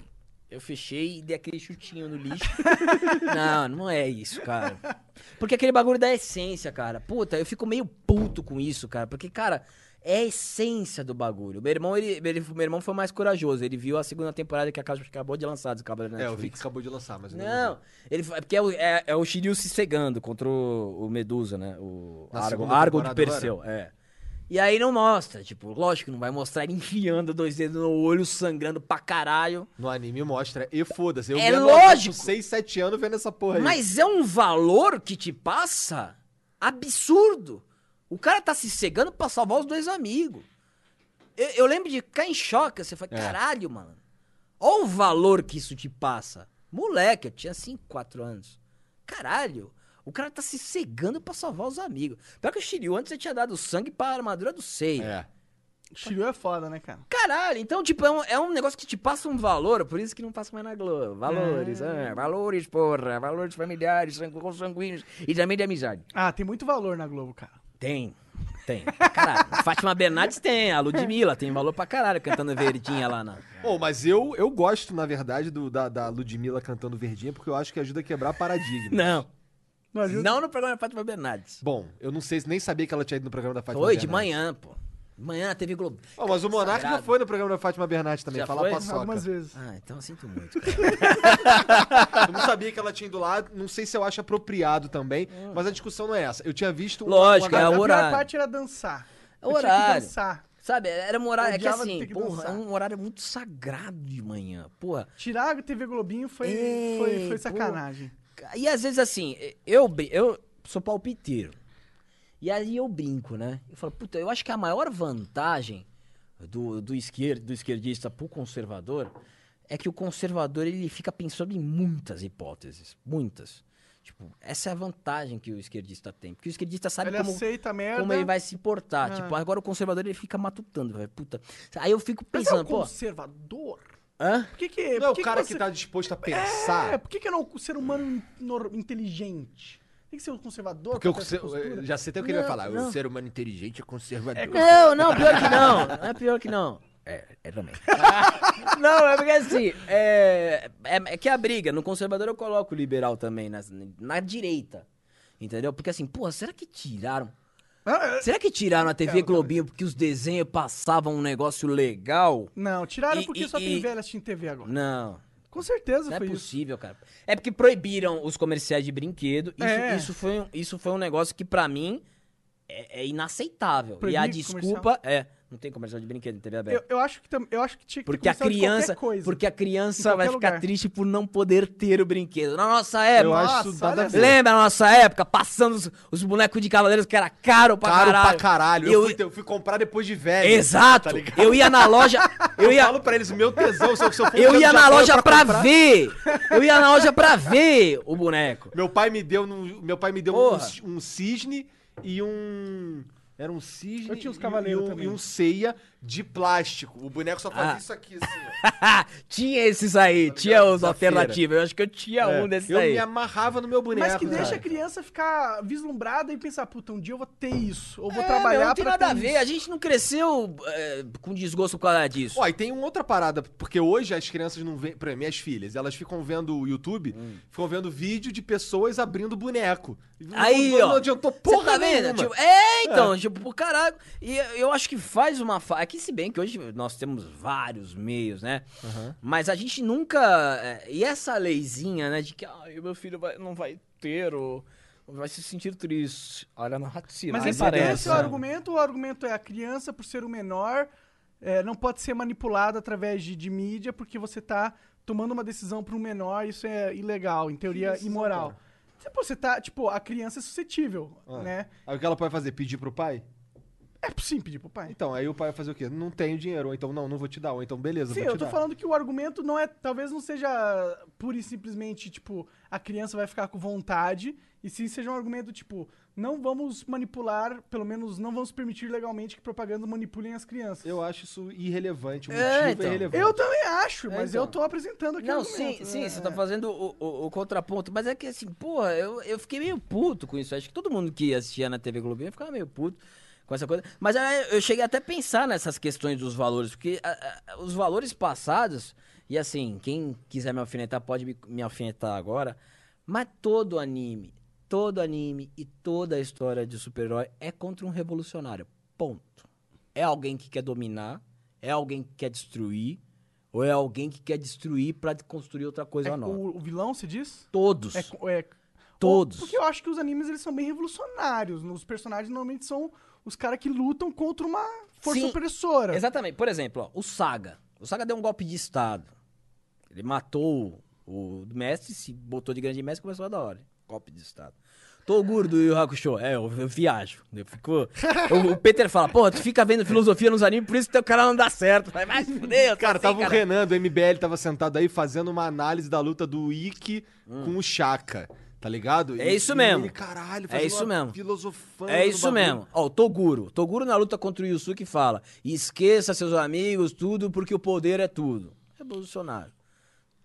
S4: Eu fechei e dei aquele chutinho no
S2: *laughs*
S4: lixo. não, não é isso, cara. Porque aquele bagulho da essência, cara. Puta, eu fico meio puto com isso, cara. Porque, cara, é a essência do bagulho. Meu irmão, ele, ele- meu irmão foi mais corajoso. Ele viu a segunda temporada que a Casa acabou de lançar dos Cavaleiros
S2: É, eu vi
S4: Netflix.
S2: que acabou de lançar, mas eu
S4: Não, ele fa- porque é, o- é, é o Shiryu se cegando contra o, o Medusa, né? O
S2: Na
S4: Argo,
S2: segunda
S4: Argo de
S2: temporada
S4: Perseu, é. E aí não mostra, tipo, lógico, não vai mostrar ele enfiando dois dedos no olho, sangrando pra caralho.
S2: No anime mostra. E foda-se. Eu
S4: É
S2: vendo uma-
S4: lógico.
S2: Com 6, 7 anos vendo essa porra aí.
S4: Mas é um valor que te passa absurdo. O cara tá se cegando pra salvar os dois amigos. Eu, eu lembro de ficar em choque, você fala,
S2: É.
S4: caralho, mano. Olha o valor que isso te passa. Moleque, eu tinha 5, 4 anos. Caralho, o cara tá se cegando pra salvar os amigos. Pior que o Shiryu antes você tinha dado sangue pra armadura do Sei.
S2: É.
S1: Shiryu é foda, né, cara?
S4: Caralho, então, tipo, é um, é um negócio que te passa um valor, por isso que não passa mais na Globo. Valores,
S1: É.
S4: ah, valores, porra, valores familiares, sangu- consanguíneos e também de amizade.
S1: Ah, tem muito valor na Globo, cara.
S4: Tem, tem. Caralho,
S1: *laughs*
S4: Fátima Bernardes tem, a Ludmilla tem valor pra caralho cantando verdinha lá na.
S2: Pô, mas eu, eu gosto, na verdade, do, da, da Ludmilla cantando verdinha, porque eu acho que ajuda a quebrar paradigma.
S4: Não,
S1: Não ajuda?
S4: não no programa Fátima Bernardes.
S2: Bom, eu não sei, nem sabia que ela tinha ido no programa da Fátima
S4: Foi de
S2: Bernardes.
S4: manhã, pô. De manhã teve Globo.
S2: Ó, mas o Monarca já
S4: Sagrado.
S2: foi no programa da Fátima Bernardes também,
S4: Já
S2: falar
S4: foi?
S2: paçoca.
S1: Algumas vezes.
S4: Ah, então eu sinto muito. Cara.
S2: Eu não sabia que ela tinha ido lá, não sei se eu acho apropriado também, mas a discussão não é essa. Eu tinha visto um-
S4: Hum. Lógico, é
S1: a
S4: o
S1: pior
S4: horário.
S1: parte era dançar.
S4: É
S1: Eu
S4: o
S1: tinha que
S4: horário.
S1: dançar.
S4: Sabe, era um horário. É que
S1: Odiava ter
S4: assim,
S1: que
S4: porra, é
S1: dançar.
S4: um horário muito sagrado de manhã, porra.
S1: Tirar a TV Globinho foi,
S4: Ei,
S1: foi, foi
S4: pô.
S1: sacanagem.
S4: E às vezes assim, eu, brin- eu sou palpiteiro. E aí eu brinco, né? Eu falo, puta, eu acho que a maior vantagem do, do, esquer, do esquerdista pro conservador é que o conservador ele fica pensando em muitas hipóteses. Muitas. Tipo, essa é a vantagem que o esquerdista tem. Porque o esquerdista sabe
S1: Ele
S4: como,
S1: aceita a merda.
S4: como ele vai se portar.
S1: Ah.
S4: Tipo, agora o conservador ele fica matutando, velho. Puta. Aí eu fico
S1: Mas é um
S4: pensando, pô.
S1: conservador?
S4: Hã?
S1: Por que que...
S2: Não é
S1: por que
S2: o cara que,
S1: você-
S2: tá disposto a
S1: É,
S2: pensar.
S1: por que que não o ser humano in- nor- inteligente? Tem que ser um conservador?
S2: porque eh, eu,
S4: tá
S1: pra ter essa postura?
S2: já sei até o que ele vai
S4: Não,
S2: falar.
S4: não.
S2: O ser humano inteligente é conservador.
S4: Não, não, pior que não. Não é pior que não. É, é também. *laughs* não, é porque assim, é, é, é que a briga, no conservador eu coloco o liberal também, nas- na direita. Entendeu? Porque assim, pô, será que tiraram?
S1: Ah, ah,
S4: Será que tiraram a TV Globinho porque os desenhos passavam um negócio legal?
S1: Não, tiraram
S4: E-
S1: porque
S4: e-
S1: só tem
S4: e-
S1: velho assistindo TV agora.
S4: Não.
S1: Com certeza
S4: Não é
S1: foi isso.
S4: possível, cara. É porque proibiram os comerciais de brinquedo. Isso,
S1: É.
S4: isso, foi, um- isso foi um negócio que, pra mim, é, é inaceitável.
S1: Proibir
S4: e a
S1: comercial?
S4: desculpa é. Não tem comercial de brinquedo em TV aberta.
S1: Eu, eu acho que, tam- eu acho que tinha que
S4: *laughs* Porque a
S1: ter comercial de qualquer
S4: criança,
S1: coisa.
S4: porque a
S1: Em
S4: criança
S1: qualquer
S4: vai ficar
S1: lugar.
S4: triste por não poder ter o brinquedo. Na nossa
S2: Eu
S4: época,
S2: acho isso
S1: olha
S2: nada
S1: só.
S2: a ver.
S4: lembra na nossa época, passando os, os bonecos de cavaleiros que era caro pra
S2: Caro
S4: caralho.
S2: pra caralho. Eu,
S4: Eu-
S2: fui, eu fui comprar depois de velho.
S4: Exato.
S1: Tá
S4: eu ia na loja, eu ia
S1: *laughs*
S2: falo pra eles, meu tesão, se eu, se eu for
S4: eu
S2: no
S4: ia na
S2: Japão
S4: loja pra,
S1: *laughs*
S2: comprar-
S4: ver. Eu ia na loja pra ver o boneco. *laughs*
S2: Meu pai me deu, num- meu pai me deu um,
S4: Porra.
S2: ci- um cisne e um... Era um cisne
S1: Eu tinha uns
S2: e-
S1: cavaleiros
S2: e, um,
S1: também.
S2: e um ceia de plástico. O boneco só
S4: Ah.
S2: fazia isso aqui,
S4: *laughs*
S2: assim. ó.
S4: tinha esses aí,
S1: Tá
S4: tinha os alternativos. Eu acho que eu tinha
S1: É.
S4: um desses
S2: Eu
S4: aí.
S2: me amarrava no meu boneco.
S1: Mas que deixa a
S2: cara.
S1: criança ficar vislumbrada e pensar, puta, um dia eu vou ter isso. Ou vou
S4: É,
S1: trabalhar
S4: meu, não tem
S1: pra
S4: nada
S1: ter
S4: a ver.
S1: isso.
S4: A gente não cresceu é, com desgosto por causa disso.
S2: Ó, e tem uma outra parada, porque hoje as crianças não veem. Por exemplo, minhas filhas, elas ficam vendo o YouTube,
S4: Hum.
S2: ficam vendo vídeo de pessoas abrindo boneco. Não-
S4: Aí,
S2: não,
S4: ó.
S2: Não adiantou
S4: Cê
S2: porra
S4: tá vendo?
S2: nenhuma.
S4: Tipo, é, então, tipo, pô, caralho. E eu acho que faz uma falta. Aqui, se bem que hoje nós temos vários meios, né? Mas a gente nunca. é, E essa leizinha, né? De que ah, meu filho vai- não vai ter, ou vai se sentir triste. Olha a narrativa.
S1: Mas
S4: aí
S1: esse, esse é o
S4: né?
S1: argumento, o argumento é a criança, por ser o menor, é, não pode ser manipulada através de, de mídia, porque você tá tomando uma decisão para um menor, isso é ilegal, em teoria imoral. Você, pô, você tá, tipo, a criança é suscetível,
S2: Ah.
S1: né?
S2: Aí o que ela pode fazer? Pedir pro pai?
S1: É sim pedir pro pai.
S2: Então, aí o pai vai fazer o quê? Não tenho dinheiro, ou então não, não vou te dar, ou então beleza,
S1: Sim,
S2: vou te
S1: eu tô
S2: dar.
S1: falando que o argumento não é. Talvez não seja pura e simplesmente, tipo, a criança vai ficar com vontade. E sim seja um argumento, tipo, não vamos manipular, pelo menos não vamos permitir legalmente que propaganda manipulem as crianças.
S2: Eu acho isso irrelevante, o
S4: assim. É,
S2: motivo é,
S4: então.
S2: irrelevante.
S1: Eu também acho, mas
S2: então.
S1: eu tô apresentando aqui o
S4: É, Não, sim,
S1: argumento,
S4: sim,
S1: né?
S4: você tá fazendo o, o- o contraponto. Mas é que assim, porra, eu, eu fiquei meio puto com isso. Acho que todo mundo que assistia na TV Globinho ficava meio puto com essa coisa. Mas aí eu cheguei até a pensar nessas questões dos valores, porque ah, ah, os valores passados, e assim, quem quiser me alfinetar pode me, me alfinetar agora. Mas todo anime, todo anime e toda a história de super-herói é contra um revolucionário. Ponto. É alguém que quer dominar, é alguém que quer destruir, ou é alguém que quer destruir pra construir outra coisa
S1: É,
S4: nova.
S1: o, o vilão se diz?
S4: Todos.
S1: É, é-
S4: Todos.
S1: Porque eu acho que os animes eles são bem revolucionários. né? Os personagens normalmente são os caras que lutam contra uma força
S4: Sim,
S1: opressora.
S4: Exatamente. Por exemplo, ó, o Saga. O Saga deu um golpe de Estado. Ele matou o mestre, se botou de grande mestre e começou a dar ordem. Golpe de Estado. Toguro do Yu Hakusho. É, eu, eu viajo.
S1: *laughs*
S4: Eu fico... o, o Peter fala, pô, tu fica vendo filosofia nos animes, por isso teu canal não dá certo. Vai mais fuder,
S2: Cara,
S1: um
S2: tava o
S4: assim, cara.
S2: Renan do MBL, tava sentado aí fazendo uma análise da luta do Ikki com o Chaka, tá ligado?
S4: Hum. É
S2: E-
S4: isso
S2: e
S4: mesmo.
S2: Ele, caralho,
S4: É
S2: fazendo
S4: isso
S2: uma
S4: mesmo.
S2: filosofando
S4: É
S2: no
S4: isso
S2: bagulho.
S4: mesmo. Ó, o Toguro. Toguro na luta contra o Yusuke fala: esqueça seus amigos, tudo, porque o poder é tudo. Revolucionário.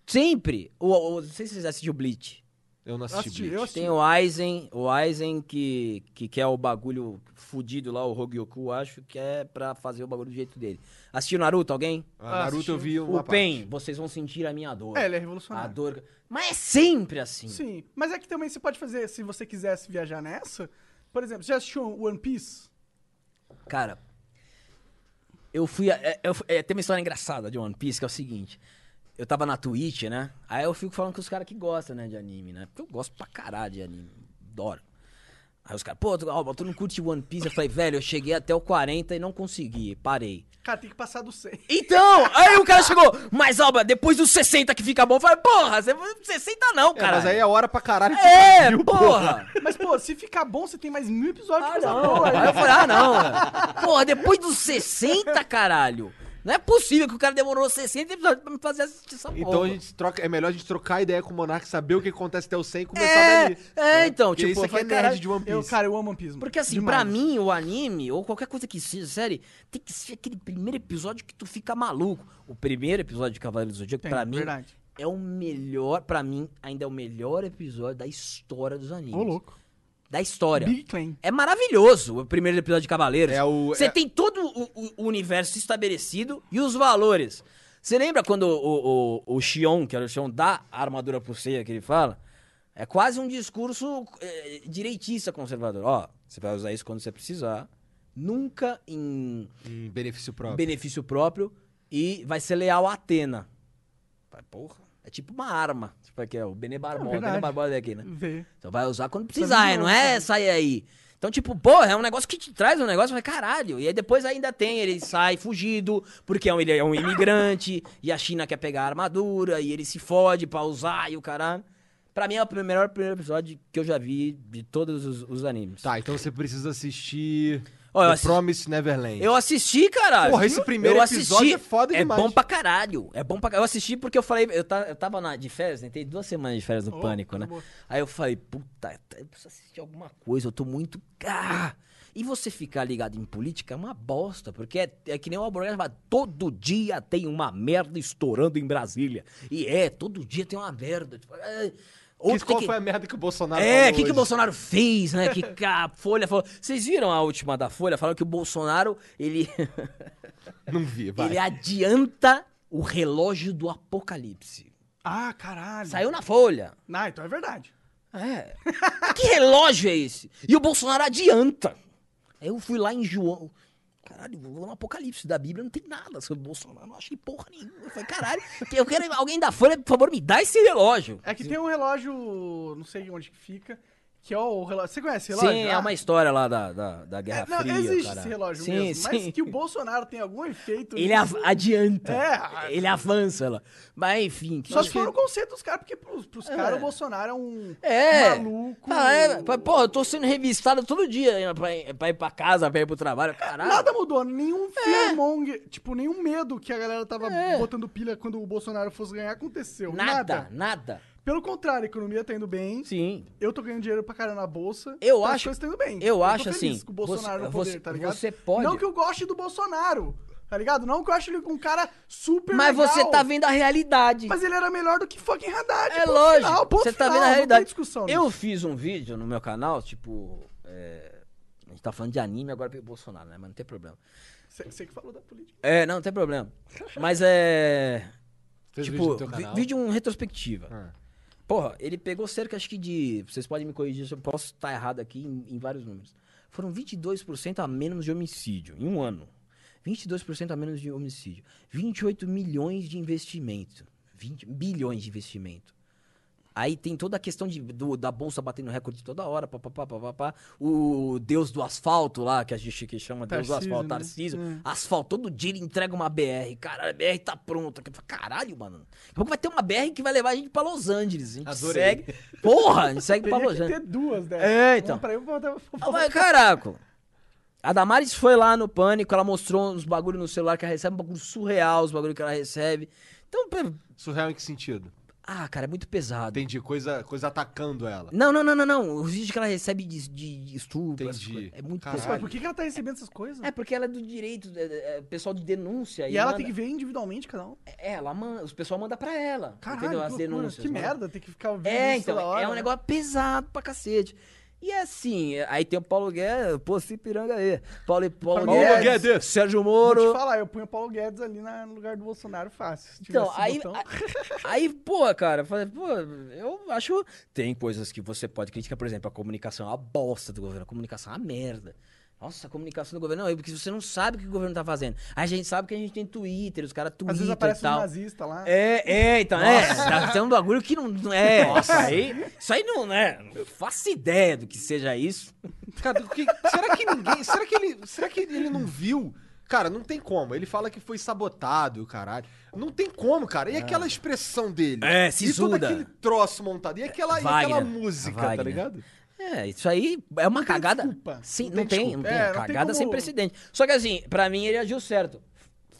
S4: Sempre. O, o- não sei se vocês assistem o Bleach.
S2: Eu não
S1: Eu
S2: assisti.
S1: assisti,
S2: Bleach.
S1: eu assisti.
S4: Tem o Aizen, o Aizen que, que quer o bagulho fudido lá, o Hogyoku, acho que é pra fazer o bagulho do jeito dele. Assistiu Naruto, alguém?
S2: Ah, Naruto eu vi uma
S4: o Pen,
S2: parte. É,
S4: vocês vão sentir a minha dor.
S1: É, ele é
S4: a
S1: revolucionário.
S4: dor. Mas é sempre assim.
S1: Sim, mas é que também você pode fazer, se você quisesse viajar nessa. Por exemplo, você já assistiu One Piece?
S4: Cara, eu fui. a- é- eu, fui- é, tem uma história engraçada de One Piece que é o seguinte. Eu tava na Twitch, né? Aí eu fico falando com os caras que gostam, né, de anime, né? Porque eu gosto pra caralho de anime. Adoro. Aí os caras, pô, tu, Alba, tu não curte One Piece? Eu falei, velho, eu cheguei até o 40 e não consegui. Parei.
S1: Cara, tem que passar do 100.
S4: Então, aí o cara chegou, mas Alba, depois dos 60 que fica bom. Eu falei, porra, você- 60 não,
S2: É,
S4: cara.
S2: mas aí é hora pra caralho. que tá
S4: é, *laughs*
S2: pariu,
S4: porra.
S1: *laughs* Mas, pô, se ficar bom, você tem mais mil episódios
S4: Ah,
S1: pra
S4: não.
S1: fazer, pô, aí-
S4: Aí eu falei, ah, não. velho. Porra, depois dos 60, caralho. Não é possível que o cara demorou 60 episódios pra me fazer assistir essa porra.
S2: Então a gente troca, é melhor a gente trocar ideia com o Monark, saber o que acontece até o 100 e começar
S4: É,
S2: dali.
S4: é, então,
S2: Porque
S4: tipo,
S2: isso
S4: eu
S2: aqui é
S4: falei,
S2: nerd
S4: caralho,
S2: de One Piece.
S1: Eu, cara, eu amo One Piece. mano.
S4: Porque assim, pra
S1: Demais.
S4: mim, o anime, ou qualquer coisa que seja, série, tem que ser aquele primeiro episódio que tu fica maluco. O primeiro episódio de Cavaleiros do Zodíaco,
S1: Tem,
S4: pra mim,
S1: verdade.
S4: é o melhor, pra mim, ainda é o melhor episódio da história dos animes.
S1: Ô, louco.
S4: Da história.
S1: Big Claim.
S4: É maravilhoso o primeiro episódio de Cavaleiros.
S2: É o-
S4: Você
S2: é-
S4: tem todo o, o- o universo estabelecido e os valores. Você lembra quando o, o, o Xion, que era o Xion, dá a armadura pro Seiya que ele fala? É quase um discurso eh, direitista conservador. Ó, você vai usar isso quando você precisar. Nunca em
S2: Em benefício próprio.
S4: benefício próprio e vai ser leal à Atena. Vai, Porra, é tipo uma arma. Tipo aqui, é o Bene Barbosa. o Bene
S1: verdade.
S4: Barbosa é aqui, né?
S1: Vê.
S4: Então vai usar quando
S1: Pra
S4: precisar,
S1: mim
S4: é, não
S1: não,
S4: é
S1: cara.
S4: sair aí. Então, tipo, porra, é um negócio que te traz um negócio, vai caralho. E aí depois ainda tem, ele sai fugido, porque é um, ele é um imigrante, *laughs* e a China quer pegar a armadura, e ele se fode pra usar, e o caralho. Pra mim é o primeiro- melhor primeiro episódio que eu já vi de todos os, os animes.
S2: Tá, então você precisa assistir.
S4: Ó, eu
S2: The
S4: assisti-
S2: Promise Neverland.
S4: Eu assisti, caralho.
S2: Porra, esse primeiro
S4: eu
S2: episódio
S4: assisti.
S2: é foda demais.
S4: É bom pra caralho. É bom pra Eu assisti porque eu falei. Eu, ta- eu tava na, de férias, né? Tem duas semanas de férias do Pânico, né? Aí eu falei, puta, eu preciso assistir alguma coisa. Eu tô muito. Ah! E você ficar ligado em política é uma bosta, porque é, é que nem o Alborgues fala, todo dia tem uma merda estourando em Brasília. E é, todo dia tem uma merda. Tipo, é,
S2: Que,
S4: outro tem
S2: qual
S4: que-
S2: foi a merda que o Bolsonaro
S4: é,
S2: falou
S4: o que, que
S2: Tá hoje?
S4: o Bolsonaro fez,
S2: *laughs*
S4: né? Que a Folha falou. Vocês viram a última da Folha? Falando que o Bolsonaro, ele, *laughs*
S2: Não vi, vai.
S4: ele é, adianta o relógio do apocalipse.
S1: Ah, caralho.
S4: Saiu na Folha.
S1: Ah, então é verdade.
S4: É. *laughs* que relógio é esse? E o Bolsonaro adianta. Aí eu fui lá em João. Caralho, vou lá no Apocalipse da Bíblia, não tem nada sobre o Bolsonaro, não achei porra nenhuma. Eu falei, caralho, eu quero *laughs* alguém da Folha, por favor, me dá esse relógio.
S1: É que tem um relógio, não sei onde que fica, que é o relógio. Você conhece esse
S4: Sim,
S1: relógio?
S4: é
S1: Ah,
S4: uma história lá da, da, da Guerra
S1: é, não,
S4: Fria.
S1: existe
S4: cara.
S1: esse relógio
S4: sim,
S1: mesmo,
S4: sim.
S1: mas que o Bolsonaro tem algum efeito.
S4: Ele é
S1: nisso.
S4: av- adianta.
S1: É.
S4: Ele avança lá. Mas enfim. que-
S1: Só se for no conceito dos caras, porque pros, pros caras o Bolsonaro é um
S4: É.
S1: maluco.
S4: Ah, é. Pô, Pô, eu tô sendo revistado todo dia né, pra, ir- pra ir pra casa, pra ir pro trabalho. Caralho.
S1: Nada mudou,
S4: É.
S1: nenhum fearmonger, tipo, nenhum medo que a galera tava botando pilha quando o Bolsonaro fosse ganhar aconteceu. Nada.
S4: nada, nada.
S1: Pelo contrário, a economia tá indo bem.
S4: Sim.
S1: Eu tô ganhando dinheiro pra caralho na bolsa.
S4: Eu
S1: então As
S4: acho-
S1: coisas estão indo bem.
S4: eu
S1: tô
S4: acho
S1: feliz
S4: assim,
S1: Com o Bolsonaro
S4: você-
S1: no poder,
S4: você-
S1: tá ligado?
S4: você pode-
S1: Não que eu goste do Bolsonaro, tá ligado? Não que eu acho ele um cara super.
S4: Mas
S1: legal,
S4: você tá vendo a realidade.
S1: Mas ele era melhor do que fucking Haddad.
S4: é
S1: ponto
S4: lógico.
S1: final, ponto
S4: você tá
S1: final,
S4: vendo a
S1: não tem
S4: realidade.
S1: discussão.
S4: eu
S1: nisso.
S4: fiz um vídeo no meu canal, tipo. é, a gente tá falando de anime, agora peguei o Bolsonaro, né? Mas não tem problema.
S1: Você você que falou da política.
S4: É, não, não tem problema. Mas é.
S2: Fez
S4: tipo,
S2: vídeo no teu
S4: vi-
S2: canal?
S4: vídeo um retrospectiva.
S2: Ah.
S4: Porra, ele pegou cerca, acho que de. Vocês podem me corrigir se eu posso estar errado aqui em, em vários números. Foram 22% a menos de homicídio em um ano. 22% a menos de homicídio. 28 milhões de investimento. 20 bilhões de investimento. Aí tem toda a questão de, do- da bolsa batendo recorde toda hora, papapá, papapá. O deus do asfalto lá, que a gente que chama deus do
S1: Tarcísio,
S4: asfalto,
S1: né?
S4: Tarcísio.
S1: É.
S4: Asfalto, todo dia ele entrega uma BR. Cara, a BR tá pronta. Eu falo, Caralho, mano. Daqui a pouco vai ter uma BR que vai levar a gente pra Los Angeles. A gente
S2: Adorei.
S4: segue. Porra, a gente segue pra
S1: Teria
S4: Los
S1: que
S4: Angeles.
S1: ter duas dessas.
S4: É, então.
S1: Uma pra eu, uma pra- uma
S4: Ah,
S1: pra-
S4: Mas, caraca. A Damares foi lá no pânico, ela mostrou uns bagulho no celular que ela recebe, um bagulho surreal, os bagulho que ela recebe. Então, pe-
S2: Surreal em que sentido?
S4: ah, cara, é muito pesado.
S2: Entendi, coisa, coisa atacando ela.
S4: Não, não, não, não, não. Os vídeos que ela recebe de, de de estupro. essas
S2: Entendi.
S4: coisas. É muito
S2: Caralho.
S1: Mas
S4: pesado.
S1: por que que ela tá recebendo essas coisas?
S4: É porque ela é do direito, é, é, pessoal de denúncia.
S1: E ela
S4: manda-
S1: tem que ver individualmente cada um.
S4: É, ela manda, os pessoal manda pra ela.
S1: Caralho,
S4: entendeu?
S1: que,
S4: As
S1: loucura,
S4: denúncias.
S1: que
S4: né?
S1: merda, tem que ficar ouvindo
S4: É,
S1: isso
S4: então,
S1: toda hora,
S4: é um
S1: né?
S4: negócio pesado pra cacete. E é assim, é- aí tem o Paulo Guedes, pô, Cipiranga aí. Paulo, Paulo,
S1: Paulo
S4: Guedes,
S2: Guedes.
S4: Sérgio
S1: Vou te
S4: Moro.
S1: falar, eu punho o Paulo Guedes ali na- no lugar do Bolsonaro fácil. se
S4: Então,
S1: tivesse
S4: aí,
S1: botão.
S4: a- aí, pô, cara, eu falei, pô, eu acho. Tem coisas que você pode criticar, por exemplo, a comunicação é uma bosta do governo, a comunicação é uma merda. Nossa, a comunicação do governo, não, é porque você não sabe o que o governo tá fazendo. A gente sabe que a gente tem Twitter, os caras
S1: Às vezes
S4: Twitter e
S1: aparece um
S4: tal.
S1: nazista lá.
S4: É, é, então, é. Tá, tem um bagulho que não, não é. Nossa, aí. Isso aí não, né? Não faço ideia do que seja isso.
S2: Cara, o que- será que ninguém. *laughs* Será que, ele, será que ele não viu? Cara, não tem como. Ele fala que foi sabotado, e o caralho. Não tem como, cara. E aquela expressão dele?
S4: É,
S2: E todo
S4: sisuda. É,
S2: aquele troço montado. E aquela, e
S4: Wagner.
S2: aquela música, tá
S4: Wagner.
S2: ligado?
S4: É, isso aí é uma cagada.
S1: desculpa.
S4: Sim,
S2: Não
S4: não
S2: tem
S4: tem, não
S2: desculpa.
S4: tem.
S1: É, não tem
S4: cagada sem
S1: como-
S4: precedente. Só que assim, pra mim ele agiu certo.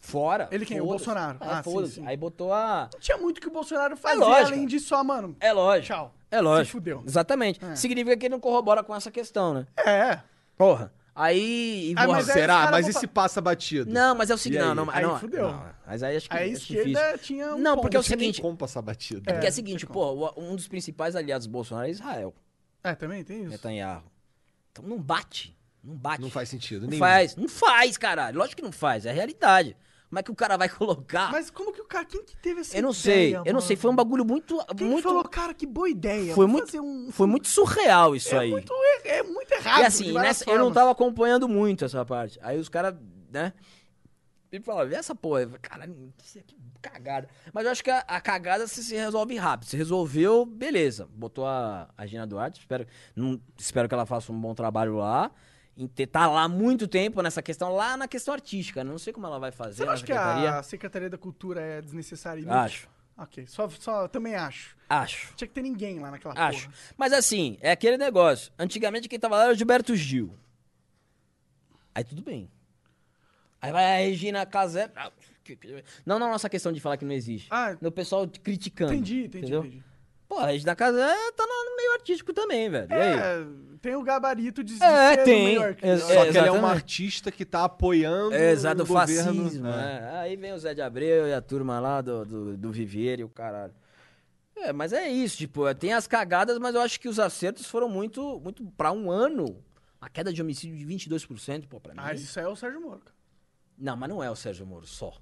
S4: Fora.
S1: Ele quem? O
S4: foda-se.
S1: Bolsonaro.
S4: É,
S1: Ah, sim,
S4: foda-se.
S1: sim.
S4: Aí botou a.
S1: Não tinha muito que o Bolsonaro fazia,
S4: É lógico.
S1: além de só, mano.
S4: É lógico.
S1: Tchau.
S4: É lógico.
S1: Se fudeu.
S4: Exatamente. Significa que ele não corrobora com essa questão, né?
S1: É.
S4: Porra. Aí. e
S1: Ah,
S4: porra,
S1: mas é- os
S2: será?
S1: caras
S2: Mas
S1: vão
S2: e se passa batido?
S4: Não, mas é o seguinte.
S2: E
S4: Não,
S2: aí?
S4: não,
S1: Aí
S4: não,
S1: fudeu.
S4: não. Mas aí acho que
S1: Aí A
S4: acho
S1: esquerda
S4: difícil.
S1: tinha um
S4: Não,
S1: ponto.
S4: porque é o
S2: Não tinha nem
S4: seguinte.
S2: como passar batido.
S4: É porque é o
S1: não
S4: seguinte,
S1: tem
S4: pô, o- um dos principais aliados do Bolsonaro é Israel,
S1: É, também tem isso.
S4: Netanyahu. Então não bate. Não bate.
S2: Não faz sentido.
S4: Não
S2: nenhum.
S4: faz, não faz, caralho. Lógico que não faz, é a realidade. Como é que o cara vai *laughs* colocar?
S1: Ah, Mas como que o cara... Quem que teve essa
S4: eu não
S1: ideia,
S4: sei, eu não
S1: mano?
S4: sei. Foi um bagulho muito.
S1: Quem que
S4: muito
S1: falou, cara, que boa ideia.
S4: Foi
S1: vou
S4: muito-
S1: fazer um...
S4: Foi muito surreal isso
S1: É
S4: aí.
S1: muito, er- é muito errado.
S4: e
S1: de
S4: assim,
S1: várias
S4: nessa- eu não
S1: formas.
S4: tava acompanhando muito essa parte. Aí os caras, né? E falaram, vê essa porra. Eu falei, Caralho, que que cagada. Mas eu acho que a, a cagada se, se resolve rápido. Se resolveu, beleza. Botou a, a Gina Duarte, espero, não- espero que ela faça um bom trabalho lá. Em ter- tá lá muito tempo nessa questão, lá na questão artística. né? Não sei como ela vai fazer
S1: Você não
S4: na
S1: acha que a Secretaria da Cultura é desnecessária? e inútil?
S4: Acho,
S1: Ok, só, só também acho.
S4: acho.
S1: Tinha que ter ninguém lá naquela
S4: Acho.
S1: porra.
S4: Mas assim, é aquele negócio. Antigamente quem tava lá era o Gilberto Gil. Aí tudo bem. Aí vai a Regina Casé. Ah, Não na nossa questão de falar que não existe.
S1: Ah.
S4: no pessoal te criticando.
S1: Entendi, entendi,
S4: entendeu?
S1: entendi.
S4: Pô, a Regina Casé tá no meio artístico também, velho. E aí?
S1: É, tem o gabarito de, de
S4: É,
S1: ser
S4: tem.
S1: do New York.
S4: É,
S1: né?
S2: Só que ela é uma
S4: exatamente.
S2: artista que tá apoiando
S4: É, exato, o
S2: governo. é.
S4: fascismo. né? Aí vem o Zé de Abreu e a turma lá do, do, do Viveiro e o caralho. É, mas é isso, tipo, é, tem as cagadas, mas eu acho que os acertos foram muito, muito pra um ano. Uma queda de homicídio de 22%, pô, pra mim.
S1: Mas isso aí é o Sérgio Moro. cara.
S4: Não, mas não é o Sérgio Moro só.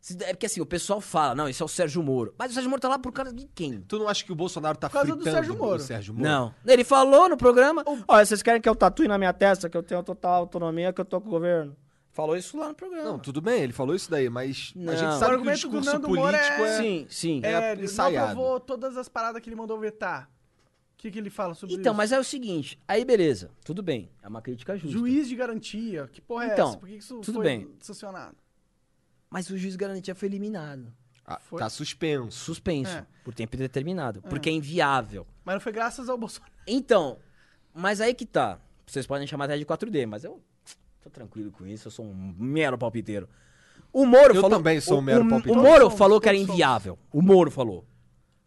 S4: Se- É porque assim, o pessoal fala, não, isso é o Sérgio Moro. Mas o Sérgio Moro tá lá por causa de quem?
S2: Tu não acha que o Bolsonaro tá
S1: Por causa do
S2: fritando
S1: Sérgio Moro.
S2: o Sérgio Moro?
S4: Não. Ele falou no programa,
S5: Olha, vocês querem que eu tatue na minha testa que eu tenho total autonomia, que eu tô com o governo?
S4: falou isso lá no programa.
S2: Não, tudo bem, ele falou isso daí, mas
S4: Não.
S2: a gente
S4: O
S2: sabe que o
S1: argumento do
S2: discurso
S1: Nando Moura
S2: político é...
S4: Sim, sim.
S2: É
S1: É, ele não
S2: ensaiado.
S1: aprovou todas as paradas que ele mandou vetar. O que, que ele fala sobre
S4: Então,
S1: isso?
S4: mas é o seguinte, aí beleza, tudo bem, é uma crítica justa.
S1: Juiz de garantia. Que porra é
S4: Então,
S1: essa? Por que que isso
S4: tudo
S1: foi
S4: bem.
S1: sancionado?
S4: Mas o juiz de garantia foi eliminado.
S2: Ah,
S1: Foi.
S2: tá suspenso.
S4: Suspenso.
S1: É.
S4: Por tempo indeterminado. Porque é inviável.
S1: Mas não foi graças ao *laughs* Bolsonaro.
S4: Então, mas aí que tá. Vocês podem chamar até de 4D, mas eu tô tranquilo com isso. Eu sou um mero palpiteiro. O Moro
S2: Eu
S4: falou.
S2: também sou um
S4: o-
S2: mero
S4: o-
S2: palpiteiro.
S4: O Moro
S1: Todos somos,
S4: falou que era
S1: todos somos.
S4: inviável. O Moro falou.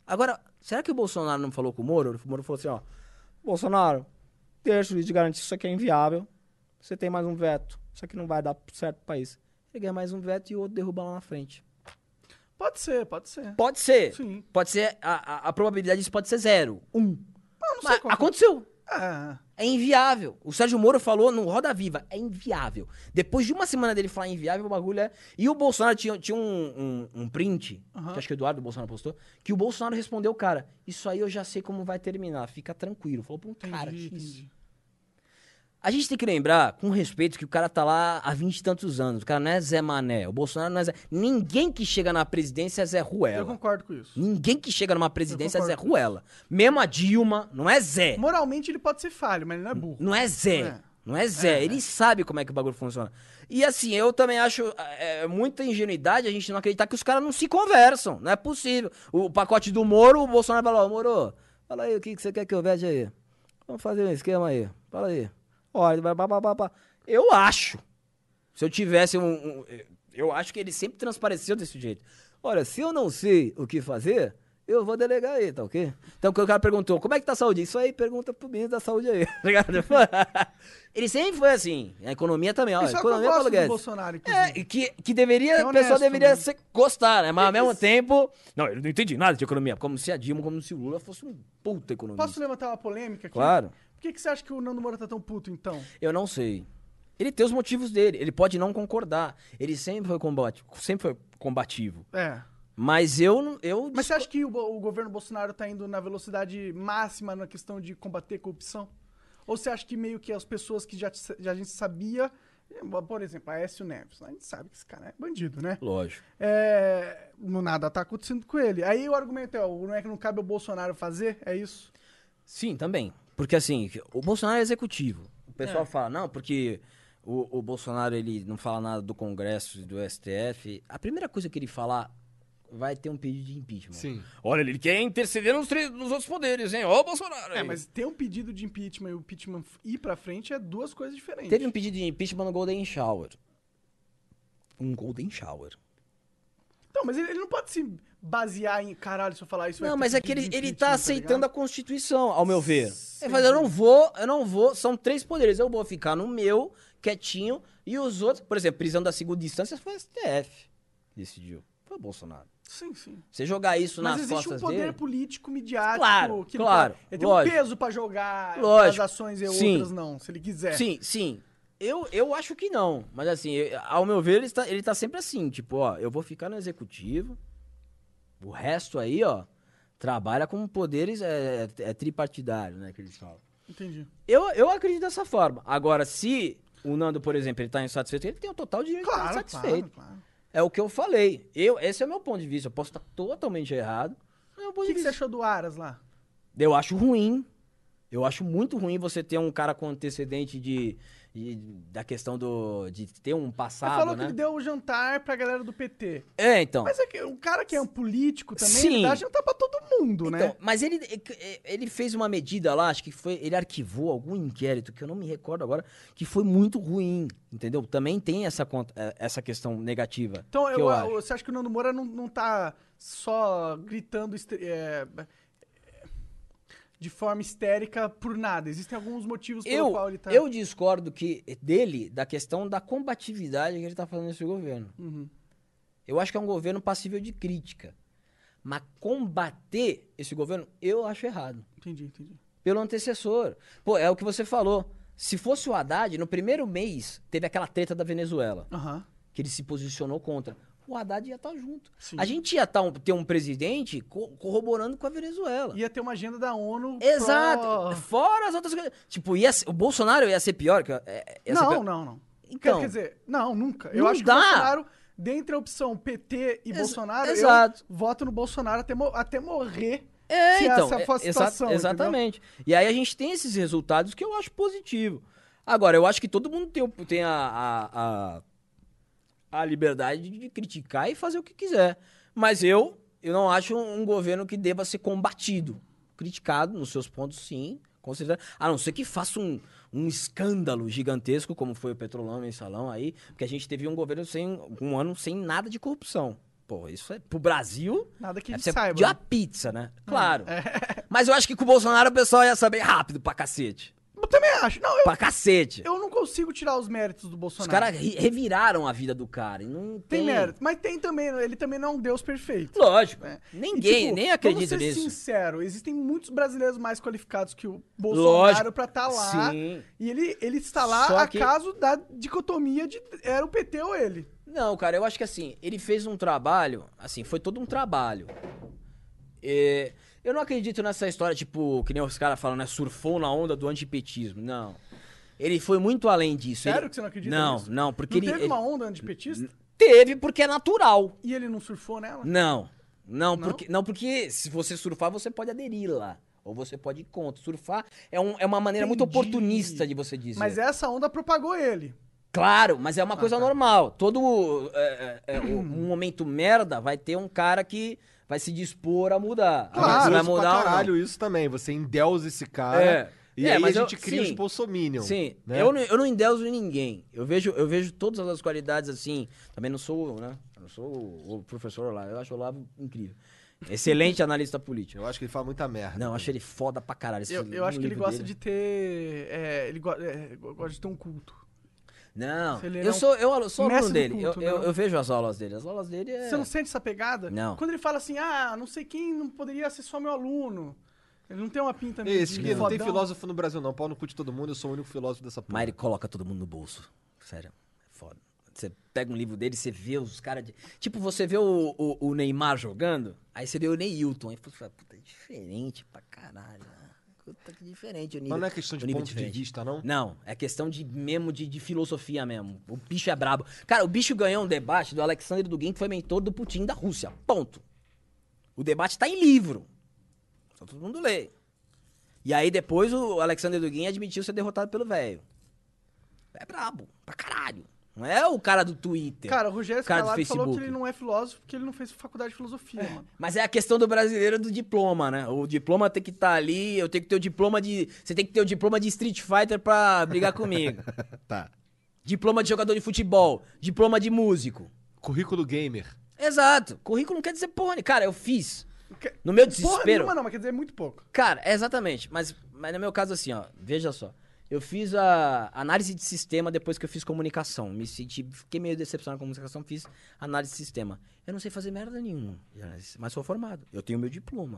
S4: Agora, será que o Bolsonaro não falou com o Moro? O Moro falou assim: ó,
S5: Bolsonaro, deixa o juiz de garantia, isso aqui é inviável. Você tem mais um veto. Isso aqui não vai dar certo pro país.
S4: ele ganha mais um veto e o outro derruba lá na frente.
S1: Pode ser, pode ser.
S4: Pode ser.
S1: Sim.
S4: Pode ser. A, a- a probabilidade disso pode ser zero. Um.
S1: Ah, não sei
S4: Mas
S1: qual que-
S4: aconteceu.
S1: Ah,
S4: É inviável. O Sérgio Moro falou no Roda Viva, é inviável. Depois de uma semana dele falar inviável, o bagulho é. E o Bolsonaro tinha, tinha um, um- um print,
S1: Aham.
S4: que acho que o Eduardo Bolsonaro postou, que o Bolsonaro respondeu o cara: Isso aí eu já sei como vai terminar, fica tranquilo. Falou pra um
S1: entendi,
S4: cara. que isso.
S1: entendi.
S4: A gente tem que lembrar, com respeito, que o cara tá lá há vinte e tantos anos. O cara não é Zé Mané, o Bolsonaro não é Zé. Ninguém que chega na presidência é Zé
S1: Eu
S4: Ruela.
S1: concordo com isso.
S4: Ninguém que chega numa presidência é Zé
S1: concordo com
S4: Ruela. Mesmo a Dilma, não é Zé.
S1: Moralmente ele pode ser falho, mas ele não é burro.
S4: Não é Zé.
S1: É.
S4: Não é Zé. ele sabe como é que o bagulho funciona. E assim, eu também acho é, muita ingenuidade a gente não acreditar que os caras não se conversam. Não é possível. O pacote do Moro, o Bolsonaro falou: "Ô, Moro, fala aí o que, que você quer que eu veja aí. Vamos fazer um esquema aí. Fala aí. Olha, vai, pá, pá, pá, pá. Eu acho. Se eu tivesse um, um- Eu acho que ele sempre transpareceu desse jeito. Olha, se eu não sei o que fazer, eu vou delegar aí, tá ok? Então o cara perguntou, como é que tá a saúde? Isso aí pergunta pro ministro da saúde aí. *laughs* tá
S1: *laughs*
S4: ligado? ele sempre foi assim. A economia também, olha.
S1: Isso é o que eu
S4: economia
S1: gosto
S4: Paulo
S1: do
S4: Guedes.
S1: Bolsonaro,
S4: É,
S1: inclusive.
S4: e que, que deveria,
S1: É
S4: o pessoal
S1: honesto,
S4: deveria
S1: né?
S4: ser, gostar, né? Mas ao mesmo tempo. Não, eu não entendi nada de economia. Como se a Dilma, como se o Lula fosse um puta economista.
S1: Posso levantar uma polêmica aqui?
S4: Claro.
S1: Por que, que você acha que o Nando Moura tá tão puto, então?
S4: Eu não sei. Ele tem os motivos dele. Ele pode não concordar. Ele sempre foi combate, sempre foi combativo.
S1: É.
S4: Mas eu não- eu
S1: Mas você acha que o, bo- o governo Bolsonaro tá indo na velocidade máxima na questão de combater a corrupção? Ou você acha que meio que as pessoas que já, te- já a gente sabia, por exemplo, Aécio Neves, a gente sabe que esse cara é bandido, né?
S4: lógico.
S1: É, no nada tá acontecendo com ele. Aí o argumento é, o- não é que não cabe ao Bolsonaro fazer? É isso?
S4: Sim, também. Porque assim, o Bolsonaro é executivo. O pessoal fala, não, porque o, o Bolsonaro ele não fala nada do Congresso e do STF. A primeira coisa que ele falar vai ter um pedido de impeachment.
S2: Sim.
S4: Olha, ele quer interceder nos, três- nos outros poderes, hein? Ó, o Bolsonaro.
S1: É,
S4: aí.
S1: mas ter um pedido de impeachment e o impeachment f- ir pra frente é duas coisas diferentes.
S4: Teve um pedido de impeachment no Golden Shower. Um Golden Shower.
S1: Então, mas ele, ele não pode se basear em, caralho, se eu falar isso... vai
S4: Não,
S1: ter
S4: mas é que
S1: pedido
S4: ele,
S1: de
S4: ele
S1: impeachment",
S4: tá aceitando
S1: ligado?
S4: a Constituição, ao meu ver. Ele fala, eu não vou, eu não vou, são três poderes, eu vou ficar no meu, quietinho, e os outros, por exemplo, prisão da segunda instância foi o STF, decidiu. Foi o Bolsonaro.
S1: Sim, sim.
S4: Você jogar isso
S1: Mas
S4: nas
S1: existe um
S4: costas
S1: poder
S4: dele...
S1: político, midiático,
S4: Claro,
S1: que ele
S4: claro,
S1: pode- ele tem
S4: lógico.
S1: um peso pra jogar as
S4: Lógico,
S1: ações e
S4: sim.
S1: outras não, se ele quiser.
S4: Sim, sim. Eu, eu acho que não. Mas assim, eu- ao meu ver, ele tá, ele tá sempre assim. Tipo, ó, eu vou ficar no executivo. O resto aí, ó, trabalha com poderes é, é tripartidário, né? Que eles falam.
S1: Entendi.
S4: Eu, eu acredito dessa forma. Agora, se o Nando, por exemplo, ele tá insatisfeito, ele tem o total direito de estar
S1: Claro,
S4: insatisfeito.
S1: claro, claro.
S4: É o que eu falei. Eu, esse é o meu ponto de vista. Eu posso estar totalmente errado. mas É o meu
S1: O
S4: ponto
S1: que,
S4: de
S1: que você
S4: vista.
S1: achou do Aras lá?
S4: Eu acho ruim. Eu acho muito ruim você ter um cara com antecedente de, de- da questão do de ter um
S1: Ele
S4: passado,
S1: falou
S4: né?
S1: que ele deu o jantar pra galera do PT.
S4: É, então.
S1: Mas é que o cara que é um político também,
S4: Sim.
S1: ele dá jantar pra todo mundo, né?
S4: Então, mas ele, ele fez uma medida lá, acho que foi. Ele arquivou algum inquérito, que eu não me recordo agora, que foi muito ruim, entendeu? Também tem essa, conta- eh, essa questão negativa.
S1: Então,
S4: que
S1: eu-
S4: eu
S1: eu-
S4: acho.
S1: você acha que o Nando Moura não, não tá só gritando estre- é, de forma histérica por nada? Existem alguns motivos pelo
S4: eu,
S1: qual ele tá...
S4: eu discordo que eh, dele da questão da combatividade que ele está fazendo nesse governo.
S1: Uhum.
S4: Eu acho que é um governo passível de crítica. Mas combater esse governo, eu acho errado.
S1: Entendi, entendi.
S4: Pelo antecessor. Pô, é o que você falou. Se fosse o Haddad, no primeiro mês teve aquela treta da Venezuela,
S1: Aham.
S4: que ele se posicionou contra. O Haddad ia estar junto.
S1: Sim.
S4: A gente ia tá um- ter um presidente co- corroborando com a Venezuela.
S1: Ia ter uma agenda da ONU. pro-
S4: Exato. Fora as outras coisas. Tipo, ia ser- o Bolsonaro ia ser pior que. é, é, ia ser
S1: Não,
S4: pior.
S1: não, não.
S4: Então.
S1: quer dizer, não, nunca. Eu
S4: Não
S1: acho
S4: dá.
S1: que o Bolsonaro, dentre a opção PT e
S4: Ex-
S1: Bolsonaro,
S4: exato.
S1: eu voto no Bolsonaro até, mo- até morrer.
S4: É,
S1: se
S4: então,
S1: essa
S4: é-
S1: fosse a
S4: exa-
S1: situação. entendeu?
S4: exatamente. E aí a gente tem esses resultados que eu acho positivo. Agora, eu acho que todo mundo tem, o- tem a, a, a, a liberdade de criticar e fazer o que quiser. Mas eu, eu não acho um governo que deva ser combatido. Criticado nos seus pontos, sim, com certeza. A não ser que faça um, um escândalo gigantesco, como foi o Petrolão Mensalão aí, porque a gente teve um governo sem um ano sem nada de corrupção. Pô, isso é pro Brasil
S1: Nada que a
S4: é
S1: gente
S4: você
S1: saiba. É,
S4: pediu a pizza, né? Claro.
S1: *laughs*
S4: Mas eu acho que com o Bolsonaro o pessoal ia saber rápido pra cacete.
S1: Eu também é, acho. Não, eu,
S4: Pra cacete.
S1: eu não consigo tirar os méritos do
S4: Os
S1: Bolsonaro.
S4: caras re- reviraram a vida do cara. E não
S1: Tem,
S4: tem,
S1: mérito. Mas tem também, ele também não é um deus perfeito.
S4: Lógico.
S1: É. E,
S4: Ninguém,
S1: tipo,
S4: nem acredita
S1: vamos ser
S4: nisso.
S1: sincero, existem muitos brasileiros mais qualificados que o Bolsonaro pra estar lá.
S4: Sim.
S1: E ele, ele está lá
S4: Só
S1: a
S4: que-
S1: caso da dicotomia de era o PT ou ele.
S4: Não, cara, eu acho que assim, ele fez um trabalho, assim, foi todo um trabalho. É, eu não acredito nessa história, tipo, que nem os caras falam, né? Surfou na onda do antipetismo. Não. Ele foi muito além disso.
S1: Sério
S4: Ele-
S1: que você não acredita
S4: Não,
S1: nisso?
S4: não, porque
S1: não
S4: ele.
S1: teve
S4: ele-
S1: uma onda antipetista
S4: Teve porque é natural.
S1: e ele não surfou nela?
S4: Não. Não,
S1: Não?
S4: porque, não, porque se você surfar, você pode aderir lá. Ou você pode ir contra. Surfar é, um- é uma maneira muito
S1: Entendi.
S4: oportunista de você dizer.
S1: Mas é- Ah, tá. essa onda propagou ele.
S4: Claro, mas é uma coisa normal. Todo é, é, é, o- um momento merda vai ter um cara que vai se dispor a mudar. Agora,
S1: Claro,
S4: se vai
S2: isso Ah, pra
S4: mudar ou não.
S2: caralho isso também. Você endeusa esse cara.
S4: É.
S2: E
S4: É,
S2: aí
S4: mas
S2: a
S4: eu-
S2: gente cria
S4: sim.
S2: os bolsominions.
S4: Sim,
S2: né?
S4: eu, não- eu não endeuso ninguém. Eu vejo, eu vejo todas as qualidades assim. Também não sou, né? eu não sou o, o professor lá. Eu acho o Olavo incrível. Excelente *laughs* analista político.
S2: Eu acho que ele fala muita merda.
S4: Não, eu acho ele foda pra caralho.
S1: Eu, eu acho que ele gosta de ter. é, ele go- é, gosta de ter um culto.
S4: Não,
S1: Se ele
S4: eu
S1: não-
S4: sou, eu alu- sou
S1: Mestre
S4: aluno
S1: do
S4: dele.
S1: culto,
S4: eu, eu-
S1: né?
S4: eu vejo as aulas dele. As aulas dele é.
S1: Você não sente essa pegada?
S4: Não.
S1: Quando ele fala assim, ah, não sei quem não poderia ser só meu aluno. Ele não tem uma pinta meio
S2: É Esse
S1: de
S2: que não tem
S1: fodão.
S2: filósofo no Brasil, não. Pau no cu de todo mundo, eu sou o único filósofo dessa porra.
S4: Mas ele coloca todo mundo no bolso. Sério, é foda. Você pega um livro dele, você vê os caras de. Tipo, você vê o, o, o Neymar jogando, aí você vê o Neilton. Aí você fala, puta, é diferente pra caralho. né? Puta que diferente o nível.
S2: Mas não é questão de
S4: o nível
S2: ponto de
S4: diferente.
S2: vista,
S4: *laughs*
S2: não?
S4: Não, é questão de mesmo de, de filosofia mesmo. O bicho é brabo. Cara, o bicho ganhou um debate do Alexandre Dugin, que foi mentor do Putin da Rússia. Ponto. O debate tá em livro. Só todo mundo lê. E aí depois o Alexandre Dugin admitiu ser derrotado pelo velho. É brabo, pra caralho. Não é o cara do Twitter.
S1: Cara, o Rogério
S4: o cara do
S1: Scalabro falou que
S4: Facebook.
S1: ele não é filósofo porque ele não fez faculdade de filosofia, mano.
S4: Mas é a questão do brasileiro do diploma, né? O diploma tem que estar ali, eu tenho que ter o diploma de. Você tem que ter o diploma de Street Fighter pra
S1: *laughs*
S4: brigar comigo.
S2: Tá.
S4: Diploma de jogador de futebol, diploma de músico.
S2: Currículo gamer.
S4: Exato. Currículo não quer dizer porra, nenhuma. cara, eu fiz.
S1: Que-
S4: No meu
S1: Porra
S4: desespero.
S1: nenhuma não, mas quer dizer, é muito pouco.
S4: Cara, é exatamente. Mas, mas no meu caso, assim, ó, veja só. Eu fiz a análise de sistema depois que eu fiz comunicação. Me senti, fiquei meio decepcionado com a comunicação, fiz análise de sistema. Eu não sei fazer merda nenhuma, de análise, mas sou formado. Eu tenho meu diploma.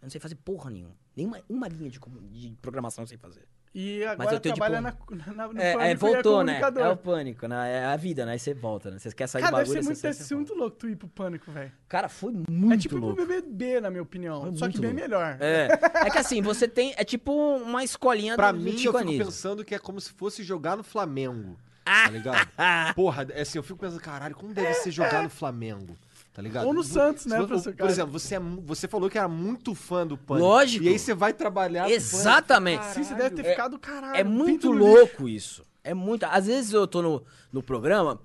S4: Eu não sei fazer porra nenhuma. Nenhuma uma linha de, comu- de programação eu sei fazer.
S1: E agora
S4: eu tenho tipo,
S1: trabalha na, na, no pânico e é
S4: né?
S1: comunicador.
S4: É o pânico, né? É a vida, né? Aí você volta, né? Você quer sair
S1: Cara,
S4: do
S1: deve
S4: bagulho,
S1: ser
S4: você
S1: muito,
S4: sai,
S1: deve
S4: você
S1: ser muito louco tu ir pro pânico, velho.
S4: Cara, foi
S1: É
S4: muito
S1: tipo ir pro
S4: louco.
S1: BBB, na minha opinião.
S4: Foi
S1: só que
S4: muito
S1: bem
S4: louco.
S1: melhor.
S4: É. É que assim, você tem. É tipo uma escolinha
S2: Pra
S4: do
S2: mim,
S4: do
S2: eu
S4: Chico
S2: fico
S4: Anísio.
S2: pensando que é como se fosse jogar no Ah,
S4: Ah!
S2: Flamengo. Tá ligado? Porra, é assim, eu fico pensando, caralho, como deve ser jogar no Flamengo? Tá ligado?
S1: Ou no
S2: Vo-
S1: Santos, né,
S2: se vo-
S1: professor
S2: Por
S1: Caio?
S2: exemplo, você, é mu- você falou que era muito fã do Pânico.
S4: Lógico.
S2: E aí você vai trabalhar. com o Pânico.
S4: Exatamente.
S1: Sim, você deve ter ficado caralho.
S4: É muito
S1: pinto no
S4: louco isso. É muito. Às vezes eu tô no, no programa,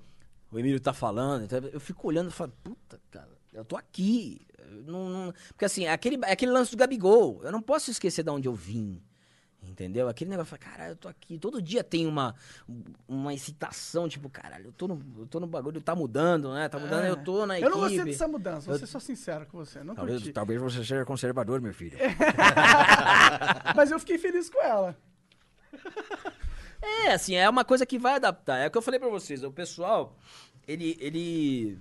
S4: o Emílio tá falando, então eu fico olhando e falo, puta, cara, eu tô aqui. Eu não- não- Porque assim, é aquele, é aquele lance do Gabigol, eu não posso esquecer de onde eu vim. Entendeu? Aquele negócio, fala, caralho, eu tô aqui. Todo dia tem uma, uma excitação, tipo, caralho, eu tô no, eu tô no bagulho, tá mudando, né? Tá mudando, eu tô na
S1: lixo. É. Eu
S4: equipe.
S1: não gostei dessa mudança, vou ser só sincero com você. Não
S4: talvez, tá.
S1: curti.
S4: talvez você seja conservador,
S1: *laughs*
S4: meu filho.
S1: Mas eu fiquei feliz com ela.
S4: É, assim, é uma coisa que vai adaptar. É o que eu falei pra vocês. O pessoal, ele, ele,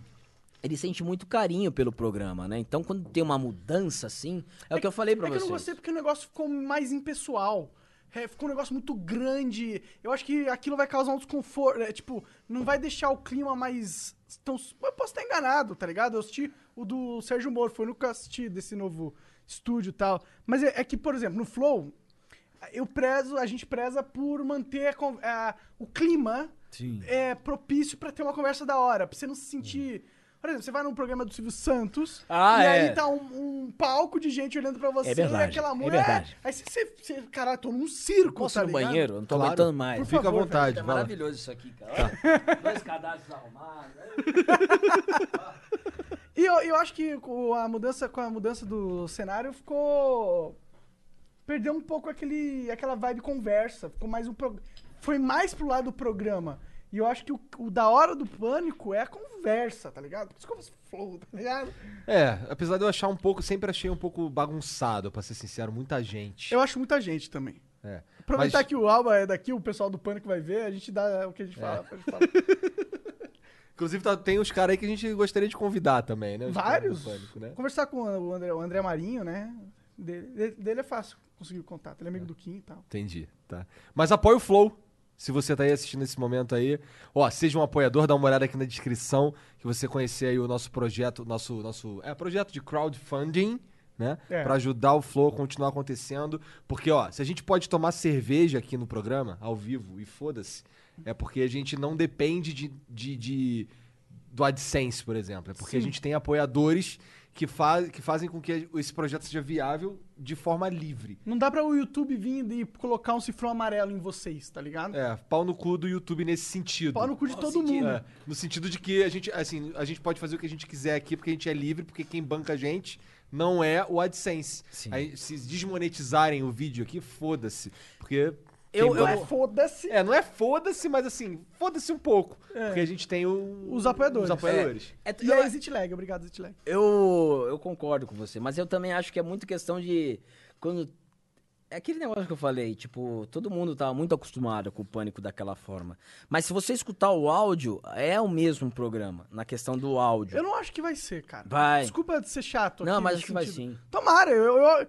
S4: ele sente muito carinho pelo programa, né? Então, quando tem uma mudança assim, é, o que eu falei pra
S1: é
S4: vocês.
S1: que eu não gostei porque o negócio ficou mais impessoal. É, ficou um negócio muito grande. Eu acho que aquilo vai causar um desconforto. é, tipo, não vai deixar o clima mais. Tão... Eu posso estar enganado, tá ligado? Eu assisti o do Sérgio Moro, foi no que eu assisti desse novo estúdio e tal. Mas é, é que, por exemplo, no Flow, eu prezo, a gente preza por manter a con- a- o clima é, propício pra ter uma conversa da hora, pra você não se sentir. Por exemplo, você vai num programa do Silvio Santos
S4: Uhum. Ah,
S1: e
S4: é.
S1: aí tá um, um palco de gente olhando pra você
S4: É verdade,
S1: e aquela
S4: é
S1: mulher.
S4: verdade.
S1: Aí você, você, você caralho, tô num circo,
S4: Posso
S1: tá
S4: ir no
S1: ligado?
S4: banheiro? Eu Não tô
S2: Claro.
S4: aguentando mais.
S1: favor,
S2: Fica
S1: Tá.
S2: à vontade,
S4: É
S2: vai lá.
S4: maravilhoso isso aqui, cara. Olha, Dois cadastros arrumados.
S1: E eu, eu acho que com a mudança, com a mudança do cenário ficou. Perdeu um pouco aquele, aquela vibe conversa. Ficou mais um pro- Foi mais pro lado do programa. E eu acho que o, o da hora do pânico é a conversa, tá ligado? Por isso que eu faço flow, tá ligado?
S2: É, apesar de eu achar um pouco, sempre achei um pouco bagunçado, pra ser sincero, muita gente.
S1: Eu acho muita gente também.
S2: É.
S1: Aproveitar
S2: Mas-
S1: que o Alba é daqui, o pessoal do Pânico vai ver, a gente dá o que a gente fala.
S4: É.
S1: a gente fala.
S2: Inclusive, tá- tem uns caras aí que a gente gostaria de convidar também, né? Os caras do
S1: Vários.
S2: Pânico, né?
S1: Conversar com o André, o André Marinho, né? Dele, dele- dele é fácil conseguir o contato. Ele é amigo do Kim e tal.
S2: Entendi, tá. Mas apoia o Flow. Se você tá aí assistindo esse momento aí, ó, seja um apoiador, dá uma olhada aqui na descrição que você conhecer aí o nosso projeto, nosso nosso, é projeto de crowdfunding, né?
S1: É.
S2: Pra ajudar o Flow a continuar acontecendo, porque ó, se a gente pode tomar cerveja aqui no programa ao vivo e foda-se, é porque a gente não depende de, de, de- do AdSense, por exemplo, é porque a gente tem apoiadores que, faz, que fazem com que esse projeto seja viável de forma livre.
S1: Não dá pra o YouTube vir e colocar um cifrão amarelo em vocês, tá ligado?
S2: É, pau no cu do YouTube nesse sentido.
S1: Pau no cu de todo mundo.
S2: É, no sentido de que a gente, assim, a gente pode fazer o que a gente quiser aqui, porque a gente é livre, porque quem banca a gente não é o AdSense. Aí, se desmonetizarem o vídeo aqui, foda-se. Porque. quem
S4: Eu- eu-
S1: É,
S2: banca-
S1: foda-se.
S2: É, não é foda-se, mas assim, foda-se um pouco. Porque a gente tem o-
S1: É. Os apoiadores.
S2: Os apoiadores.
S4: É,
S1: E
S4: é-
S1: é Exit Lag, obrigado, Exit Lag.
S4: Eu, eu concordo com você, mas eu também acho que é muito questão de. Quando. É aquele negócio que eu falei, tipo, todo mundo tava muito acostumado com o pânico daquela forma. Mas se você escutar o áudio, é o mesmo programa, na questão do
S2: É.
S4: áudio.
S1: Eu não acho que vai ser, cara.
S4: Vai.
S1: Desculpa de ser chato.
S4: Não,
S1: aqui
S4: mas
S1: nesse
S4: acho que vai
S1: sentido.
S4: sim.
S1: Tomara, eu, eu-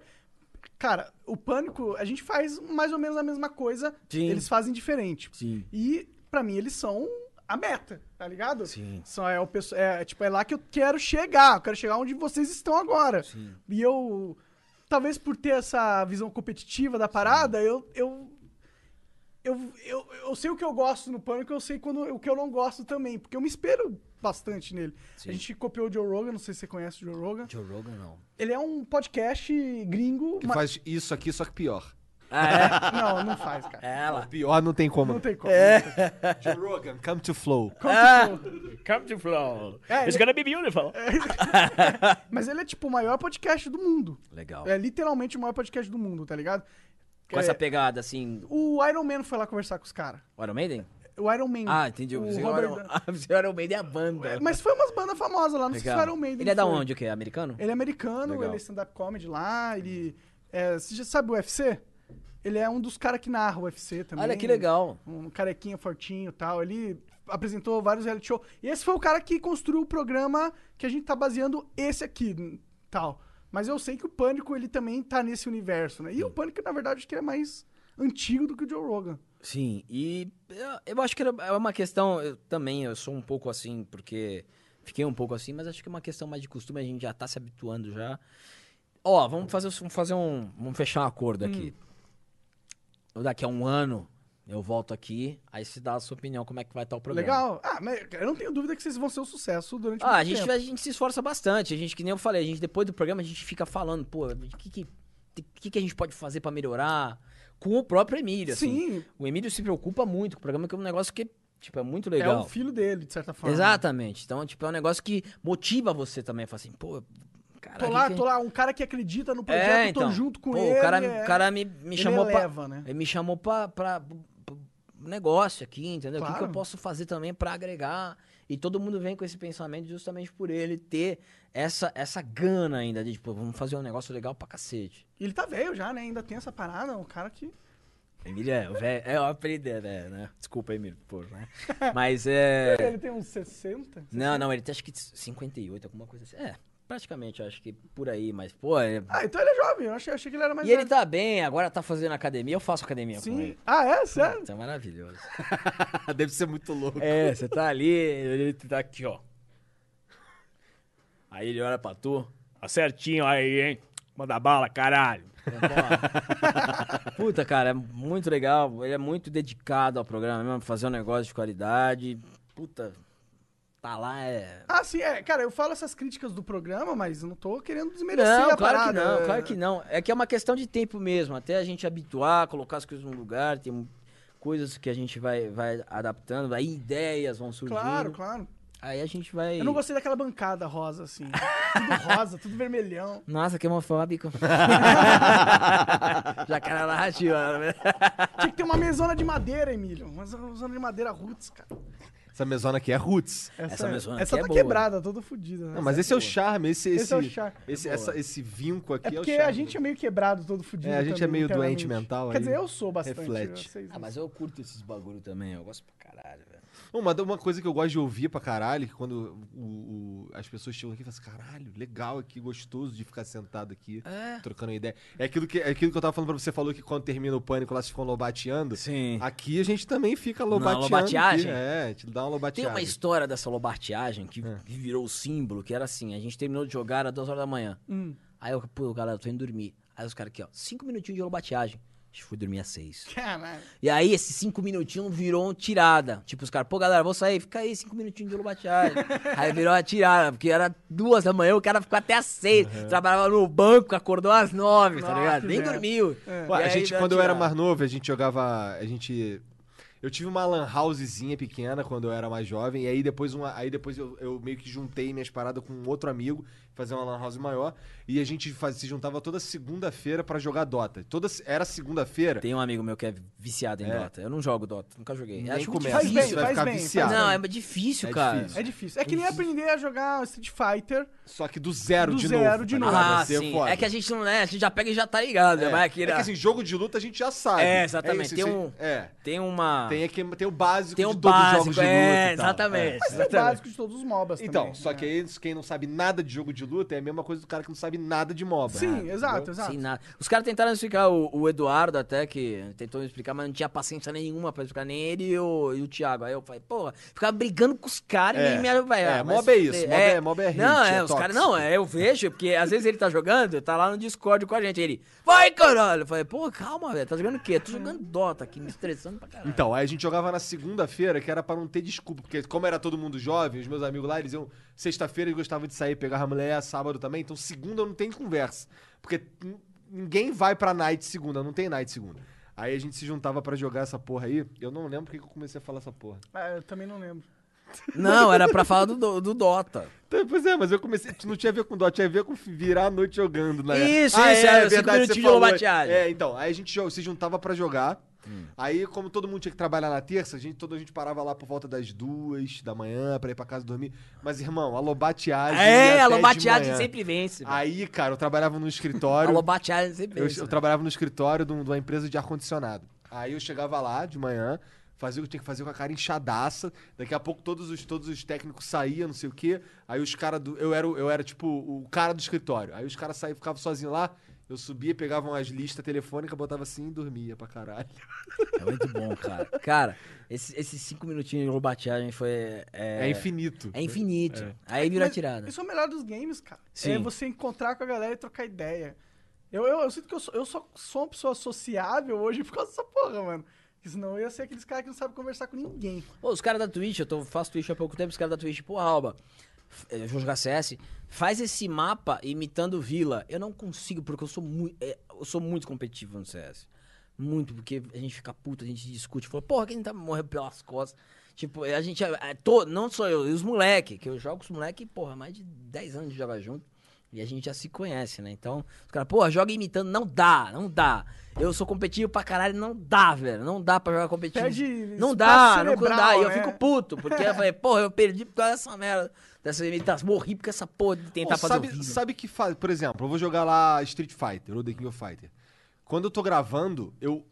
S1: Cara, o pânico, a gente faz mais ou menos a mesma coisa.
S4: Sim.
S1: Eles fazem diferente.
S4: Sim.
S1: E, pra mim, eles são a meta, tá ligado?
S4: Sim.
S1: São, é, o, pesso- é, tipo, é lá que eu quero chegar. Eu quero chegar onde vocês estão agora.
S4: Sim.
S1: E eu. Talvez por ter essa visão competitiva da parada, eu. eu eu, eu, eu sei o que eu gosto no Pânico, eu sei quando, o que eu não gosto também, porque eu me espero bastante nele. A gente copiou o Joe Rogan, não sei se você conhece o Joe Rogan.
S4: Joe Rogan, não.
S1: Ele é um podcast gringo,
S2: Que
S1: mas...
S2: faz isso aqui, só que pior.
S4: Ah,
S1: Não, não faz,
S4: *laughs*
S1: cara.
S4: é? Ela.
S2: Pior não tem como.
S1: Não *laughs* tem como. É.
S2: Joe Rogan, come to flow.
S5: Come to flow.
S1: É,
S5: It's gonna be beautiful.
S1: Mas ele *laughs* é tipo o maior podcast do mundo.
S4: Legal.
S1: É literalmente o maior podcast do mundo, tá ligado? É,
S4: Com essa pegada, assim.
S1: O Iron Man foi lá conversar com os caras.
S4: Iron Maiden?
S1: O Iron Man.
S4: Ah, entendi.
S1: O
S4: O senhor
S1: Robert
S4: Iron,
S1: Dan-
S4: Ah, *laughs* o senhor Iron Maiden é a banda.
S1: Mas foi umas bandas famosas lá, não sei se
S4: Legal.
S1: foi Iron Man.
S4: Ele é da onde, o quê? Americano?
S1: Ele é americano,
S4: Legal.
S1: ele é stand-up comedy lá, ele... é, você já sabe o UFC? Ele é um dos caras que narra o UFC também.
S4: Olha que legal.
S1: um carequinha fortinho e tal. Ele apresentou vários reality shows. E esse foi o cara que construiu o programa que a gente tá baseando esse aqui, n- tal. Mas eu sei que o Pânico, ele também tá nesse universo, né? E o Pânico, na verdade, acho que ele é mais antigo do que o Joe Rogan.
S4: Sim, e eu, eu acho que era- é uma questão, eu também, eu sou um pouco assim, porque fiquei um pouco assim, mas acho que é uma questão mais de costume, a gente já tá se habituando já. Ó,
S1: Hum.
S4: vamos fazer, vamos fazer um, vamos fechar um acordo aqui. Daqui a um ano, Eu volto aqui, aí se dá a sua opinião como é que vai estar o programa.
S1: Legal. Ah, mas eu não tenho dúvida que vocês vão ser um sucesso durante
S4: Ah,
S1: muito
S4: a gente,
S1: tempo.
S4: a gente se esforça bastante. A gente, que nem eu falei, a gente depois do programa a gente fica falando, pô, o que que, que que a gente pode fazer pra melhorar? Com o próprio Emílio, assim.
S1: Sim,
S4: O Emílio se preocupa muito com o programa, que é um negócio que, tipo, é muito
S1: é
S4: legal.
S1: o né? filho dele, de certa forma.
S4: Exatamente. Então, tipo, é um negócio que motiva você também. Fala assim, pô, cara.
S1: Tô lá, tô lá, um cara que acredita no projeto,
S4: É, então.
S1: tô junto com
S4: pô,
S1: ele.
S4: o cara,
S1: é-
S4: o cara me, me
S1: ele
S4: chamou pra.
S1: eleva, né?
S4: Ele me chamou pra, pra, pra negócio aqui, entendeu? O que que,
S1: Claro.
S4: eu posso fazer também pra agregar? E todo mundo vem com esse pensamento justamente por ele ter essa, essa gana ainda de, tipo, vamos fazer um negócio legal pra cacete.
S1: E Ele tá velho já, né? Ainda tem essa parada, um cara que...
S4: Emílio é, o velho- é o apelido, dele, né? Desculpa, Emílio, por,
S1: *laughs*
S4: né? Mas é.
S1: Ele tem uns 60?
S4: Não, não, ele tem acho que 58, alguma coisa assim. É, praticamente, eu acho que por aí, mas, pô. é-
S1: Ah, então ele é jovem, eu achei, achei que ele era mais
S4: E ele
S1: velho.
S4: tá bem, agora tá fazendo academia, eu faço academia com
S1: Sim.
S4: ele.
S1: Ah, é? Sério?
S4: Isso é maravilhoso.
S2: *laughs* Deve ser muito louco.
S4: É, você tá ali, ele tá aqui, ó.
S5: Aí ele olha pra tu. Tá certinho aí, hein? Manda bala, caralho.
S1: *laughs*
S4: Puta, cara, é muito legal. Ele é muito dedicado ao programa mesmo, fazer um negócio de qualidade. Puta, tá lá é.
S1: Ah, sim, é. Cara, eu falo essas críticas do programa, mas não tô querendo desmerecer
S4: Não,
S1: a
S4: claro que
S1: parada. né?
S4: não, claro que não. É que é uma questão de tempo mesmo, até a gente habituar, colocar as coisas no lugar, tem coisas que a gente vai, vai adaptando, aí ideias vão surgindo.
S1: Claro, claro.
S4: Aí a gente vai.
S1: Eu não gostei daquela bancada rosa, assim. tudo rosa, tudo vermelhão.
S4: Nossa, que homofóbico.
S1: *laughs*
S4: Jacaré narrativa, né?
S1: Tinha que ter uma mesona de madeira, Emílio. Uma mesona de madeira roots, cara.
S2: Essa mesona aqui é Roots.
S1: Essa,
S4: mesona
S1: essa tá
S4: aqui é boa.
S1: quebrada, toda fodida. né?
S2: Não, mas esse é o charme, esse, esse,
S1: Esse é o charme.
S2: Esse, essa- esse vinco aqui
S1: É
S2: é, o
S1: porque
S2: charme.
S1: a gente é meio quebrado, todo fudido.
S2: É, a gente
S1: também,
S2: é meio
S1: internamente.
S2: doente mental
S1: Quer
S2: aí.
S1: dizer, eu sou bastante.
S2: Reflete.
S1: vocês não
S4: Ah, mas eu curto esses bagulho também, eu gosto pra caralho, velho.
S2: Uma, uma coisa que eu gosto de ouvir pra caralho, que quando o- o- as pessoas chegam aqui e falam assim, caralho, legal aqui, gostoso de ficar sentado aqui, trocando ideia. É aquilo, que, é aquilo que eu tava falando pra você, falou que quando termina o pânico lá se ficam lobateando.
S4: Sim.
S2: Aqui a gente também fica
S1: é
S2: lobateando.
S4: lobateagem?
S2: aqui. É, a gente dá uma
S4: Tem
S2: lobateada.
S4: uma história dessa lobarteagem que,
S2: É.
S4: que virou o símbolo, que era assim, a gente terminou de jogar, era duas horas da manhã.
S1: Hum.
S4: Aí eu, pô, galera, eu tô indo dormir. Aí os caras aqui, ó, cinco minutinhos de lobateagem. Acho que fui dormir às seis.
S1: Caralho.
S4: E aí, esses cinco minutinhos virou uma tirada. Tipo, os caras, pô, galera, vou sair, fica aí cinco minutinhos de lobateagem.
S1: *laughs*
S4: aí virou uma tirada, porque era duas da manhã, o cara ficou até às seis. Trabalhava no banco, acordou às nove, tá
S1: Ah,
S4: ligado?
S1: que
S4: Nem
S1: merda.
S4: dormiu.
S1: É.
S2: Pô,
S4: E
S2: a
S4: aí
S2: gente,
S4: virou
S2: quando eu era
S4: tirada.
S2: mais novo, a gente jogava. A gente. Eu tive uma lan housezinha pequena quando eu era mais jovem, e aí depois, uma, aí depois eu, eu meio que juntei minhas paradas com um outro amigo, fazer uma lan house maior, e a gente faz- se juntava toda segunda-feira pra jogar Dota. Toda, se- era segunda-feira,
S4: Tem um amigo meu que é viciado em Dota. Eu não jogo Dota, nunca joguei.
S2: nem
S4: Acho muito
S2: começa,
S1: Faz bem,
S2: você vai
S1: faz
S2: ficar
S1: bem, faz
S2: viciado.
S4: Não, é difícil,
S2: É
S4: cara.
S2: difícil.
S1: É difícil. É que nem aprender a jogar Street Fighter.
S2: Só que do zero
S1: Do
S2: de
S1: zero
S2: novo.
S1: de
S2: tá
S1: novo.
S2: ligado?
S4: Ah,
S2: Vai ser
S4: sim.
S2: foda.
S4: É que a gente não, né? A gente já pega e já tá ligado,
S2: É.
S4: né? Mas aqui,
S2: É que
S4: né?
S2: assim, jogo de luta a gente já sabe.
S4: É, exatamente.
S2: isso,
S4: Tem
S2: isso-
S4: um-
S2: É.
S4: Tem uma.
S2: Tem, aqui, tem o básico
S4: Tem
S2: de
S4: um
S2: todos os jogos
S4: básico,
S2: de luta.
S4: é,
S2: e tal.
S4: exatamente.
S1: Mas é o básico de todos os MOBAs
S2: Então,
S1: também. né?
S2: só que aí, quem não sabe nada de jogo de luta é a mesma coisa do cara que não sabe nada de É. MOBA.
S1: Sim, exato, *laughs* exato.
S4: Sem nada. Os caras tentaram explicar, o, o Eduardo até que tentou me explicar, mas não tinha paciência nenhuma pra explicar, nem ele e o, e o Thiago. Aí eu falei, porra, ficava brigando com os caras
S2: É.
S4: e nem me vai,
S2: É,
S4: ah,
S2: mob
S4: vai
S2: é
S4: se
S2: isso,
S4: fuder.
S2: mob é- mob é hate,
S4: Não,
S2: é
S4: é, os caras,
S2: tóxico.
S4: não, é, eu vejo, porque às vezes ele tá jogando, tá lá no Discord com a gente, ele, vai caralho. Eu falei, pô, calma, velho, tá jogando o quê? Tô jogando Dota aqui, me estressando pra caralho.
S2: Então, aí a gente jogava na segunda-feira, que era pra não ter desculpa, porque como era todo mundo jovem, os meus amigos lá, eles iam sexta-feira eles gostavam de sair, pegar a mulher, sábado também, então segunda não tem conversa. Porque n- ninguém vai pra night segunda, não tem night segunda. Aí a gente se juntava pra jogar essa porra aí. Eu não lembro porque que eu comecei a falar essa porra.
S1: Ah, eu também não lembro.
S4: Não, era pra falar do, do, do Dota.
S2: Então, pois é, mas eu comecei. Não tinha a ver com dó, tinha a ver com virar a noite jogando, né?
S4: Isso, isso, é, era cinco minutinhos
S2: você
S4: de
S2: falou.
S4: lobateagem.
S2: É, então, aí a gente jo- se juntava pra jogar. Aí, como todo mundo tinha que trabalhar na terça, a gente, toda a gente parava lá por volta das duas da manhã pra ir pra casa dormir. Mas, irmão, a lobateagem. ia
S4: É,
S2: até
S4: a
S2: de
S4: Lobateagem
S2: manhã.
S4: sempre vence. velho.
S2: Aí, cara, eu trabalhava no
S4: A
S2: escritório.
S4: Lobateagem sempre
S2: Eu,
S4: vence.
S2: eu
S4: velho.
S2: trabalhava no escritório de, um- de uma empresa de ar-condicionado. Aí eu chegava lá de manhã, fazia o que tinha que fazer com a cara inchadaça. Daqui a pouco todos os, todos os técnicos saíam, não sei o quê. Aí os caras do. Eu era, o- eu era tipo o cara do escritório. Aí os caras saíam, ficavam sozinhos lá. Eu subia, pegava umas listas telefônicas, botava assim e dormia pra caralho.
S4: É muito bom, cara. Cara, esse- esses cinco minutinhos de lobateagem foi.
S2: É,
S4: É,
S2: infinito.
S4: é infinito. Aí virou a
S1: Mas
S4: tirada.
S1: Isso é o melhor dos games, cara.
S4: Sim.
S1: É você encontrar com a galera e trocar *laughs* ideia. Eu, eu, eu sinto que eu, sou, eu sou, sou uma pessoa sociável hoje por causa dessa porra, mano. Porque Senão eu ia ser aqueles caras que não sabem conversar com ninguém.
S4: Pô, os caras da Twitch, eu tô, faço Twitch há pouco tempo, os caras da Twitch, pô, Alba, f- eh, vou jogar CS, faz esse mapa imitando vila. Eu não consigo, porque eu sou muito. eu sou muito competitivo no CS. Muito, porque a gente fica puto, a gente discute, fala, porra, quem tá morrendo pelas costas? Tipo, eh, a gente. eh, eh, to- não só eu, e os moleque, que eu jogo com os moleque, porra, mais de 10 anos de jogar junto. E a gente já se conhece, né? Então, os caras, porra, joga imitando, não dá, não dá. Eu sou competitivo pra caralho, não dá, velho. Não dá pra jogar competitivo.
S1: Perde
S4: não
S1: espaço
S4: dá, não
S1: cerebral,
S4: dá. E eu
S1: né?
S4: fico puto, porque eu falei, porra, eu perdi por causa dessa merda, dessa imitação. Morri porque essa porra de tentar
S2: Pô,
S4: fazer o
S2: sabe,
S4: tá vídeo.
S2: sabe que faz. Por exemplo, eu vou jogar lá Street Fighter ou The King of Fighter. Quando eu tô gravando, eu.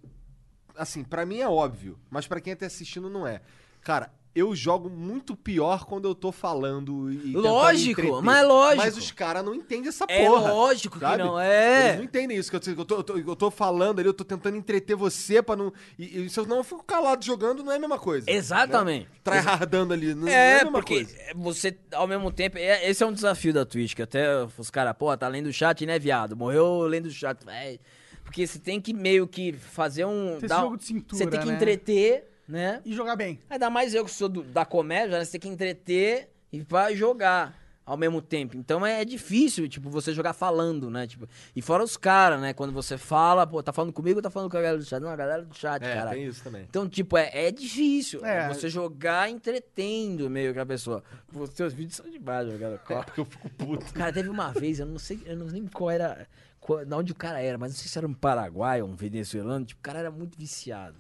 S2: Assim, pra mim é óbvio, mas pra quem tá assistindo não é. Cara, eu jogo muito pior quando eu tô falando e. tentando
S4: Lógico,
S2: entreter.
S4: mas é lógico.
S2: Mas os caras não entendem essa
S4: É
S2: porra.
S4: lógico que
S2: sabe?
S4: não, é.
S2: Eles não entendem isso. Que eu, eu tô, eu, tô, eu tô falando ali, eu tô tentando entreter você pra não. E, e se eu não eu fico calado jogando, não é a mesma coisa.
S4: Exatamente.
S2: Né? Tryhardando ali, não, não é a
S4: É,
S2: mesma
S4: porque
S2: coisa.
S4: você, ao mesmo tempo. é- esse é um desafio da Twitch, que até os caras, pô, tá lendo o chat, né, viado? Morreu lendo o chat. É, porque você tem que meio que fazer um.
S1: Ter esse
S4: dar-
S1: jogo de cintura,
S4: Você tem que
S1: né?
S4: entreter, né?
S1: E jogar bem.
S4: Ainda mais eu que sou do- da comédia, né? você tem que entreter e vai jogar ao mesmo tempo. Então é, é difícil, tipo, você jogar falando, né? Tipo, e fora os caras, né? Quando você fala, pô, tá falando comigo ou tá falando com a galera do chat? Não, a galera do chat,
S2: É,
S4: cara.
S2: tem isso também.
S4: Então, tipo, é, é difícil
S1: É.
S4: né? você jogar entretendo meio que a pessoa. Pô, os seus vídeos são demais, jogando
S2: É
S4: copa.
S2: porque eu fico puto.
S4: *laughs* Cara, teve uma vez, eu não sei, eu não lembro qual era, qual, de onde o cara era, mas não sei se era um paraguaio, um venezuelano, tipo, o cara era muito viciado.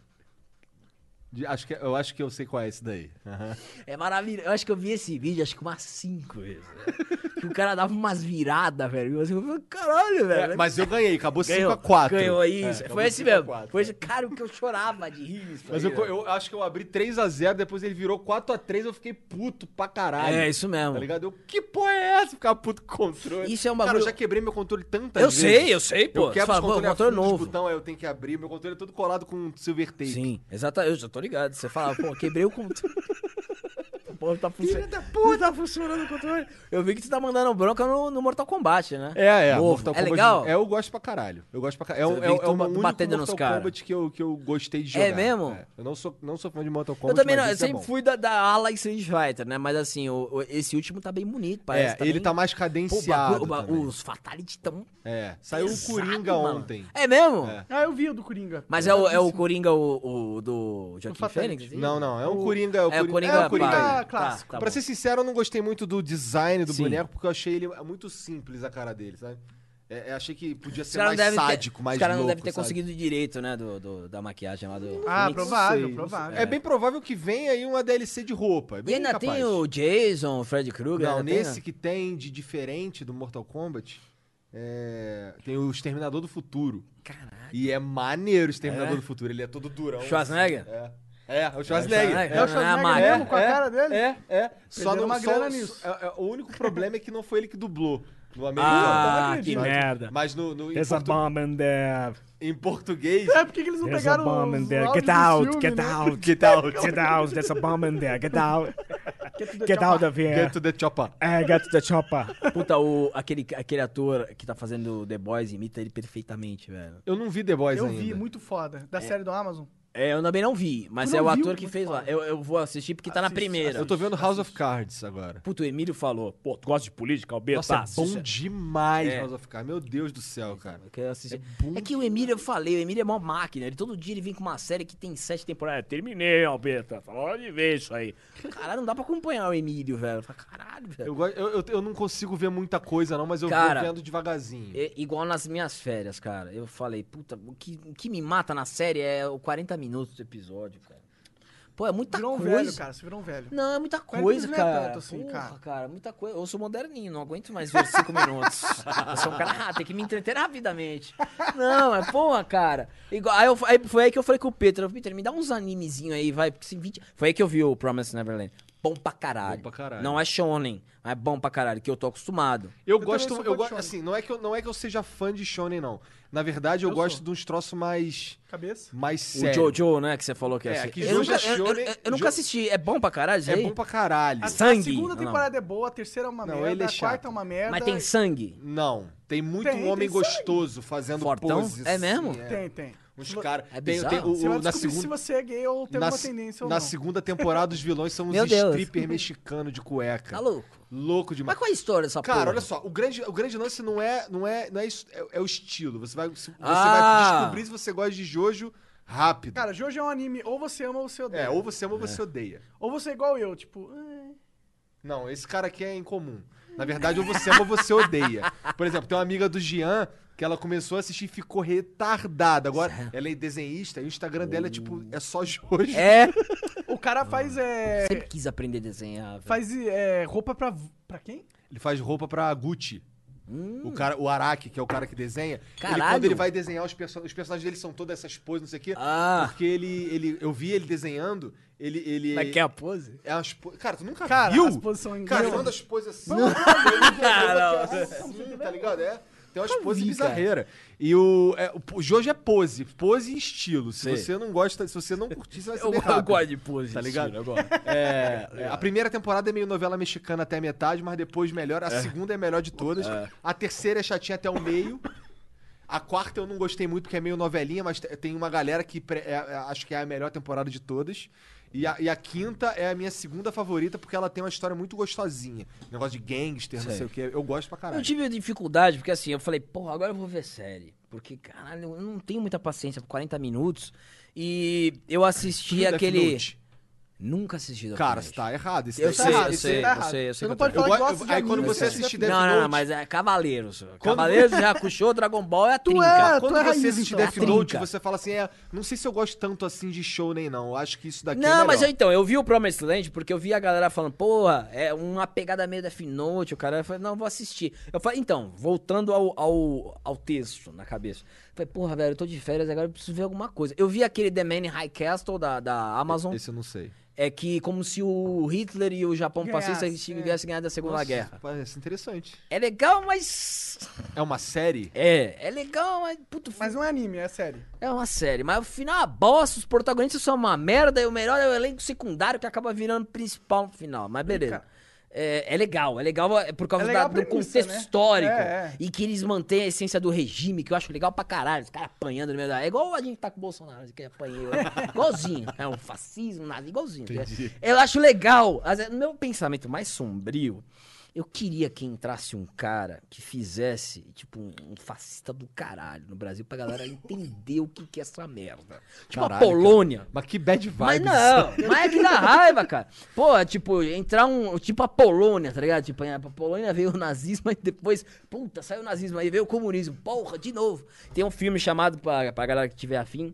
S2: De- Acho que, eu acho que eu sei qual é esse daí.
S4: *laughs*
S2: Aham.
S4: É maravilhoso. Eu acho que eu vi esse vídeo, acho que umas cinco vezes. velho. que o cara dava umas viradas, velho. E você falou, caralho, velho.
S2: É, mas eu ganhei, acabou
S4: né? Ganhou,
S2: 5x4.
S4: Ganhou é isso.
S2: acabou
S4: Foi esse
S2: 5 É, a
S4: mesmo.
S2: 4.
S4: Foi esse cara que eu chorava de rir. isso
S2: Mas
S4: aí,
S2: eu,
S4: velho.
S2: eu acho que eu abri 3x0, depois ele virou 4x3, eu fiquei puto pra caralho.
S4: É, isso mesmo.
S2: Tá ligado? Eu, que porra é essa? Ficar puto com o controle.
S4: Isso é um
S2: Cara,
S4: bagulho-
S2: eu já quebrei meu controle tantas
S4: Eu
S2: vezes.
S4: sei, eu sei, pô.
S2: Eu
S4: Você
S2: quebro
S4: fala,
S2: os
S4: pô, o
S2: controles
S4: motor é
S2: afunda os
S4: novo.
S2: botão, aí eu tenho que abrir. Meu controle é todo colado com silver tape.
S4: Sim, exatamente. Eu já tô ligado. Você fala, pô, quebrei o *laughs* controle. Pô, tá
S2: Filha
S4: funcionando.
S2: da puta!
S4: Tá funcionando o controle. Eu vi que tu tá mandando bronca no, no Mortal Kombat, né?
S2: É, é.
S4: Novo.
S2: Mortal
S4: é
S2: Kombat-
S4: legal?
S2: É, eu gosto pra caralho. Eu gosto pra caralho. É,
S4: Você
S2: o-
S4: vê
S2: é, o-
S4: que
S2: é
S4: tu
S2: o único
S4: batendo nos
S2: Mortal
S4: cara.
S2: Kombat que eu, que eu gostei de jogar.
S4: É mesmo?
S2: Eu não sou, não sou fã de Mortal
S4: Eu
S2: Kombat,
S4: também
S2: mas
S4: não, eu
S2: esse é
S4: sempre
S2: bom.
S4: fui da, da ala Street Fighter, né? Mas assim, o- o- esse último tá bem bonito, parece.
S2: É, ele
S4: bem-
S2: tá mais
S4: Pô,
S2: cadenciado.
S4: o bagulho-
S2: também.
S4: os Fatality tão.
S2: É, saiu o
S4: pesado,
S2: Coringa
S4: mano.
S2: ontem.
S4: É mesmo?
S2: É.
S1: Ah, eu vi o do Coringa.
S4: Mas é o, é o Coringa o, o do Joaquim
S1: Fatality.
S4: Fênix?
S2: Não, não, é um Coringa. É, um
S4: É o Coringa,
S2: é um Coringa
S4: pá.
S2: aí.
S4: Tá,
S1: clássico.
S4: tá
S2: pra
S4: bom.
S2: ser sincero, eu não gostei muito do design do
S4: Sim.
S2: boneco, porque eu achei ele muito simples a cara dele, sabe? É, é, achei que podia
S4: Os
S2: ser
S4: caras não
S2: mais
S4: devem
S2: sádico,
S4: ter,
S2: mais
S4: os caras não
S2: louco,
S4: devem ter
S2: sabe?
S4: conseguido direito, né? Do, do- da maquiagem lá do.
S1: Ah,
S4: Fênix.
S2: Não sei,
S1: provável,
S2: não sei.
S1: provável.
S2: É. bem provável que venha aí uma DLC de roupa. É
S4: E
S2: bem
S4: ainda
S2: capaz.
S4: tem o Jason, o Fred Krueger.
S2: Não,
S4: ainda tem,
S2: nesse
S4: né?
S2: que tem de diferente do Mortal Kombat, é, tem o Exterminador do Futuro.
S4: Caralho.
S2: E é maneiro o Exterminador
S4: É?
S2: do Futuro, ele é todo durão.
S4: Schwarzenegger?
S2: assim. É. É, é o Schwarzenegger.
S4: Schwarzenegger.
S1: É o Schwarzenegger
S4: É,
S1: mesmo, com a cara dele?
S2: É, é.
S1: Perderam
S2: Só não,
S1: uma
S2: só-
S1: grana
S2: só-
S1: nisso.
S2: é- é- o único problema é que não foi ele que dublou. No americano.
S4: Ah,
S1: acredito.
S4: que
S2: Mas-
S4: merda.
S2: Mas no, no- em,
S6: There's a
S2: portu-
S6: bomb in
S5: é
S6: there.
S2: em português.
S1: *laughs* É porque que eles não
S6: There's a
S1: pegaram
S6: bomb in
S1: os
S6: there.
S1: áudios
S6: Get
S1: do
S6: out,
S1: filme,
S6: get
S1: né?
S4: *laughs*
S6: out.
S2: Get out.
S6: Get out, there's a bomb in there. Get out.
S1: Get to the
S6: Get out
S1: chopper.
S6: of here.
S2: Get to the chopper.
S6: *laughs* Eh, get to the chopper.
S4: Puta, o, aquele, aquele ator que tá fazendo The Boys imita ele perfeitamente, velho.
S2: Eu não vi The Boys
S1: Eu
S2: ainda.
S1: vi, muito foda. Da série do Amazon.
S4: É, eu também não vi, mas
S1: Tu
S4: é
S1: não
S4: o
S1: viu?
S4: ator que
S1: Muito
S4: fez lá.
S1: foda.
S4: Eu, eu vou assistir porque tá na primeira.
S2: Eu tô vendo House of Cards agora.
S4: Puta, o Emílio falou. Pô, tu gosta de política, Alberto?
S2: Nossa, é
S4: Assiste.
S2: bom demais
S4: É.
S2: House of Cards. Meu Deus do céu, cara.
S4: Eu quero assistir. É, que o Emílio, eu falei, o Emílio é mó máquina. Ele todo dia ele vem com uma série que tem sete temporadas. Terminei, Alberto. Fala de vez isso aí. Caralho, não dá pra acompanhar o Emílio, velho. Eu falo, Caralho, velho.
S2: Eu, go- eu, eu, eu não consigo ver muita coisa, não, mas eu
S4: Cara,
S2: vou vendo devagarzinho.
S4: É, igual nas minhas férias, cara. Eu falei, puta, o que, o que me mata na série é o 40 minutos do episódio, cara. Pô, é muita
S1: Virou um
S4: coisa.
S1: velho, cara. Você virou um velho.
S4: Não, é muita
S1: 40
S4: coisa,
S1: minutos não é
S4: cara.
S1: tanto assim,
S4: Porra, cara.
S1: cara.
S4: muita coisa. Eu sou moderninho, não aguento mais ver cinco minutos. Eu sou um cara, ah, tem que me entreter rapidamente. Não, é porra, cara. Igual- aí, eu- aí foi aí que eu falei com o Peter, eu falei, Peter, me dá uns animezinhos aí, vai. Porque se 20... Foi aí que eu vi o Promise Neverland. Bom pra caralho.
S2: Bom pra caralho.
S4: Não é shonen, mas é bom pra caralho, que eu tô acostumado.
S2: Eu,
S1: também
S2: gosto,
S1: sou fã
S2: eu
S1: de
S2: gosto,
S1: shonen.
S2: assim, não é, que eu, não é que eu seja fã de shonen, não. Na verdade, eu,
S1: Eu
S2: gosto
S1: sou.
S2: de uns troços mais,
S1: Cabeça.
S2: mais
S4: O
S2: sérios.
S4: Jojo, né, que você falou que
S2: É,
S4: ia assistir.
S2: que Jojo
S4: eu, nunca,
S2: é
S4: eu- eu-
S2: shonen,
S4: eu- eu nunca
S2: Jo-
S4: assisti. É bom pra caralho isso
S2: É
S4: aí?
S2: bom pra caralho.
S1: A, a
S4: sangue.
S1: segunda
S4: Ah, não.
S1: temporada é boa, a terceira é uma
S2: Não,
S1: merda,
S2: ele é
S1: a quarta
S2: chato.
S1: é uma merda.
S4: Mas tem sangue?
S2: Não, tem muito
S1: Tem, tem
S2: homem
S1: sangue.
S2: gostoso fazendo
S4: Fortão?
S2: poses.
S4: É mesmo?
S2: assim,
S1: Tem, tem.
S2: Uns caras.
S4: É
S2: tem,
S4: bizarro.
S2: tem o-
S1: Você
S2: o-
S1: vai
S2: na
S1: descobrir se
S2: segunda,
S1: você é gay ou tem
S2: na,
S1: alguma
S2: se-
S1: tendência ou
S2: na
S1: não.
S2: segunda temporada, os vilões
S4: *laughs*
S2: são uns
S4: Meu Deus.
S2: stripper mexicano de cueca.
S4: Maluco.
S2: Louco demais.
S4: Tá Mas qual é a história dessa
S2: Cara,
S4: porra?
S2: olha só, o grande, o grande lance não é, não é, não é, isso- é, é o estilo. Você vai, se- você
S4: Ah.
S2: vai descobrir se você gosta de Jojo rápido.
S1: Cara, Jojo é um anime, ou você ama ou você odeia.
S2: é, ou você ama ou você odeia.
S1: Ou você é igual eu, tipo... "Ah,
S2: Não, esse cara aqui é incomum. Na verdade, ou você ama ou você odeia. Por exemplo, tem uma amiga do Jean que ela começou a assistir e ficou retardada. Agora, ela é desenhista e o Instagram dela é tipo, é só Jojo.
S4: É,
S1: O cara faz, é...
S4: sempre quis aprender a desenhar. velho.
S1: Faz é, roupa pra... Pra quem?
S2: Ele faz roupa pra Gucci. O, cara, o Araki, que é o cara que desenha. Ele,
S4: Hum. Caralho!
S2: quando ele vai desenhar os, perso os personagens dele, são todas essas poses, não sei o quê.
S4: Ah.
S2: Porque ele, ele. Eu vi ele desenhando. Ele. ele
S4: Mas que é a pose?
S2: é umas po- Cara, tu nunca
S1: Cara,
S2: viu?
S1: as poses são
S2: Cara, ele
S1: engraçadas.
S2: manda as poses assim. *laughs*
S7: *laughs*
S2: Não,
S7: Ah,
S2: assim, tá ligado? É. Tem umas poses bizarreiras. E o, é, o- o Jojo é pose. Pose e estilo. Se
S7: Sei.
S2: você não gosta, se você não curtir, você vai
S4: é
S7: Eu,
S2: saber
S7: eu
S2: rápido.
S7: gosto de pose.
S2: Tá ligado?
S7: Agora.
S2: É, é, a primeira temporada é meio novela mexicana até a metade, mas depois melhora. A segunda é a melhor de todas. A terceira é chatinha até o meio. A quarta eu não gostei muito, porque é meio novelinha, mas te- tem uma galera que pre- é- é- acho que é a melhor temporada de todas. E a, e a quinta é a minha segunda favorita, porque ela tem uma história muito gostosinha. Negócio de gangster, não sei o que. Eu gosto pra
S4: Eu
S2: caralho.
S4: tive dificuldade, porque assim, eu falei, porra, agora eu vou ver série. Porque, caralho, eu não tenho muita paciência por 40 minutos. E eu assisti
S2: Death
S4: aquele.
S2: Note.
S4: Nunca assisti Death
S2: Cara,
S4: Note.
S2: você tá errado. Esse
S4: Eu
S2: daí tá
S4: sei,
S2: errado,
S4: eu
S2: esse
S4: sei,
S2: daí tá
S4: eu
S2: errado.
S4: sei, eu sei.
S1: Você não
S4: que eu
S1: pode
S4: tô-
S1: falar que
S2: Eu go-
S1: gosta de
S2: aí
S1: anime.
S2: quando você
S1: né?
S2: assistir
S4: não,
S2: Death
S4: não, não,
S2: Note-
S4: mas é Cavaleiros.
S2: Quando-
S4: Cavaleiros, Yakusho, Dragon Ball é a
S1: Tu
S4: trinca.
S1: é, tu
S2: Quando
S1: é
S2: você
S1: raiz,
S2: assiste
S1: então.
S2: Death Note,
S4: Trinca.
S2: você fala assim, é, não sei se eu gosto tanto assim de show nem não. Eu acho que isso daqui é
S4: Não,
S2: melhor.
S4: mas eu, então, eu vi o Promised Land porque eu vi a galera falando, porra, é uma pegada meio Death Note, o cara falou, não, vou assistir. Eu falei, então, voltando ao, ao, ao texto na cabeça. Eu falei, porra, velho, eu tô de férias agora, eu preciso ver alguma coisa. Eu vi aquele The Man in High Castle da, da Amazon,
S2: Esse eu não sei.
S4: é que como se o Hitler e o Japão
S1: Ganhasse,
S4: fascista tivessem ganhado a Segunda
S2: Nossa,
S4: Guerra.
S2: Parece interessante.
S4: É legal, mas...
S2: É uma série?
S4: É, é legal, mas... Puto,
S1: Mas não é anime, é série.
S4: é uma série, mas o final é uma bosta, os protagonistas são uma merda e o melhor é o elenco secundário que acaba virando principal no final, mas beleza. É, é legal, é legal é por causa
S1: É legal
S4: da-
S1: a
S4: do
S1: premissa,
S4: contexto
S1: né?
S4: histórico
S1: É, é.
S4: e que eles mantêm a essência do regime, que eu acho legal pra caralho, os caras apanhando no meio da... É igual a gente tá com o Bolsonaro, que apanhou, né?
S1: *laughs*
S4: igualzinho, é um fascismo, nada, igualzinho. é. Eu acho legal, mas é- meu pensamento mais sombrio... Eu queria que entrasse um cara que fizesse, tipo, um um fascista do caralho no Brasil pra galera entender o que, que é essa merda. Tipo
S2: Caralho,
S4: a Polônia.
S2: Mas que bad vibes.
S4: Mas não, mas é que dá raiva, cara. Pô, tipo, entrar um. Tipo a Polônia, tá ligado? Tipo, a Polônia veio o nazismo e depois. Puta, saiu o nazismo aí, veio o comunismo. Porra, de novo. Tem um filme chamado, pra, pra galera que tiver afim,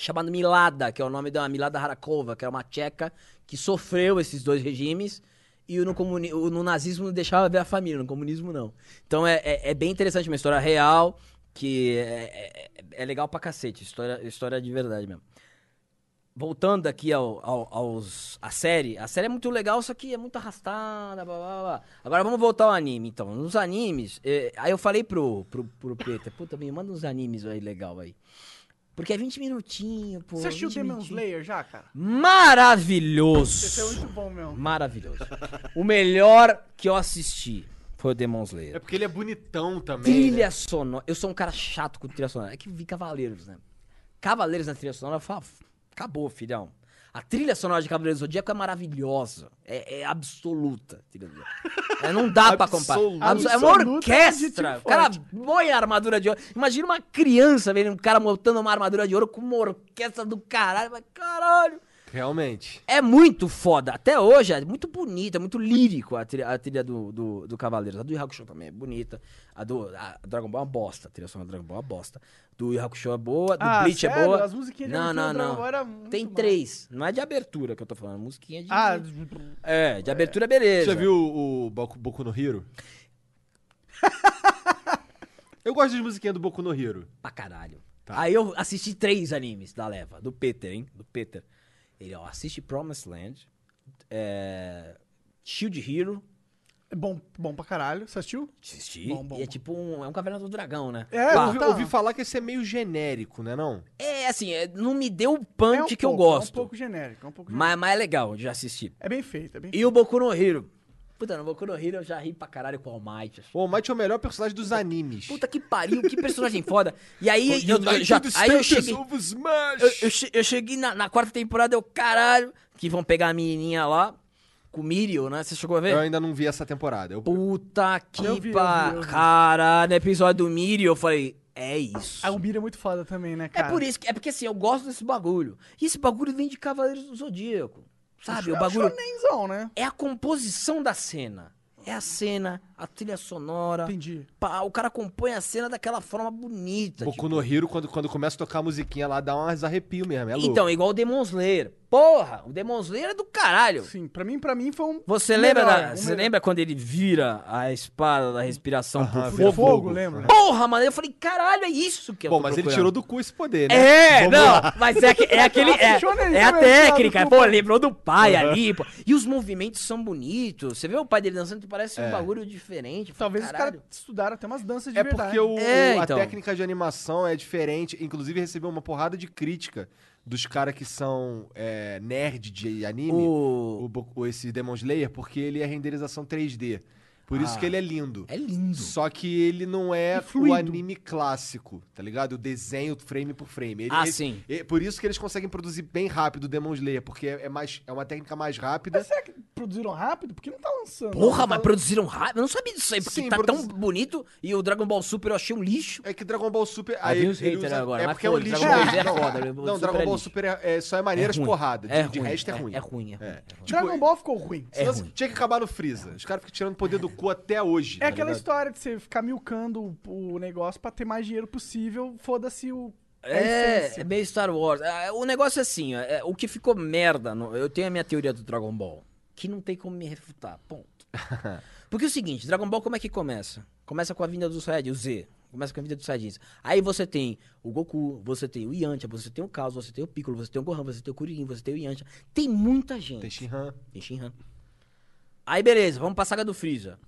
S4: chamado Milada, que é o nome da Milada Harakova, que era uma tcheca que sofreu esses dois regimes. E o no, comuni- o no nazismo não deixava ver a família, no comunismo não. Então é, é, é bem interessante, uma história real, que é, é- é legal pra cacete, história, história de verdade mesmo voltando aqui ao, ao- aos, à série, a série é muito legal, só que é muito arrastada, blá blá blá. Agora vamos voltar ao anime, então. Nos animes, eh, aí eu falei pro, pro, pro Peter, puta, me manda uns animes aí legal aí. Porque é 20 minutinhos, pô.
S1: Você assistiu
S4: 20
S1: Demon
S4: minutinhos.
S1: Slayer já, cara? Esse é
S4: Maravilhoso!
S1: muito bom, meu.
S4: Maravilhoso. O melhor que eu assisti foi o Demon Slayer.
S2: É porque ele é bonitão também. né?
S4: Trilha sonora. Eu sou um cara chato com trilha sonora. É que vi Cavaleiros, né? Cavaleiros na trilha sonora, eu falo, acabou, filhão. A trilha sonora de Cavaleiros do Zodíaco é maravilhosa. É, é absoluta. a trilha do Zodíaco. É, não dá pra comparar.
S2: Absoluta.
S4: Abso- é
S1: Absoluta é um
S4: uma orquestra.
S1: adjetivo
S4: O cara
S1: forte.
S4: põe a armadura de ouro. Imagina uma criança vendo um cara montando uma armadura de ouro com uma orquestra do caralho. Mas, caralho.
S2: né? Realmente.
S4: É muito foda. Até hoje é muito bonita, é muito lírico a trilha, a trilha do, do, do Cavaleiros. A do Yu Hakusho também é bonita. A do a Dragon Ball é uma bosta. A trilha sonora do Dragon Ball é uma bosta. Do Yu Hakusho é boa, do
S1: Ah,
S4: Bleach
S1: sério?
S4: é boa.
S1: As musiquinhas de
S4: não,
S1: abertura
S4: não,
S1: do Dragon
S4: não.
S1: Ball era muito
S4: Tem
S1: mal.
S4: três. Não é de abertura que eu tô falando. Musiquinha de.
S1: *laughs* Ah,
S4: é, de abertura é beleza.
S2: Já viu o, o Boku, Boku no *laughs* Hero? eu gosto das musiquinhas do Boku no Hero.
S4: Pra caralho. Aí eu assisti três animes da leva. Do Peter, hein? Do Peter. Ele, ó, assiste Promised Land. É... Shield Hero.
S1: é bom, bom pra caralho. Você assistiu?
S4: Assisti.
S1: Bom, bom,
S4: e é
S1: bom.
S4: tipo um. É um caverna do dragão, né?
S1: É,
S2: eu
S1: tá.
S2: ouvi, ouvi falar que esse é meio genérico, né não?
S4: É assim, é- não me deu o
S1: É um
S4: punch que eu
S1: pouco, É um
S4: gosto.
S1: pouco genérico, é um pouco genérico.
S4: mas, mas é legal de assistir.
S1: É bem feito, é bem feito.
S4: E o Boku no Hero. Puta, no Boku no Hero eu já ri pra caralho com o All Might. acho.
S2: O All Might é o melhor personagem dos animes.
S4: Puta que pariu, que personagem *laughs* foda. E aí eu, eu já, aí eu cheguei...
S1: um
S4: Eu, eu che- eu cheguei na, na quarta temporada, eu, caralho, que vão pegar a menininha lá, com o Mirio, né? Você chegou a ver?
S2: Eu ainda não vi essa temporada. Eu...
S4: Puta
S1: É, Eu vi,
S4: que
S1: eu vi, eu
S4: pariu.
S1: vi.
S4: Caralho, no episódio do Mirio, eu falei, é isso.
S1: A Umbira é muito foda também, né,
S4: É
S1: cara?
S4: por isso, que- é porque assim, eu gosto desse bagulho. E esse bagulho vem de Cavaleiros do Zodíaco. Sabe, o bagulho
S1: É um Shonenzão, né?
S4: é a composição da cena. É a cena, a trilha sonora.
S1: Entendi.
S4: pá, o cara compõe a cena daquela forma bonita. tipo
S2: Boku no Hero, quando, quando começa a tocar a musiquinha lá, dá umas arrepios mesmo, é louco.
S4: Então, igual o Demon Slayer. Porra, o Demon Slayer é do caralho.
S1: Sim, pra mim, pra mim foi um.
S4: Você
S1: um
S4: lembra
S1: melhor,
S4: da,
S1: um
S4: você
S1: melhor.
S4: lembra quando ele vira a espada da respiração
S2: vira
S4: por
S1: Fogo,
S4: Ah, fogo?
S1: fogo lembra?
S4: Porra, mano, eu falei, caralho, é isso que eu
S2: Bom,
S4: tô
S2: mas ele
S4: procurando.
S2: tirou do cu esse poder, né?
S4: É,
S2: Vamos
S4: não,
S2: lá.
S4: mas é, que- é
S2: *laughs*
S4: aquele. É,
S1: Nossa, Shonen,
S4: é a
S2: né,
S1: tá vendo?
S4: técnica,
S1: Sabe,
S4: pô,
S1: pô.
S4: lembrou do pai ali, pô. E os movimentos são bonitos. Você vê o pai dele dançando, parece um bagulho diferente. Eu falei,
S1: Talvez os
S4: caralho.
S1: caras estudaram até umas danças de
S2: É
S1: verdade.
S2: porque o,
S4: É,
S2: o- a
S4: então.
S2: técnica de animação é diferente. Inclusive, recebeu uma porrada de crítica dos caras que são é, nerd de anime,
S4: O-
S2: o Boku- esse Demon Slayer, porque ele é renderização 3D. Por isso que ele é lindo.
S4: É lindo.
S2: Só que ele não é
S1: fluido.
S2: o anime clássico, tá ligado? O desenho frame por frame. Ele-
S4: Ah,
S2: ele-
S4: sim.
S2: é por isso que eles conseguem produzir bem rápido o Demon Slayer, porque é, é mais, é uma técnica mais rápida.
S1: Mas será que produziram rápido? Porque não tá lançando.
S4: Porra, mas
S1: Tá-
S4: produziram rápido? Eu não sabia disso aí, porque
S2: Sim,
S4: tá
S2: produzi-
S4: tão bonito e o Dragon Ball Super eu achei um lixo.
S2: É que Dragon Ball Super.
S4: Ah, vi os
S2: ele
S4: haters agora,
S2: É
S4: mas
S2: porque é um
S4: foda,
S2: lixo.
S4: Dragon Ball Z é
S2: Não,
S4: foda, Dragon Ball
S2: Não,
S4: Super
S2: Dragon
S4: é
S2: Ball
S4: lixo.
S2: Super é, é- só é maneiras
S4: ruim,
S2: porrada. De,
S4: é
S2: de
S4: ruim,
S2: resto é, ruim.
S4: É ruim, é ruim.
S2: É. Tipo,
S1: Dragon Ball ficou ruim.
S4: É
S2: Nossa,
S4: ruim.
S2: tinha que acabar no Freeza. Os caras ficam tirando poder do cu até hoje.
S1: É
S2: tá
S1: aquela
S2: ligado?
S1: história de você ficar milcando o- o negócio pra ter mais dinheiro possível, foda-se o. a
S4: É, é
S1: essência.
S4: meio Star Wars. Ah, O negócio é assim, ó, é, o que ficou merda, no- eu tenho a minha teoria do Dragon Ball, que não tem como me refutar, *laughs* ponto. Porque é o seguinte, Dragon Ball como é que começa? Começa com a vinda do Saiyajin, o Z. Começa com a vinda do Saiyajins. Aí você tem o Goku, você tem o Yantia, você tem o Caos, você tem o Piccolo, você tem o Gohan, você tem o Kuririn, você tem o Yantia. Tem muita gente.
S2: Tem Shinhan.
S4: Tem Shinhan. Aí beleza, vamos pra saga do Freeza.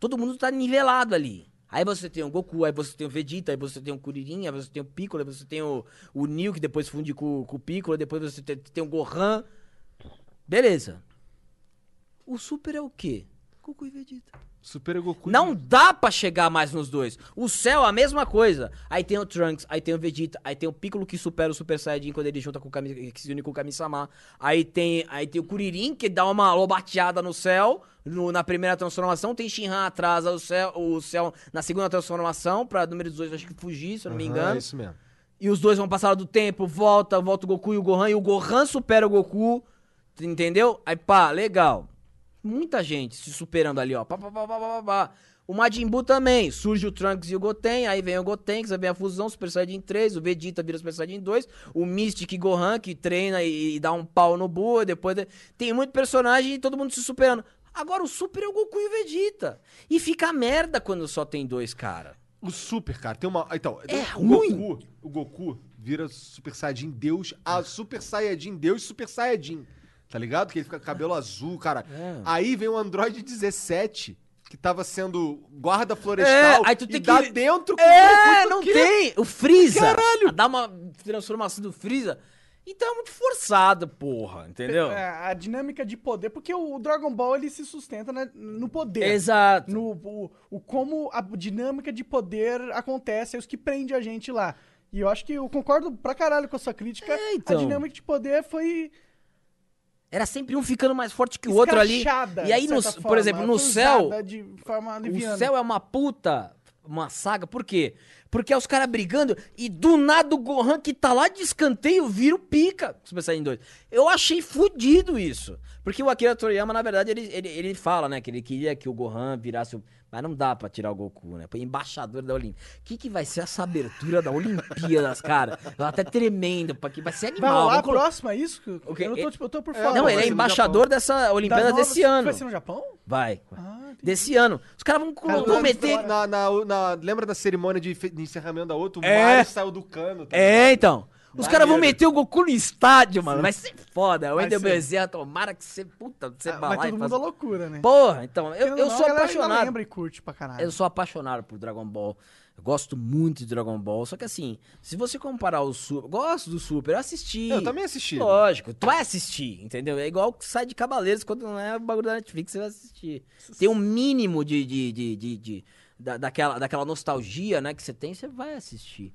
S4: Todo mundo tá nivelado ali. Aí você tem o Goku, aí você tem o Vegeta, aí você tem o Kuririn, aí você tem o Piccolo, aí você tem o, o Neo, que depois funde com, com o Piccolo, depois você tem, tem o Gohan. Beleza. O Super é o quê? Goku e Vegeta.
S2: Super é Goku.
S4: Não dá pra chegar mais nos dois. O céu é a mesma coisa. Aí tem o Trunks, aí tem o Vegeta, aí tem o Piccolo que supera o Super Saiyajin quando ele junta com o Kami, que se une com o Kami-sama. Aí tem, aí tem o Kuririn que dá uma lobateada no céu no- na primeira transformação. Tem Shinhan atrasa o céu, o céu na segunda transformação pra número 18, acho que fugir, se eu não me
S2: Aham,
S4: engano.
S2: É isso mesmo.
S4: E os dois vão passar do tempo, volta, volta o Goku e o Gohan, e o Gohan supera o Goku, t- entendeu? Aí pá, legal. Muita gente se superando ali, ó. Pá, pá, pá, pá, pá, pá, pá. O Majin Buu também, surge o Trunks e o Goten, aí vem o Gotenks, aí vem a fusão, Super Saiyajin 3, o Vegeta vira Super Saiyajin 2, o Mystic Gohan que treina e, e dá um pau no Buu, e depois... Tem muito personagem e todo mundo se superando. Agora o Super é o Goku e o Vegeta. E fica merda quando só tem dois, cara.
S2: O Super, cara, tem uma. Então,
S4: É
S2: o
S4: ruim.
S2: Goku, o Goku vira Super Saiyajin Deus, a Super Saiyajin Deus, Super Saiyajin. Tá ligado? Que ele fica com cabelo azul, cara.
S4: É.
S2: Aí vem o Android 17, que tava sendo guarda florestal.
S4: É, aí tu tem
S2: e
S4: que-
S2: dá dentro com o Goku,
S4: É,
S2: tu
S4: não
S2: quer?
S4: tem. O Freeza. Caralho. Dá uma transformação do Freeza. Então é muito forçado, porra, entendeu?
S1: É, a dinâmica de poder, porque o Dragon Ball ele se sustenta né, no poder.
S4: Exato.
S1: No, o, o como a dinâmica de poder acontece, é os que prende a gente lá. E eu acho que eu concordo pra caralho com a sua crítica.
S4: É, então.
S1: A dinâmica de poder foi.
S4: Era sempre um ficando mais forte que o outro ali.
S1: escrachada,
S4: E aí,
S1: de
S4: no-
S1: certa
S4: por exemplo,
S1: forma,
S4: no
S1: foi
S4: céu,
S1: usada De forma
S4: O
S1: liviana.
S4: céu é uma puta, uma saga. Por quê? Porque é os caras brigando e do nada o Gohan que tá lá de escanteio vira o pica. Super Saiyajin 2. Eu achei fudido isso. Porque o Akira Toriyama, na verdade, ele, ele, ele fala, né? Que ele queria que o Gohan virasse o... Mas não dá pra tirar o Goku, né? Foi embaixador da Olimpíada. O que, que vai ser essa abertura da Olimpíadas, *laughs* cara? Eu até tremendo. pra que Vai ser
S1: Vai
S4: animal.
S1: rolar a
S4: Vamos colo-
S1: próxima, é isso? que-
S4: Ok,
S1: Eu, não
S4: é-
S1: tô, tipo, eu tô por
S2: é,
S1: fora.
S4: Não,
S2: Vai
S4: ele é
S2: ser no
S4: embaixador dessa
S1: Das
S4: Olimpíada
S1: novas-
S4: desse ano.
S1: Vai ser Tá no Japão?
S4: Vai.
S1: Ah, entendi.
S4: Desse ano. Os caras vão
S1: Cara,
S4: cometer...
S2: Na, na- na- lembra da cerimônia de, fe- de encerramento da outra? O
S4: É.
S2: Mario saiu do cano. tá
S4: É, então. Os
S2: Maneiro.
S4: caras vão meter o Goku no estádio, mano. Vai ser foda. O
S1: Vai
S4: Ender
S1: ser.
S4: Bezerra, tomara que você, puta, você
S1: Ah, Mas
S4: balar
S1: todo
S4: e
S1: mundo é
S4: faça...
S1: loucura, né?
S4: Porra, então, um eu,
S1: Querendo
S4: eu
S1: ou não,
S4: sou
S1: a galera ainda
S4: apaixonado.
S1: lembra e curte pra caralho.
S4: Eu sou apaixonado por Dragon Ball. Eu gosto muito de Dragon Ball, só que assim, se você comparar o Super... Gosto do Super, eu assisti.
S2: Eu também assisti.
S4: Lógico, tu vai assistir, entendeu? É igual que sai de Cavaleiros quando não é o bagulho da Netflix, você vai assistir. Tem um mínimo de. de, de, de, de- da, daquela, daquela nostalgia, né, que você tem, você vai assistir.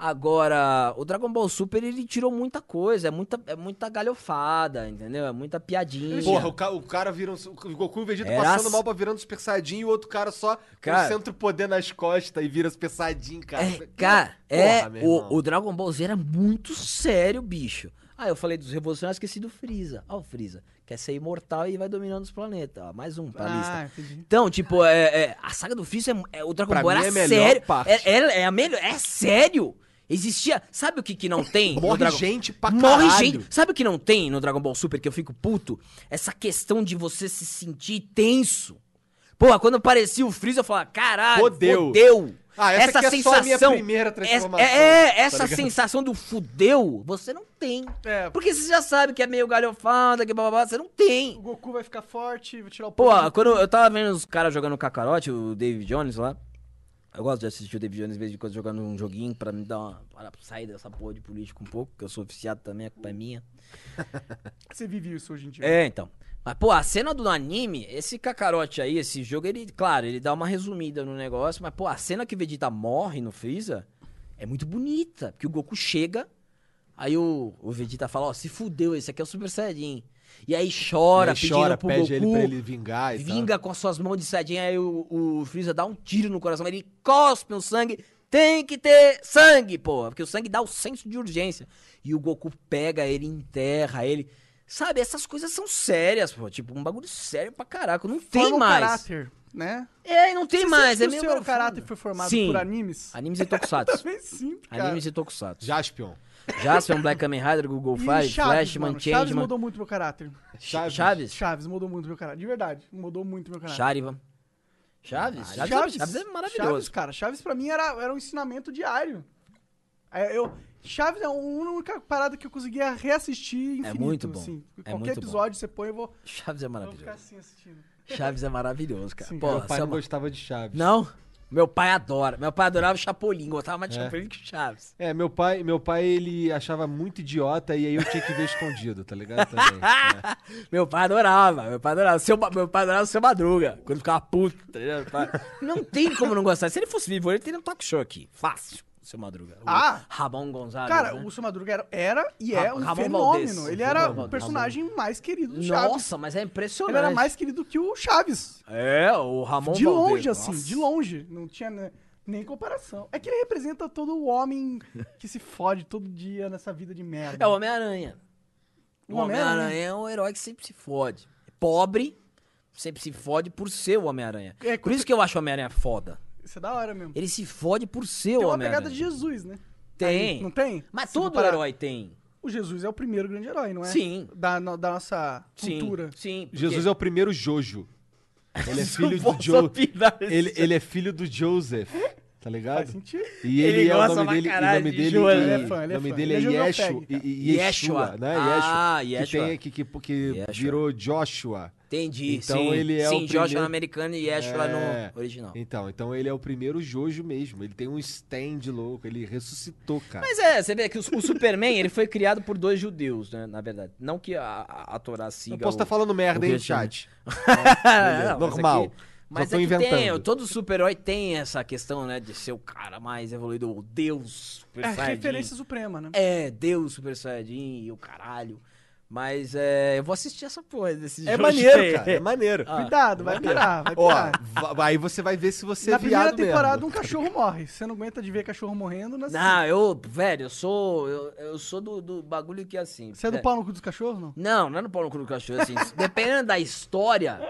S4: Agora, o Dragon Ball Super, ele tirou muita coisa, é muita, é muita galhofada, entendeu? É muita piadinha.
S2: Porra, o, ca- o cara vira um, o Goku e o Vegeta
S4: Era
S2: passando
S4: ass-
S2: mal pra virando Super Saiyajin e o outro cara só
S4: Cara.
S2: com o centro poder nas costas e vira Super Saiyajin, cara.
S4: É, cara, é,
S2: meu irmão.
S4: o, o Dragon Ball Z era muito sério, bicho. Ah, eu falei dos revolucionários, esqueci do Freeza. Ó, o Freeza, quer ser imortal e vai dominando os planetas. Ó, mais um pra lista.
S1: Ah, entendi.
S4: Então, tipo, é, é, a saga do Freeza, é, é- o Dragon
S2: Pra
S4: Ball
S2: mim,
S4: era
S2: é a melhor
S4: sério.
S2: parte.
S4: É, é- é a melhor, é sério. Existia, sabe o que que não tem no
S2: Morre
S4: Dragon
S2: gente pra
S4: Morre
S2: caralho.
S4: gente. Sabe o que não tem no Dragon Ball Super que eu fico puto? Essa questão de você se sentir tenso. Porra, quando aparecia o Freeza, eu falava, caralho,
S2: Fodeu.
S4: fodeu.
S2: Ah, essa aqui é só a minha primeira transformação,
S4: É, é,
S2: tá
S4: essa
S2: ligado?
S4: sensação do fudeu, você não tem.
S1: É,
S4: Porque você já sabe que é meio galhofada, que bababá, você não tem.
S1: o Goku vai ficar forte, vou tirar o
S4: Pô,
S1: poder.
S4: quando eu tava vendo os caras jogando Kakarote, o David Jones lá. Eu gosto de assistir o David Jones de vez em quando jogando um joguinho pra me dar uma. Para sair dessa porra de política um pouco, que eu sou viciado também, a culpa é minha.
S1: Você vive isso hoje em dia.
S4: É, então. Mas, pô, a cena do anime, esse Kakarote aí, esse jogo, ele, claro, ele dá uma resumida no negócio, mas, pô, a cena que o Vegeta morre no Freeza é muito bonita. Porque o Goku chega, aí o, o Vegeta fala, ó, se fudeu, esse aqui é o Super Saiyajin. E aí chora,
S2: Ele
S4: pedindo
S2: chora,
S4: pro
S2: pede
S4: Goku.
S2: ele pra ele vingar e tal.
S4: Vinga com as suas mãos de sadinha, aí o, o Freeza dá um tiro no coração, ele cospe o sangue. Tem que ter sangue, pô, porque o sangue dá o senso de urgência. E o Goku pega ele, enterra ele. Sabe, essas coisas são sérias, pô. Tipo, um bagulho sério pra caraca. Não tem
S1: Forma o
S4: mais.
S1: caráter, né?
S4: É, não tem
S1: Você
S4: mais.
S1: sente
S4: É
S1: que
S4: meio
S1: o seu
S4: agora
S1: caráter
S4: foda.
S1: foi formado
S4: Sim.
S1: por animes?
S4: Animes e Tokusatsu.
S1: Também sim, *laughs* cara.
S4: Animes e Tokusatsu.
S2: Jaspion.
S4: Jasper, Black Kamen Rider, Google
S1: E
S4: Five,
S1: Chaves,
S4: Flashman,
S1: mano. Chaves
S4: Changeman,
S1: mudou muito meu caráter.
S2: Chaves.
S4: Chaves,
S1: Chaves mudou muito meu caráter. De verdade, mudou muito meu caráter.
S4: Charivan. Chaves? Chaves, é- Chaves é
S1: Chaves,
S4: maravilhoso.
S1: cara. Chaves pra mim era, era um ensinamento diário. É, Eu, Chaves é a única parada que eu conseguia reassistir infinito.
S4: É muito bom.
S1: assim.
S4: É
S1: Qualquer
S4: muito bom.
S1: episódio você põe, eu vou, eu
S4: Chaves é
S1: vou ficar
S4: maravilhoso.
S1: assim assistindo.
S4: Chaves é maravilhoso, cara.
S1: Sim,
S4: Pô,
S1: meu
S2: Meu pai
S4: você é
S2: não
S4: uma-
S2: gostava de Chaves.
S4: Não? Meu pai adora. Meu pai adorava Chapolin. Gostava mais de Chapolin que Chaves.
S2: É, meu pai, meu pai, ele achava muito idiota e aí eu tinha que ver escondido, tá ligado?
S4: *laughs*
S2: Também. É.
S4: Meu pai adorava. Meu pai adorava. Seu, ma- meu pai adorava o seu Madruga. Quando ficava puto, tá ligado?
S1: *laughs*
S4: Meu pai- Não tem como não gostar. Se ele fosse vivo, ele teria um talk show aqui. Fácil. o Seu Madruga. O
S1: Ah!
S4: Ramon Gonzalez.
S1: Cara,
S4: né?
S1: o seu Madruga era, era e é
S4: Ra-
S1: um
S4: Ramon
S1: fenômeno.
S4: Valdez.
S1: Ele
S4: Ramon
S1: era o
S4: Valdez.
S1: personagem mais querido do Chaves.
S4: Nossa, mas é impressionante.
S1: Ele era mais querido que o Chaves.
S4: É, o Ramon
S1: de
S4: Valdez.
S1: longe, assim,
S4: Nossa.
S1: de longe. Não tinha né, nem comparação. É que ele representa todo o
S4: *laughs*
S1: homem que se fode todo dia nessa vida de merda.
S4: É o Homem-Aranha. O
S1: O Homem-Aranha.
S4: Homem-Aranha é um herói que sempre se fode. Pobre, sempre se fode por ser o Homem-Aranha.
S1: É,
S4: Por isso que eu acho o Homem-Aranha foda.
S1: Isso é da hora mesmo.
S4: Ele se fode por
S1: tem
S4: ser o
S1: uma pegada
S4: Homem-Aranha.
S1: de Jesus, né?
S4: Tem.
S1: Não tem?
S4: Mas
S1: Se
S4: todo
S1: comparar-
S4: herói tem.
S1: O Jesus é o primeiro grande herói, não é?
S4: Sim.
S1: Da, no- da nossa
S4: Sim.
S1: cultura.
S4: Sim. porque-
S2: Jesus é o primeiro Jojo. Ele é
S4: *laughs*
S2: filho
S4: posso
S2: do Joe.
S4: opinar nesse
S2: Ele, ele é filho do Joseph, tá
S1: Faz
S2: ligado?
S1: sentido.
S2: E
S4: Ele
S2: ele, é o
S4: gosta
S2: nome
S4: pra
S2: dele, e o
S4: caralho
S2: nome
S4: de
S2: dele,
S4: João,
S2: e-
S1: ele é fã, ele é
S2: o nome
S1: fã.
S2: dele é
S1: Ele é
S2: Yeshu,
S1: Judeu
S2: e-
S1: Peg,
S2: e- Yeshua,
S4: Yeshua.
S2: né?
S4: Ah,
S2: Yeshua,
S4: Yeshua.
S2: Que, tem, que, que, que
S4: Yeshua.
S2: virou Joshua.
S4: Entendi.
S2: Então
S4: sim.
S2: ele é o
S4: Sim, Joshua
S2: primeiro-
S4: no americano e Yeshua
S2: É.
S4: no original.
S2: Então, então ele é o primeiro Jojo mesmo. Ele tem um stand louco, ele ressuscitou, cara.
S4: Mas é, você vê que o, o Superman, ele foi criado por dois judeus, né? Na verdade. Não que a, a, a Torá siga
S2: Eu posso tá
S4: o-
S2: estar falando merda,
S4: o
S2: hein,
S4: cristianismo.
S2: chat?
S4: Beleza,
S2: Não, normal.
S4: Mas, aqui, mas
S2: tô
S4: é que
S2: inventando.
S4: tem, todo super-herói tem essa questão, né? De ser o cara mais evoluído, o Deus Super
S1: É a
S4: Saiyajin.
S1: referência suprema, né?
S4: É, Deus Super Saiyajin e o caralho. Mas é, eu vou assistir essa porra desse
S2: É
S4: jogo aí.
S2: maneiro, cara. tá. É maneiro.
S4: Ah,
S1: Cuidado, vai pirar, vai
S2: Ó,
S1: pirar.
S2: va- aí você vai ver se você
S1: na
S2: é viado
S1: primeira temporada,
S2: mesmo.
S1: um cachorro morre. Você não aguenta de ver cachorro morrendo. Né?
S4: Não, eu, velho, eu sou. Eu, eu sou do, do bagulho que é assim.
S1: Você é do
S4: é,
S1: pau no cu dos cachorros, não?
S4: Não, não é no pau no cu do cachorro, assim. *laughs* se- dependendo da história,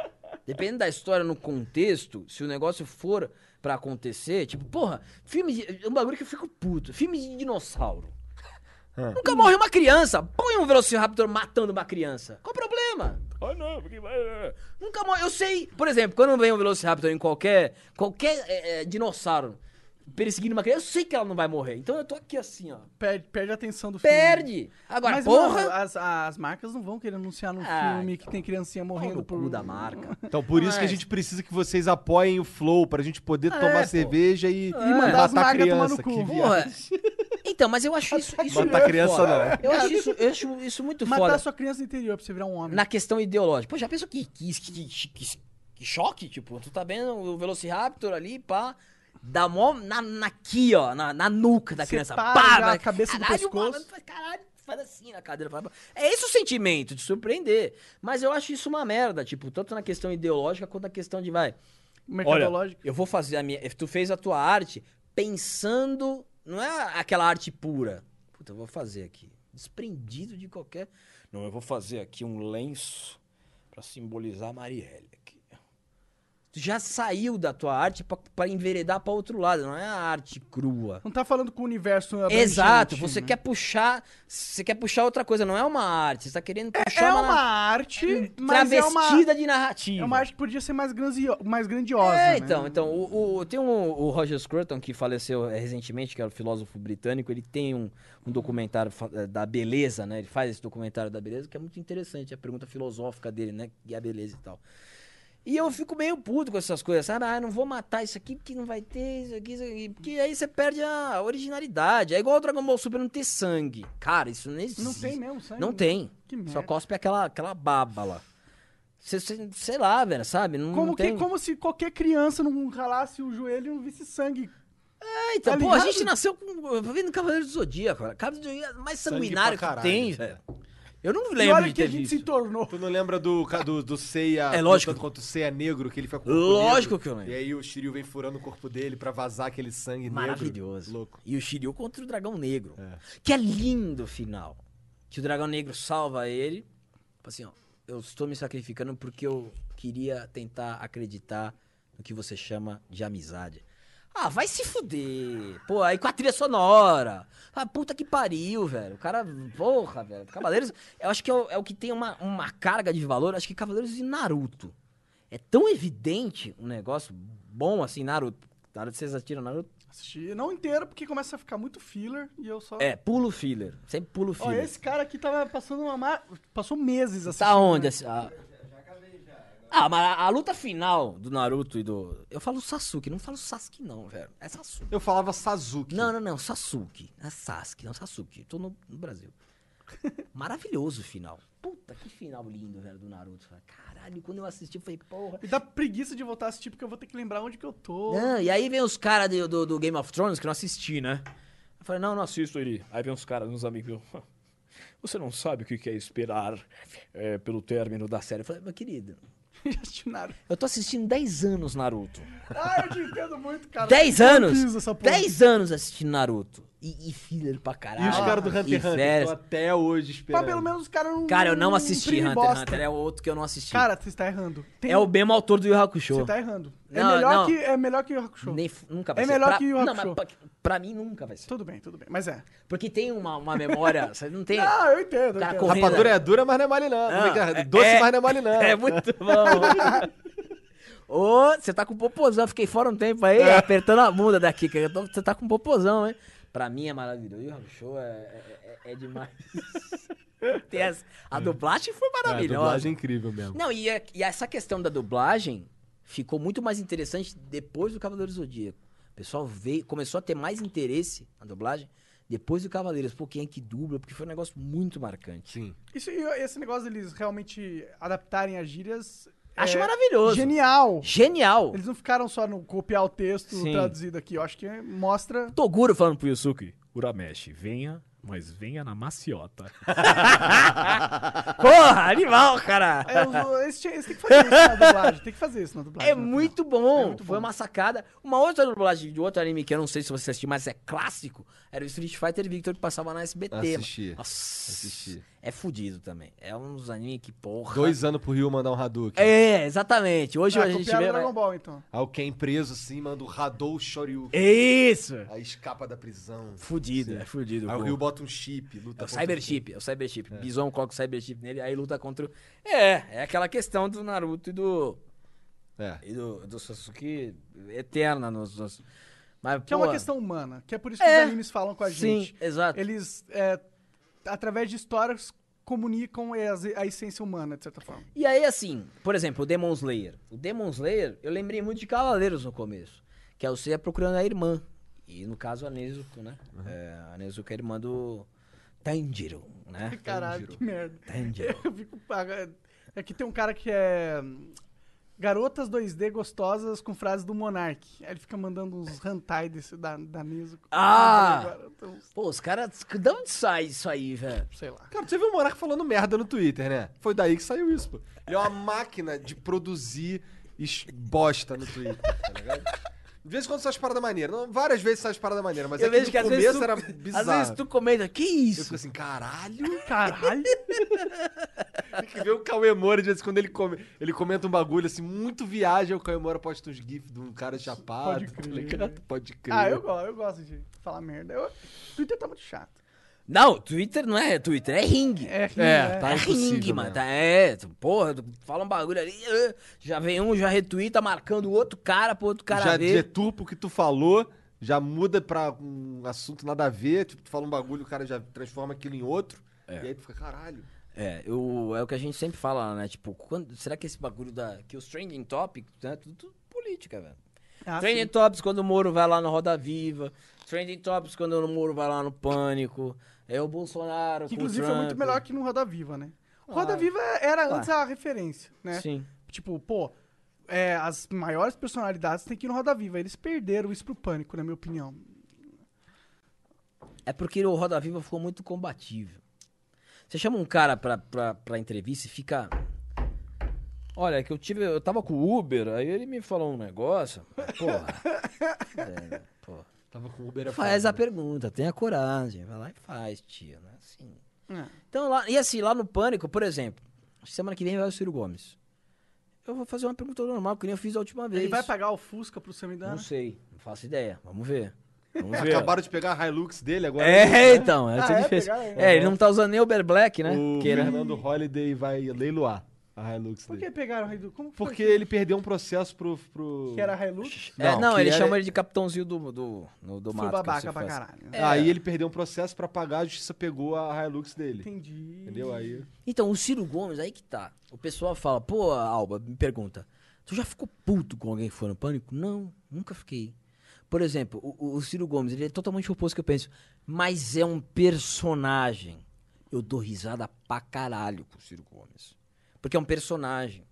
S4: dependendo da história no contexto, se o negócio for pra acontecer, tipo, porra, filme de. é Um bagulho que eu fico puto. Filme de dinossauro.
S1: É.
S4: Nunca morre uma criança. Põe um Velociraptor matando uma criança. Qual o problema? Ah, não, porque vai. Nunca morre. Eu sei, por exemplo, quando vem um Velociraptor em qualquer. qualquer é, é, dinossauro. perseguindo uma criança, eu sei que ela não vai morrer. Então eu tô aqui assim, ó.
S1: Perde, perde a atenção do filme.
S4: Perde! Agora,
S1: Mas,
S4: porra!
S1: mano, as, as marcas não vão querer anunciar num
S4: Ah,
S1: filme que tem criancinha morrendo
S4: no
S1: por...
S4: cu da marca.
S2: Então, por isso que a
S4: Mas-
S2: gente precisa que vocês apoiem o Flow, pra gente poder tomar
S1: pô.
S2: cerveja É, e,
S1: mandar as
S2: matar
S1: magras tomar no
S2: criança.
S1: cu.
S2: Que viagem.
S4: Porra!
S2: *laughs*
S4: Então, mas eu acho isso. isso
S2: Matar criança não. né?
S4: Eu acho isso, eu acho isso muito
S1: Matar
S4: foda.
S1: sua criança no interior pra você virar um homem.
S4: Na questão ideológica. Pô, já pensou que, que, que- que- que choque? Tipo, tu tá vendo o Velociraptor ali, pá. Dá mó na, na aqui, ó, na, na nuca da criança.
S1: Separa
S4: Pá,
S1: já
S4: vai-
S1: a cabeça do pescoço.
S4: mano, faz- caralho, faz assim na cadeira. fala- É esse o sentimento, de surpreender. Mas eu acho isso uma merda, tipo, tanto na questão ideológica quanto na questão de, vai,
S1: Mercadológico.
S4: eu vou fazer a minha. Tu fez a tua arte pensando. Não é aquela arte pura. Puta, eu vou fazer aqui. Desprendido de qualquer. Não, eu vou fazer aqui um lenço pra simbolizar a Marielle. aqui. Tu já saiu da tua arte pra- pra enveredar pra outro lado. Não é a arte crua.
S1: Não tá falando com o universo abrangente,
S4: Exato, você
S1: Tá né?
S4: quer puxar, você quer puxar outra coisa, não é uma arte, você tá querendo puxar
S1: É
S4: uma,
S1: uma
S4: na-
S1: arte, mas é uma...
S4: travestida de narrativa.
S1: É uma arte que podia ser mais, grandio- mais grandiosa,
S4: É,
S1: né?
S4: então, então o, o- tem um, o Roger Scruton que faleceu eh, recentemente, que era um filósofo britânico, ele tem um, um documentário fa- eh, da beleza, né? Ele faz esse documentário da beleza, que é muito interessante, a pergunta filosófica dele, né? E a beleza e tal. E eu fico meio puto com essas coisas, sabe? Ah, não vou matar isso aqui porque não vai ter isso aqui, isso aqui. Porque aí você perde a originalidade. É igual o Dragon Ball Super não ter sangue. Cara, isso não existe.
S1: Não tem mesmo sangue? É.
S4: Não tem.
S1: Que merda.
S4: Só cospe aquela, aquela baba lá. Cê- cê- sei lá, velho, sabe? Não,
S1: Como,
S4: não
S1: que-
S4: tem...
S1: como se qualquer criança não ralasse o joelho e não visse sangue.
S4: É, então,
S1: Tá
S4: pô, a
S1: ligado?
S4: gente nasceu com. Vendo Cavaleiro do Zodíaco, cara. Cavaleiro do Zodíaco é mais
S2: Sangue
S4: sanguinário
S2: pra
S4: que
S2: caralho,
S4: tem,
S2: cara.
S4: velho. Eu não
S1: é. e
S4: lembro
S1: olha
S4: de
S1: que a
S4: ter
S1: gente se
S4: visto.
S1: tornou.
S2: Tu não lembra do, ca- do, do Seiya
S4: É lógico.
S2: lutando contra o Seiya negro, que ele fica com o corpo
S4: Lógico
S2: negro,
S4: que eu lembro.
S2: E aí o Shiryu vem furando o corpo dele pra vazar aquele sangue
S4: Maravilhoso.
S2: negro. Louco.
S4: E o Shiryu contra o Dragão Negro. Que é lindo o final. Que o Dragão Negro salva ele. Tipo assim, ó. Eu estou me sacrificando porque eu queria tentar acreditar no que você chama de amizade. Ah, vai se fuder. Pô, aí com a trilha sonora. Ah, puta que pariu, velho. O cara, porra, velho. Cavaleiros, eu acho que é o, é o que tem uma, uma carga de valor. Acho que Cavaleiros e Naruto. É tão evidente um negócio bom assim, Naruto. Naruto, vocês atiram Naruto?
S1: Assisti, não inteiro, porque começa a ficar muito filler e eu só...
S4: É, pulo filler. Sempre pulo
S1: Ó,
S4: filler.
S1: esse cara aqui tava passando uma... ma- Passou meses assim.
S4: Tá onde? assim, ah. Ah, mas a, a luta final do Naruto e do. Eu falo Sasuke, não falo Sasuke, não, velho. É Sasuke.
S2: Eu falava Sazuki.
S4: Não, não, não, Sasuke. É Sasuke, não Sasuke. Tô no,
S1: *laughs*
S4: no Brasil. Maravilhoso o final. Puta que final lindo, velho, do Naruto. Caralho, quando eu assisti, eu falei, porra.
S1: Me dá preguiça de voltar a assistir, porque eu vou ter que lembrar onde que eu tô.
S4: Não, e aí vem os caras do, do- do Game of Thrones que eu não assisti, né? Eu falei, não, não assisto ele. Aí vem os caras, uns amigos. meu, Você não sabe o que que é esperar eh, pelo término da série. Eu falei, meu querido,
S1: *laughs* Já assisti nada.
S4: eu tô assistindo 10 anos Naruto.
S1: Ah, eu te entendo muito, cara.
S4: 10
S1: Eu
S4: anos!
S1: fiz essa porra.
S4: 10 anos assistindo Naruto. E, e filler pra
S2: E
S4: caralho.
S2: os caras do Hunter x
S4: e
S2: Hunter,
S4: férias.
S2: tô até hoje esperando.
S1: Mas pelo menos é os caras não...
S4: Cara, eu não assisti
S1: imprime
S4: Hunter x
S1: um bosta.
S4: Hunter. É o outro que eu não assisti.
S1: Cara, você está errando. Tem-
S4: é o mesmo autor do Yu
S1: Você
S4: Hakusho.
S1: tá errando.
S4: Não,
S1: é, melhor
S4: não.
S1: Que, é melhor que o Hakusho.
S4: Nem f- nunca vai
S1: É
S4: ser.
S1: melhor
S4: Pra-
S1: que Yu
S4: Não, mas
S1: Hakusho.
S4: pra, pra mim nunca vai ser.
S1: Tudo bem, tudo bem. Mas é.
S4: Porque tem uma, uma memória, *laughs* você não tem...
S1: Ah, eu entendo.
S4: O
S1: Eu
S4: cara
S1: entendo.
S4: correndo. né?
S2: Rapadura é dura, mas não é mole não. Como é que é?
S4: é-
S2: Doce,
S4: é-
S2: mas não é mole não.
S4: É muito bom. *laughs* Ô, você tá com popozão. Fiquei fora um tempo aí, apertando a bunda da Kika. Eu tô- Você tá com popozão, hein? Pra mim é maravilhoso. E o show é, é- é- é demais. Tem as- a dublagem foi
S2: É, a
S4: maravilhosa.
S2: dublagem é incrível mesmo.
S4: Não, e, é- e essa questão da dublagem ficou muito mais interessante depois do Cavaleiro Zodíaco. O pessoal veio, começou a ter mais interesse na dublagem depois do Cavaleiros. Pô, quem é que dubla? Porque foi um negócio muito marcante.
S2: Sim.
S1: Isso, e esse negócio deles realmente adaptarem as gírias.
S4: Acho
S1: é
S4: maravilhoso.
S1: Genial.
S4: Genial.
S1: Eles não ficaram só no copiar o texto
S4: Sim.
S1: traduzido aqui. Eu acho que mostra.
S4: Toguro falando pro
S3: Yusuke, Urameshi, venha, mas venha na maciota.
S4: *laughs* Porra, animal, cara!
S1: É, os- eles, tinham- eles têm que fazer
S4: *laughs*
S1: isso na dublagem. Tem que fazer isso na dublagem.
S4: É
S1: no
S4: muito bom.
S1: É muito
S4: Foi
S1: bom.
S4: uma sacada. Uma outra dublagem de outro anime que eu não sei se você assistiu, mas é clássico, era o Street Fighter Victor que passava na SBT. mano.
S2: Assisti.
S4: Nossa,
S2: Assisti.
S4: É fudido também. É um dos animes que, porra.
S2: Dois anos pro Rio mandar um Hadouken.
S4: É, exatamente. Hoje
S1: final.
S4: a
S1: Ah,
S4: gente
S1: copiaram
S4: vê. né?
S1: o Dragon Ball, então.
S2: Aí o Ken preso assim, manda o Hadou Shoryu.
S4: Isso!
S2: Aí escapa da prisão.
S4: Fudido,
S2: Sim.
S4: é fudido.
S2: Aí o
S4: pô.
S2: Rio bota um chip, luta
S4: É o
S2: contra
S4: Cyberchip, é o Cyberchip. Bison coloca o Cyberchip nele, aí luta contra o... É, é aquela questão do Naruto e do...
S2: É.
S4: E do, do Sasuke eterna nos, nos- Mas,
S1: Que é uma
S4: pô,
S1: questão humana, que é por isso que
S4: É.
S1: os animes falam com a
S4: Sim,
S1: gente.
S4: exato.
S1: Eles, é, através de histórias, comunicam é, as- a essência humana, de certa forma.
S4: E aí, assim, por exemplo, o Demon Slayer. O Demon Slayer, eu lembrei muito de Cavaleiros no começo. Que é você procurando a irmã. E no caso, a Nezuko, né? É, a Nezuko é a irmã do Tanjiro, *laughs* né?
S1: Caralho, que merda.
S4: Tanjiro.
S1: *laughs* Eu fico. É que tem um cara que é. Garotas 2D gostosas com frases do Monark. Aí ele fica mandando uns hentai desse da, da Nezuko.
S4: Ah!
S1: Agora, então,
S4: Pô, os caras, de onde sai isso aí, velho?
S1: sei lá.
S2: Cara, você viu o Monark falando merda no Twitter, né? Foi daí que saiu isso, pô. Ele é uma máquina de produzir es- bosta no Twitter, tá ligado? De vez em quando sai as paradas maneiras. Não, várias vezes sai as paradas maneiras, mas
S4: Eu
S2: é que
S4: vejo
S2: no
S4: que às
S2: começo
S4: vezes, tu,
S2: era
S4: às
S2: bizarro.
S4: vezes tu comenta, que
S2: Eu
S4: *laughs* isso?
S2: fico assim, caralho.
S1: Caralho!
S2: Tem que ver o Cauê Moura, de vez em quando ele, come, ele comenta um bagulho assim, muito viagem. Aí O Cauê Moura posta uns gifs de um cara chapado,
S1: Pode
S2: tá
S1: crer.
S2: ligado? Pode
S1: *laughs*
S2: crer.
S1: Ah, eu gosto, eu gosto de falar merda. Eu, Twitter tá muito chato.
S4: Não, Twitter não é Twitter, é ringue.
S1: É,
S2: É, tá
S4: é
S2: impossível
S4: ringue, mano.
S2: mesmo.
S4: Tá, é, tu- porra, tu fala um bagulho ali, eh, já vem um, já retuita, marcando o outro cara pro outro cara
S2: já
S4: ver.
S2: deturpa o que tu falou, já muda pra um assunto nada a ver. Tipo, tu fala um bagulho, o cara já transforma aquilo em outro. E aí tu fica, caralho.
S4: É, eu, é o que a gente sempre fala, né? Tipo, quando, será que esse bagulho da. Que os trending topics, né? Tudo, tudo política, velho.
S1: Ah,
S4: trending topics quando o Moro vai lá no Roda Viva. Trending topics quando o Moro vai lá no Pânico. É o Bolsonaro.
S1: Que,
S4: com o
S1: inclusive foi muito
S4: Trump.
S1: melhor que no Roda Viva, né? Roda Viva era antes a referência, né?
S4: Sim.
S1: Tipo, pô, é, as maiores personalidades tem que ir no Roda Viva. Eles perderam isso pro pânico, na minha opinião.
S4: É porque o Roda Viva ficou muito combatível. Você chama um cara pra, pra, pra entrevista e fica. Olha, é que eu tive. Eu tava com o Uber, aí ele me falou um negócio.
S1: *laughs*
S4: Porra. é, porra.
S2: Tava com o Uber é
S4: Faz
S2: foda.
S4: a pergunta, tenha coragem, vai lá e faz, tia, né? Assim.
S1: É.
S4: Então, lá, e assim, lá no Pânico, por exemplo, semana que vem vai o Ciro Gomes. Eu vou fazer uma pergunta normal, que nem eu fiz a última vez.
S1: Ele vai pagar o Fusca pro Samidana?
S4: Não sei, não faço ideia, vamos ver. Vamos ver.
S2: Acabaram de pegar a Hilux dele agora. né?"
S4: É, então, é,
S1: Ah,
S4: isso é
S1: é?
S4: difícil.
S1: Pegaram aí.
S4: É, ele não tá usando nem o Uber Black, né?
S2: O
S4: Que, né?
S2: Fernando Holiday vai leiloar a Hilux
S1: Por que
S2: dele.
S1: pegaram o Raidu? Como foi
S2: Porque ele perdeu um processo pro. pro...
S1: que- que era Hilux?
S4: É, não,
S2: que
S4: ele
S2: era-
S4: chama ele de capitãozinho do, do, no- do
S1: Foi
S4: mato. que você
S1: babaca pra
S4: faz.
S1: caralho.
S2: Aí ele perdeu um processo pra pagar, a justiça pegou a Hilux dele.
S1: Entendi.
S2: Entendeu? Aí.
S4: Então, o Ciro Gomes, aí que tá. O pessoal fala, pô, Alba, me pergunta, tu já ficou puto com alguém que foi no pânico? Não, nunca fiquei. Por exemplo, o, o- o Ciro Gomes, ele é totalmente o oposto que eu penso, mas é um personagem. Eu dou risada pra caralho com o Ciro Gomes. Porque é um personagem.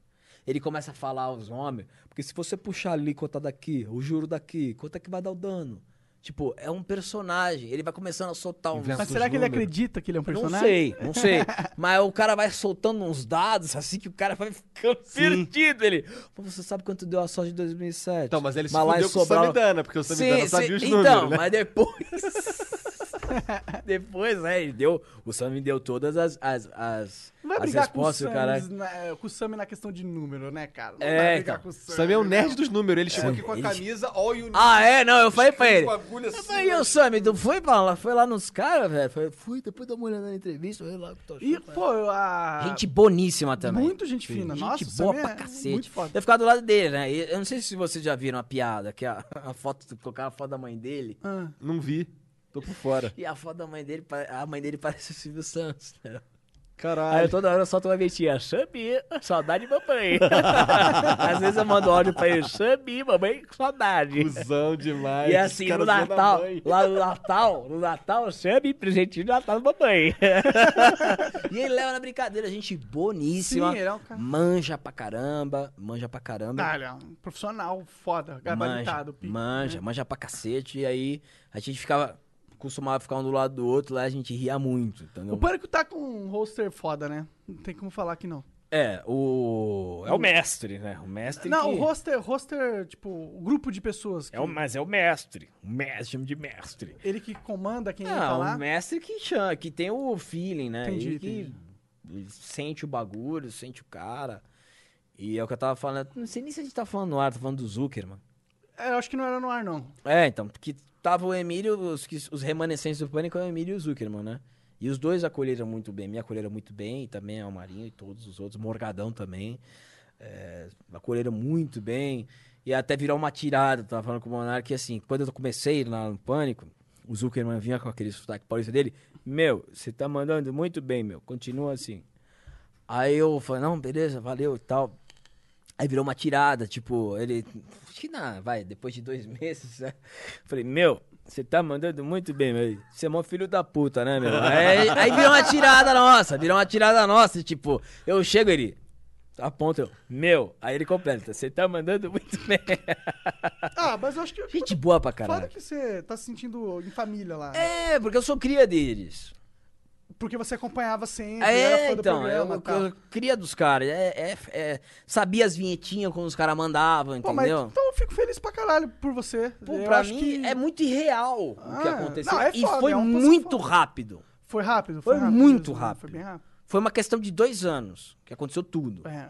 S4: Ele começa a falar aos homens, porque se você puxar ali, contar daqui, o juro daqui, quanto é que vai dar o dano? Tipo, é um personagem. Ele vai começando a soltar um uns.
S2: Inventa
S1: Mas será que ele
S2: Os números.
S1: acredita que ele é um personagem?
S4: Não sei, não sei. Mas o cara vai soltando uns dados assim que o cara vai ficando perdido. Ele, Pô, você sabe quanto deu a sorte de 2007?
S2: Então, mas ele se
S4: lá em
S2: fudeu com o
S4: Sobral-
S2: Samidana, porque o Samidana
S4: Sim,
S2: sabia
S4: sim,
S2: os números.
S4: Então,
S2: né?
S4: mas depois. *laughs* depois, é, ele deu. O Sam me deu todas as, as, as,
S1: Não vai
S4: as
S1: brigar com o,
S4: respostas,
S1: Sam,
S4: o cara.
S1: na, com o Sam na questão de número, né, cara? Não
S4: É,
S1: vai brigar
S4: então.
S1: com o
S2: O
S1: Sam.
S2: Sam é o nerd dos números. Ele chegou
S4: Sam,
S2: aqui com a
S4: ele-
S2: camisa All You Need.
S4: Ah, é? Não, eu falei pra ele.
S2: Com agulha assim,
S4: Eu falei, e o Sam, tu foi, pra lá, foi lá nos caras, velho? Falei, Fui, depois dá uma olhada na entrevista, olha lá o que tu achou,
S1: E,
S4: cara.
S1: pô, eu, a...
S4: Gente boníssima também.
S1: Muito gente fina.
S4: Gente
S1: Nossa, o Sam
S4: boa
S1: é
S4: pra cacete.
S1: Muito foda.
S4: Eu ficava do lado dele, né? E eu não sei se vocês já viram a piada, que a, a foto, colocaram a foto da mãe dele.
S1: Ah.
S2: Não vi. Tô por fora.
S4: E a foto da mãe dele, pare- a mãe dele parece o Silvio Santos. né? Aí
S2: Caralho.
S4: eu toda hora eu solto uma mentinha, Xambi, saudade de mamãe. *laughs* Às vezes eu mando um áudio pra ele, Xambi, mamãe, saudade.
S2: Cusão demais.
S4: E assim,
S2: Cara
S4: no
S2: zoando a
S4: Natal,
S2: mãe.
S4: lá no Natal, no Natal, chame presentinho de Natal da mamãe. e ele leva na brincadeira, gente boníssima.
S1: Sim, ele é um cara-
S4: Manja pra caramba, manja pra caramba.
S1: Ah, ele é um profissional foda, gabaritado. pica,
S4: manja,
S1: né?
S4: manja pra cacete. E aí a gente ficava, costumava ficar um do lado do outro, lá a gente ria muito, entendeu?
S1: O Pânico tá com um roster foda, né? Não tem como falar que não.
S4: É, o.
S8: É o mestre, né? O mestre
S1: não,
S8: que...
S1: o roster, roster, tipo, o grupo de pessoas. Que
S8: É o, mas é o mestre. O mestre, chama de mestre.
S1: Ele que comanda quem entra
S4: Ah,
S1: lá.
S4: o mestre que chama, que tem o feeling, né?
S1: Entendi,
S4: ele que ele sente o bagulho, sente o cara. E é o que eu tava falando. Não sei nem se a gente tá falando no ar, tá falando do Zuckerman.
S1: É, eu acho que não era no ar,
S4: *laughs*
S1: não.
S4: É, então, porque tava o Emílio, os, que- os remanescentes do pânico é o Emílio e o Zuckerman, né? E os dois acolheram muito bem, me acolheram muito bem, e também o Marinho e todos os outros, Morgadão também. é, acolheram é, muito bem. E até virar uma tirada, eu tava falando com o Monark, que assim, quando eu comecei lá no Pânico, o Zuckerman vinha com aquele sotaque paulista dele, meu, você tá mandando muito bem, meu, continua assim. Aí eu falei, não, beleza, valeu e tal. Aí virou uma tirada, tipo, ele. Acho que na, vai, depois de dois *laughs* meses. né? Falei, meu, você tá mandando muito bem, meu. Você é mó filho da puta, né, meu? Aí, aí virou uma tirada nossa, virou uma tirada nossa, tipo, eu chego ele. Aponta eu, meu, aí ele completa, você tá mandando muito *laughs* bem.
S1: Ah, mas eu acho que.
S4: Gente boa pra
S1: Foda
S4: caralho.
S1: que você tá se sentindo em família lá. né?
S4: É, porque eu sou cria deles.
S1: Porque você acompanhava sempre, era
S4: É,
S1: fã do
S4: então, eu,
S1: programa tá. e
S4: eu,
S1: tal.
S4: cria dos caras. É, é- é- sabia as vinhetinhas quando os caras mandavam,
S1: Pô, mas
S4: entendeu?
S1: então eu fico feliz pra caralho por você.
S4: Pô,
S1: eu
S4: pra
S1: acho
S4: mim
S1: que
S4: é muito irreal o que
S1: Ah,
S4: aconteceu.
S1: não, é
S4: e
S1: foda,
S4: foi
S1: é um processo
S4: muito
S1: foda.
S4: rápido.
S1: Foi rápido,
S4: Foi
S1: rápido
S4: muito
S1: mesmo, né? Foi
S4: rápido.
S1: bem rápido.
S4: Foi uma questão de dois anos que aconteceu tudo.
S1: É,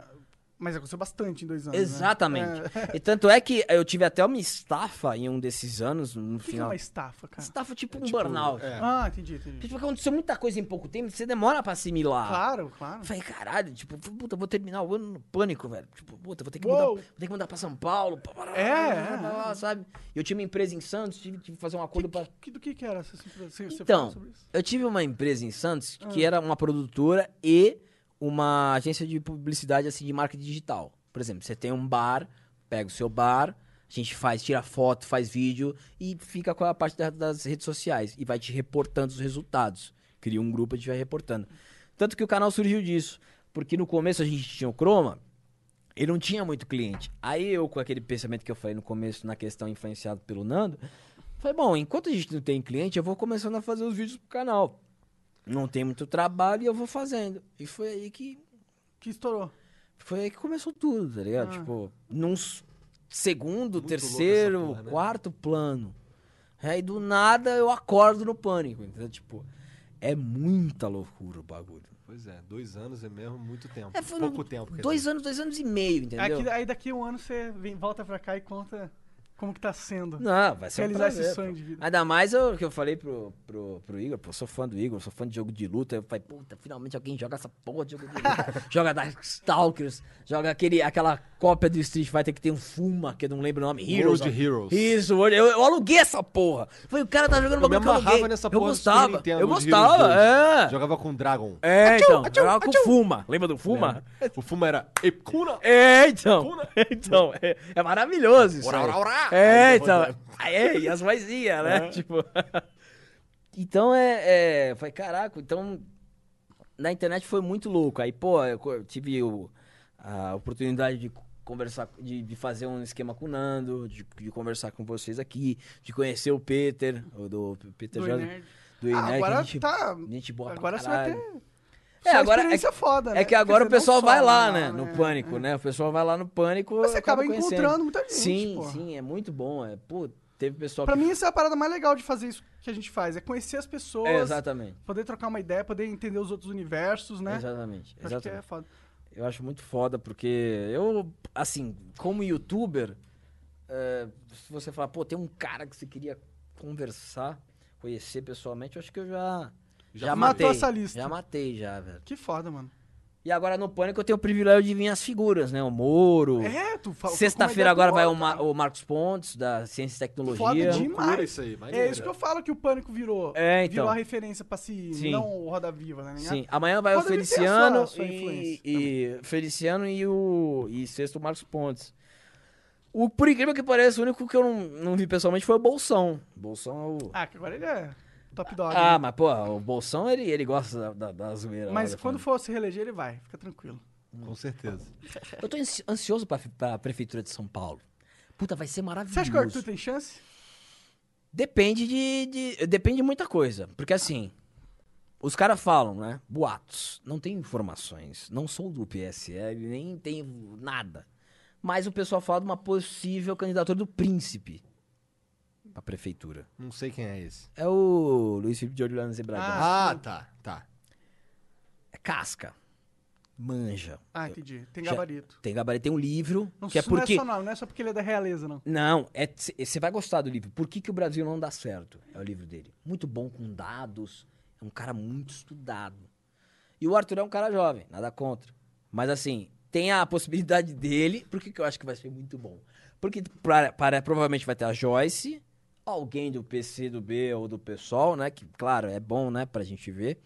S1: mas aconteceu bastante em dois anos. né?
S4: Exatamente.
S1: É.
S4: E tanto é que eu tive até uma estafa em um desses anos, no
S1: O que, que é
S4: final.
S1: uma estafa, cara?
S4: Estafa tipo um burnout.
S2: é.
S1: Ah, entendi, entendi.
S4: Tipo, aconteceu muita coisa em pouco tempo, você demora pra assimilar.
S1: Claro, claro.
S4: Eu falei, caralho, tipo, puta, eu vou terminar o ano no pânico, velho. Tipo, puta, vou ter que,
S1: Uou.
S4: mudar, vou ter que mudar pra São Paulo. pá, pá, pá,
S1: É,
S4: pá, pá, pá, sabe? Eu tinha uma empresa em Santos, tive tive que fazer um acordo pra.
S1: Que, do que que era? Você, você, você
S4: Então,
S1: falou sobre isso?
S4: eu tive uma empresa em Santos que era uma produtora e uma agência de publicidade, assim, de marketing digital. Por exemplo, você tem um bar, pega o seu bar, a gente faz, tira foto, faz vídeo e fica com a parte da- das redes sociais e vai te reportando os resultados. Cria um grupo e a gente vai reportando. Tanto que o canal surgiu disso. Porque no começo a gente tinha o Chroma, ele não tinha muito cliente. Aí eu, com aquele pensamento que eu falei no começo, na questão influenciado pelo Nando, falei, bom, enquanto a gente não tem cliente, eu vou começando a fazer os vídeos pro canal. Não tem muito trabalho e eu vou fazendo. E foi aí que
S1: Que estourou.
S4: foi aí que começou tudo, tá ligado?
S1: Ah.
S4: Tipo, num s- segundo,
S2: Muito
S4: terceiro,
S2: louco essa porra, né?
S4: quarto plano. Aí do nada eu acordo no pânico, entendeu? Tipo, é muita loucura o bagulho.
S2: Pois é, dois anos é mesmo muito tempo.
S4: É, foi
S2: Pouco
S4: no-
S2: tempo. quer
S4: Dois
S2: dizer.
S4: anos, dois anos e meio, entendeu?
S1: Aqui- aí daqui a um ano você vem- volta pra cá e conta como que tá sendo.
S4: Não, vai ser um
S1: realizar esse
S4: prazer,
S1: sonho
S4: pô.
S1: de vida.
S4: Ainda mais o que eu falei pro, pro, pro Igor, pô, eu sou fã do Igor, sou fã de jogo de luta. Eu falei, puta, finalmente alguém joga essa porra de jogo de
S1: *laughs*
S4: luta. joga Darkstalkers, joga aquele, aquela cópia do Street Fighter que tem um Fuma, que eu não lembro o nome. Heroes.
S2: World
S4: ó.
S2: Heroes.
S4: Isso, World. Eu, eu aluguei essa porra. Falei, o cara tá jogando
S2: Eu me
S4: bagulho que eu
S2: amarrava
S4: aluguei.
S2: nessa
S4: eu
S2: porra do Super
S4: gostava,
S2: Nintendo,
S4: eu
S2: dos Heroes
S4: gostava,
S2: dois.
S4: é.
S2: Jogava com Dragon.
S4: É, então, jogava com Fuma. Lembra do Fuma?
S8: Né?
S2: O Fuma era Epcuna.
S4: *laughs* É, então. Então, é, é maravilhoso isso.
S2: Ora,
S4: aí.
S2: ora, ora!
S4: É,
S2: Aí
S4: então.
S2: depois-
S4: É, e as vozinhas, né? Tipo. *laughs* Então é. é foi, caraca, então. Na internet foi muito louco. Aí, pô, eu co- eu tive o- a oportunidade de conversar, de, de fazer um esquema com o Nando, de, de conversar com vocês aqui, de conhecer o Peter, o do Peter
S1: Do
S4: Jordan,
S1: Nerd.
S4: do Inerd,
S1: Ah,
S4: né, que
S1: agora
S4: gente,
S1: tá.
S4: gente boa pra
S1: Agora você vai
S4: caralho.
S1: ter.
S4: É,
S1: só
S4: agora é
S1: experiência foda, né?
S4: É que
S1: Quer
S4: agora
S1: dizer,
S4: o pessoal
S1: não
S4: vai
S1: só,
S4: lá,
S1: né?
S4: né? No
S1: É,
S4: pânico,
S1: é.
S4: né? O pessoal vai lá no pânico.
S1: Você acaba
S4: conhecendo.
S1: encontrando muita gente,
S4: Sim,
S1: porra.
S4: sim, é muito bom. É, pô, teve pessoal
S1: Pra
S4: que
S1: mim, essa é a parada mais legal de fazer isso que a gente faz. É conhecer as pessoas,
S4: É, exatamente.
S1: poder trocar uma ideia, poder entender os outros universos, né? Acho
S4: Exatamente.
S1: que é
S4: exatamente.
S1: foda.
S4: Eu acho muito foda, porque eu, assim, como youtuber, é, se você falar, pô, tem um cara que você queria conversar, conhecer pessoalmente, eu acho que eu já. Já,
S2: Já
S4: matei.
S1: matou essa lista.
S4: Já matei, já, velho.
S1: Que foda, mano.
S4: E agora no Pânico eu tenho o privilégio de vir as figuras, né? O Moro.
S1: É, tu fala.
S4: Sexta-feira agora vai o,
S1: uma
S4: Ma- o Marcos Pontes, da Ciência e Tecnologia.
S1: Foda
S2: Que
S1: demais.
S2: "É loucura isso aí. maneiro.
S1: É isso que eu falo que o pânico virou.
S4: É, então.
S1: Virou a referência pra se
S4: Sim.
S1: não o Roda Viva, né?
S4: Sim, amanhã vai
S1: Roda
S4: o
S1: de
S4: Feliciano
S1: ter a sua- a sua
S4: e,
S1: influência
S4: e Feliciano e o e sexto o Marcos Pontes. O por incrível que pareça, o único que eu não, não vi pessoalmente foi o Bolsão. Bolsão é o
S1: Ah, que agora ele é top dog.
S4: Ah,
S1: né?
S4: mas pô, o Bolsão ele ele gosta da, da, da zoeira. lá
S1: Mas
S4: da
S1: quando
S4: família.
S1: for se reeleger, ele vai, fica tranquilo.
S2: Com certeza.
S4: Eu tô ansi- ansioso pra, fi- pra prefeitura de São Paulo. Puta, vai ser maravilhoso.
S1: Você acha que o Arthur tem chance?
S4: Depende de, de- Depende de muita coisa. Porque assim. Os caras falam, né? Boatos. Não tem informações. Não sou do PSL, nem tenho nada. Mas o pessoal fala de uma possível candidatura do príncipe pra prefeitura.
S2: Não sei quem é esse.
S4: É o Luiz Felipe de Orlando Zebragão.
S2: Ah, tá, tá.
S4: É casca. Manja.
S1: Ah, entendi. Tem
S4: Já-
S1: gabarito.
S4: Tem gabarito, tem um livro.
S1: Não,
S4: que é
S1: isso não
S4: porque.
S1: é só não, não é só porque ele é da realeza, não.
S4: Não, é você vai gostar do livro. Por que, que o Brasil não dá certo? É o livro dele. Muito bom com dados. É um cara muito estudado. E o Arthur é um cara jovem, nada contra. Mas assim, tem a possibilidade dele. Por que que eu acho que vai ser muito bom? Porque pra- para, provavelmente vai ter a Joyce, alguém do PC, do B ou do PSOL, né? Que, claro, é bom, né, pra gente ver.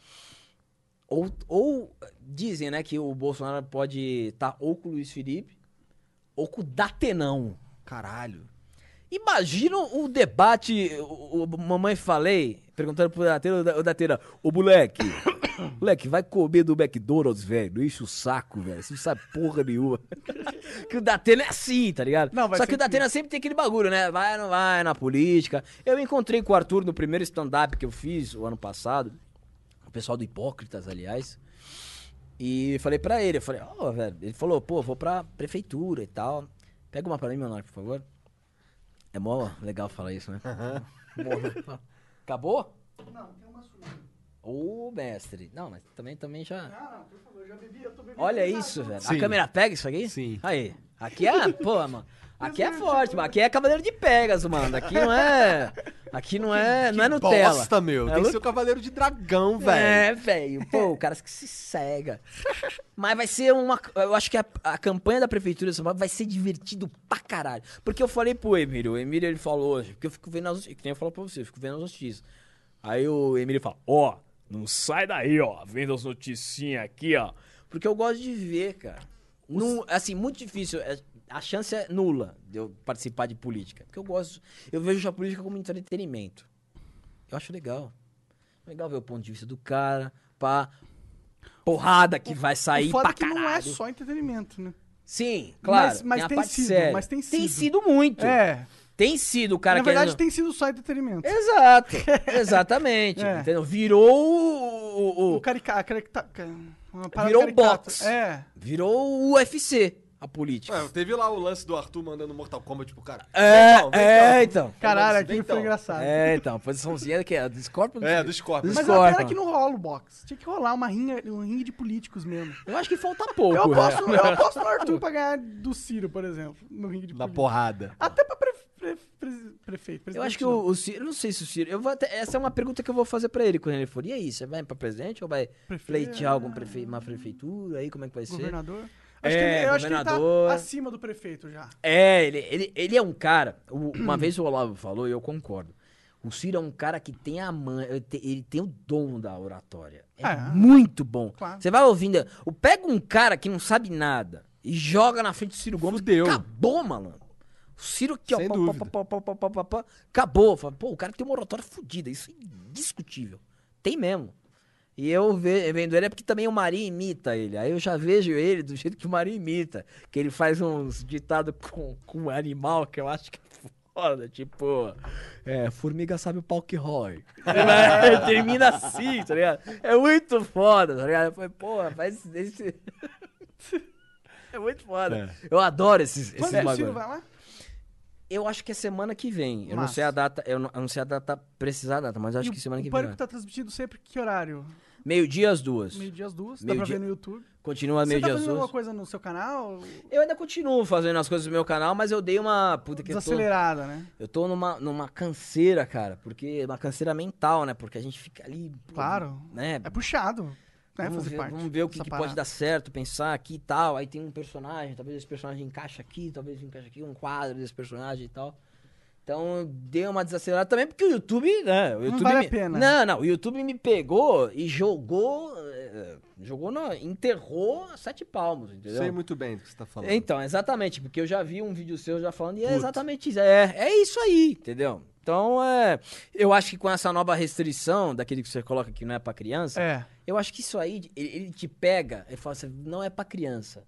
S4: Ou, ou dizem, né, que o Bolsonaro pode estar ou com o Luiz Felipe ou com o Datenão.
S2: Caralho.
S4: Imagina o debate, o, o- mamãe falei, perguntando pro Dateira, o Da- o Dateira, ô moleque, moleque, vai comer do McDonald's, velho, não enche o saco, velho, você não sabe porra nenhuma. *laughs* que o Dateira é assim, tá ligado?
S1: Não, vai
S4: Só
S1: ser
S4: que o Dateira sempre tem aquele bagulho, né, vai ou não vai na política. Eu encontrei com o Arthur no primeiro stand-up que eu fiz, o ano passado, o pessoal do Hipócritas, aliás, e falei pra ele, eu falei, ó, velho, ele falou, pô, vou pra prefeitura e tal, pega uma pra mim, Menor, por favor. É mó legal falar isso, né? *laughs* Bom, né? Acabou?
S1: Não, tem uma sua.
S4: Ô, mestre. Não, mas também, também já.
S1: Ah, não, por favor, já bebi, eu tô bebendo.
S4: Olha isso, velho.
S2: Sim.
S4: A câmera pega isso aqui?
S2: Sim.
S4: Aí. Aqui é. Pô, mano. Aqui é
S1: tipo,
S4: forte, mano. Aqui é Cavaleiro de Pegas, mano. Aqui
S2: *laughs*
S4: não é. Aqui não é. Não é Nutella.
S2: Bosta, meu.
S4: É
S2: Tem que
S4: Lu-
S2: ser o cavaleiro de dragão, velho.
S4: É, velho. Pô, o cara que se cega. Mas vai ser uma. Eu acho que a, a campanha da Prefeitura de São Paulo vai ser divertido pra caralho. Porque eu falei pro Emílio, o Emílio ele falou hoje, porque eu fico vendo as notícias, que nem eu falo pra você, eu fico vendo as notícias.
S8: Aí o Emílio fala, ó, não sai daí, ó, vendo as noticinhas aqui, ó.
S4: Porque eu gosto de ver, cara. Não- assim, muito difícil. é- A chance é nula de eu participar de política. Porque eu gosto. Eu vejo a política como entretenimento. Eu acho legal. Legal ver o ponto de vista do cara, pá. Porrada que vai sair
S1: o foda
S4: Tá pra
S1: é que não é
S4: caralho.
S1: só entretenimento, né?
S4: Sim, claro.
S1: Mas- mas
S4: a
S1: tem
S4: parte
S1: sido,
S4: séria.
S1: mas tem
S4: Tem
S1: sido.
S4: sido muito.
S1: É.
S4: Tem sido o cara
S1: Na verdade,
S4: querendo-
S1: tem sido só entretenimento. *laughs*
S4: Exato, exatamente.
S1: É.
S4: Entendeu? Virou o- o-
S1: O
S4: o,
S1: carica... carica... uma parada
S4: Virou
S1: caricata.
S4: box. Tá
S1: É.
S4: virou o UFC, a política.
S2: Ué, teve lá o lance do Arthur mandando Mortal Kombat pro cara.
S4: É,
S2: Vem, então, vem,
S4: é,
S2: então.
S4: então.
S1: Caralho,
S2: Vem,
S1: aquilo
S2: então.
S1: foi engraçado.
S4: É, então, a posiçãozinha que é a do Scorpion.
S2: É, do Scorpion.
S1: Mas
S4: Discordo.
S1: a pena é que não rola o box. Tinha que rolar uma rinha, um ringue de políticos mesmo.
S4: Eu acho que falta pouco.
S1: Eu
S4: né?
S1: aposto, eu aposto no
S4: *laughs*
S1: Arthur pra ganhar do Ciro, por exemplo. No ringue de
S2: Na
S1: políticos.
S2: porrada.
S1: Até pra pre- pre- pre- prefeito.
S4: Eu acho
S1: presidente
S4: que
S1: não.
S4: o, o Ciro, eu não sei se o Ciro. Eu vou até- essa é uma pergunta que eu vou fazer pra ele quando ele for. E aí, você vai pra presidente ou vai
S1: Prefeito.
S4: pleitear algum prefe... uma prefeitura? Aí como é que vai ser?
S1: Governador? Acho
S4: É,
S1: eu acho que ele
S4: governador.
S1: tá acima do prefeito já.
S4: É, ele, ele, ele é um cara. o- uma vez o Olavo falou e eu concordo. O Ciro é um cara que tem a mãe, ele te- ele tem o dom da oratória. É
S1: Ah, é.
S4: muito bom.
S1: Claro.
S4: Você vai ouvindo. o- Pega um cara que não sabe nada e joga na frente do Ciro Gomes.
S2: Fudeu.
S4: Acabou, malandro. O Ciro aqui, ó.
S2: Sem
S4: pá,
S2: dúvida.
S4: pá, pá, pá, pá, pá, pá, acabou. Fala, Pô, o cara tem uma oratória fodida. Isso é indiscutível. Tem mesmo. E eu ve- vendo ele é porque também o Marinho imita ele. Aí eu já vejo ele do jeito que o Marinho imita. Que ele faz uns ditados com, com um animal que eu acho que é foda. Tipo, é, *laughs* formiga sabe o pau que rói. Ele Termina assim, tá ligado? É muito foda, tá ligado? Eu falei, porra, faz esse. *laughs* é muito foda. Eu adoro esses, esses
S1: Quando o
S4: é bagulho.
S1: é, Ciro vai lá?
S4: Eu acho que é semana que vem. Eu não
S1: Massa.
S4: sei a data, eu não, eu não sei a data precisar a data, mas eu acho
S1: E
S4: que semana
S1: o
S4: que
S1: O
S4: vem.
S1: Pânico tá transmitindo sempre que horário?
S4: Meio-dia às duas.
S1: Meio-dia às duas? dá pra
S4: Meio-dia.
S1: ver no YouTube?
S4: Continua
S1: Você tá
S4: meio-dia Ah, às
S1: fazendo
S4: duas.
S1: alguma coisa no seu canal?
S4: Eu ainda continuo fazendo as coisas do meu canal, mas eu dei uma. Puta que eu tô,
S1: Desacelerada, né?
S4: eu tô numa, numa canseira, cara. Porque. é Uma canseira mental, né? Porque a gente fica ali. pô,
S1: Claro.
S4: Né?
S1: É puxado, né?
S4: Vamos
S1: fazer
S4: ver,
S1: parte.
S4: vamos ver o que,
S1: dessa
S4: que pode
S1: parada.
S4: dar certo, pensar aqui e tal. Aí tem um personagem, talvez esse personagem encaixe aqui, talvez encaixe aqui, um quadro desse personagem e tal. Então dei uma desacelerada também, porque o YouTube, né? O YouTube
S1: vale a
S4: me-
S1: pena.
S4: Não, não, o YouTube me pegou e jogou. eh, Jogou, não, enterrou a sete palmos, entendeu?
S2: Sei muito bem do que você tá falando.
S4: Então, exatamente, porque eu já vi um vídeo seu já falando, e é exatamente isso. É, é isso aí, entendeu? Então, é, eu acho que com essa nova restrição, daquele que você coloca que não é pra criança,
S1: É.
S4: eu acho que isso aí, ele, ele te pega e fala assim, não é pra criança.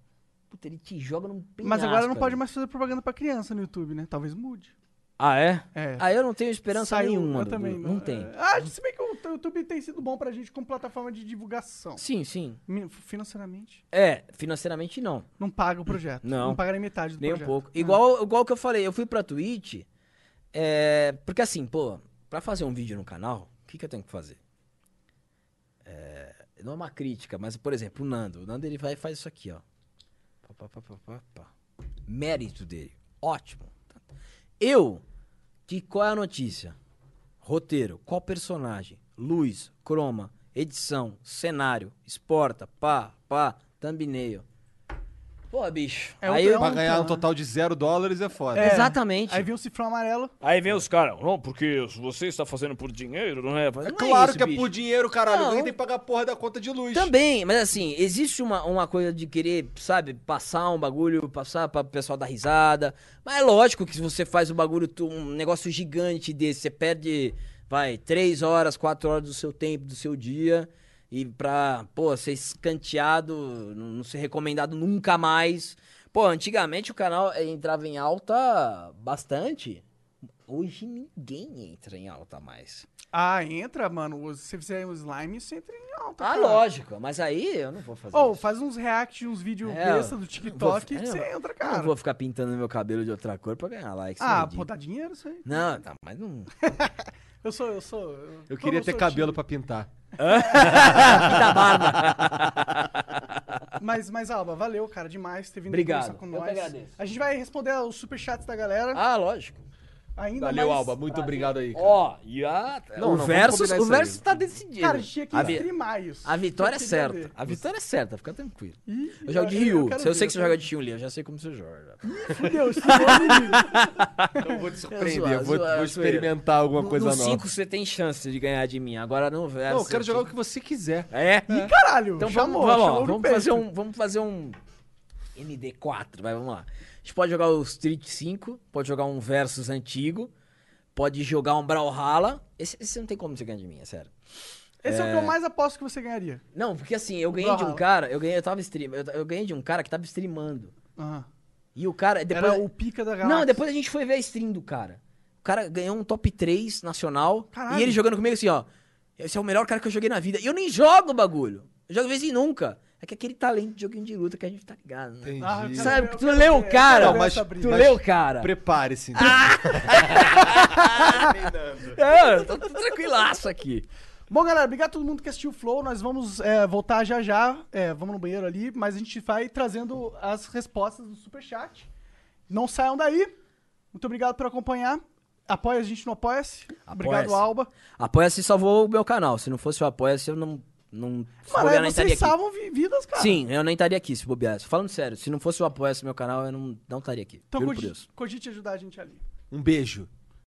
S4: Puta, ele te joga num penhasco. né?
S1: Mas agora não pode
S4: ali.
S1: mais fazer propaganda pra criança no YouTube, né? Talvez mude.
S4: Ah, é?
S1: É.
S4: Ah, eu não tenho esperança
S1: Saiu-
S4: nenhuma.
S1: Eu
S4: Dudu.
S1: também
S4: não. tem.
S1: Ah, se bem que o YouTube tem sido bom pra gente como plataforma de divulgação.
S4: Sim, sim.
S1: Mi- Financeiramente.
S4: É, financeiramente não.
S1: Não paga o projeto.
S4: Não.
S1: Não paga nem metade do
S4: Nem um
S1: projeto. Ah. É.
S4: pouco. Igual, igual que eu falei, eu fui pra Twitch, é, porque assim, pô, pra fazer um vídeo no canal, o que, que eu tenho que fazer? É, não é uma crítica, mas, por exemplo, o Nando. O Nando, ele vai e faz isso aqui, ó. Pá, pá, pá, pá, pá, pá. Mérito dele. Ótimo. Eu, que qual é a notícia? Roteiro, qual personagem? Luz, croma, edição, cenário, exporta, pá, pá, thumbnail. Pô, bicho.
S1: É
S4: aí
S1: outro-
S4: eu-
S1: é
S2: Pra ganhar um total de zero dólares é foda.
S1: É.
S4: Exatamente.
S1: Aí vem um cifrão amarelo.
S8: Aí vem os caras, não, porque se você está fazendo por dinheiro, não é? Mas não
S2: claro
S8: isso,
S2: que é
S8: bicho.
S2: por dinheiro, caralho.
S4: Não.
S2: Alguém tem que pagar a porra da conta de luz.
S4: Também, mas assim, existe uma, uma coisa de querer, sabe, passar um bagulho, passar pra o pessoal dar risada. Mas é lógico que se você faz um bagulho, tu- um negócio gigante desse, você perde, vai, três horas, quatro horas do seu tempo, do seu dia. E pra, pô, ser escanteado, não não ser recomendado nunca mais. Pô, antigamente o canal eh, entrava em alta bastante. Hoje ninguém entra em alta mais.
S1: Ah, entra, mano. Se você fizer um slime, você entra em alta.
S4: Ah,
S1: cara.
S4: lógico, mas aí eu não vou fazer
S1: Ou
S4: isso.
S1: faz uns react, uns vídeos
S4: É,
S1: besta do TikTok
S4: vou-
S1: que
S4: eu
S1: você
S4: não-
S1: entra,
S4: Eu
S1: cara.
S4: não vou ficar pintando meu cabelo de outra cor pra ganhar likes.
S1: Ah,
S4: isso é
S1: pô,
S4: ridículo.
S1: dá dinheiro isso aí.
S4: Não, tá, mas
S1: *laughs*
S4: não.
S1: Eu sou, eu sou. Eu,
S2: Eu queria
S1: todo
S2: ter
S1: sou
S2: cabelo pra pintar.
S4: Pinta a barba.
S1: tímido. Mas, mas, Alba, valeu, cara, demais por ter vindo
S4: Obrigado.
S1: conversar com
S4: Eu
S1: nós.
S4: que agradeço.
S1: A gente vai responder os superchats da galera
S4: *laughs* Ah, lógico.
S1: ainda
S2: Valeu,
S1: mas-
S2: Alba. Muito obrigado aí. cara.
S4: Ó, e a.
S2: Não,
S4: o
S2: não, vamos
S4: versus,
S2: combinar
S4: o
S2: isso aí.
S4: versus tá decidido.
S1: Cara, a gente tinha que
S4: A vi-
S1: streamar isso.
S4: A vitória é
S1: Eu queria
S4: certa.
S1: ver.
S4: A vitória é certa, fica tranquilo.
S1: Ih,
S4: Eu jogo de
S1: eu- eu
S4: Ryu.
S1: quero
S4: Se eu sei
S1: ver,
S4: que você
S1: eu
S4: joga de Chun-Li, eu já sei como você joga.
S1: Deus,
S4: *laughs*
S1: senhor,
S2: Então eu vou te surpreender.
S4: zoar,
S2: vou,
S4: zoar,
S2: vou
S4: zoeira.
S2: experimentar alguma coisa
S4: no
S2: nova.
S4: 5 você tem chance de ganhar de mim. Agora no versus.
S2: Não, eu quero jogar o que você quiser.
S4: É?
S1: caralho.
S4: Então
S1: chamou,
S4: vamos, vamos,
S1: chamou
S4: ó,
S1: no
S4: vamos
S1: peito.
S4: fazer um, vamos fazer um MD4, vai, vamos lá. A gente pode jogar o Street 5, pode jogar um Versus antigo, pode jogar um Brawlhalla. Esse, esse não tem como você ganhar de mim, é sério.
S1: Esse é... o que eu mais aposto que você ganharia.
S4: Não, porque assim, eu ganhei de um
S1: Brawlhalla.
S4: cara, eu ganhei, eu tava stream, eu, eu ganhei de um cara que tava streamando.
S1: Aham.
S4: E o cara depois
S1: Era o pica da galáxia.
S4: Não, depois a gente foi ver a stream do cara. O cara ganhou um top 3 nacional.
S1: Caralho.
S4: E ele jogando comigo assim, ó. Esse é o melhor cara que eu joguei na vida. E eu nem jogo o bagulho. Eu jogo vez em nunca. É que aquele talento de joguinho de luta que a gente tá ligado, né?
S2: Entendi.
S1: Ah, eu quero
S4: Sabe,
S1: ver, eu
S4: tu
S1: quero
S4: leu
S1: ver,
S4: o
S1: eu
S4: cara.
S1: quero ver
S2: mas-
S1: essa briga.
S4: Tu
S2: mas-
S4: leu o cara.
S2: Prepare-se. Então.
S4: Ah! É, eu tô tranquilaço aqui.
S1: Bom, galera, obrigado a todo mundo que assistiu o Flow. Nós vamos é, voltar já já. É, vamos no banheiro ali, mas a gente vai trazendo as respostas do Superchat. Não saiam daí. Muito obrigado por acompanhar. Apoia a gente no Apoia-se. Obrigado,
S4: Apoia-se.
S1: Alba.
S4: Apoia-se salvou o meu canal. Se não fosse o Apoia-se, eu não. não se
S1: Mano,
S4: bobear,
S1: aí
S4: eu nem
S1: vocês
S4: estaria aqui.
S1: salvam vi- vidas, cara.
S4: Sim, eu nem estaria aqui se bobear. Falando sério, se não fosse o Apoia-se meu canal, eu não, não estaria aqui.
S1: Então
S4: Juro por
S1: cogi-
S4: Deus.
S1: cogite ajudar a gente ali.
S2: Um beijo.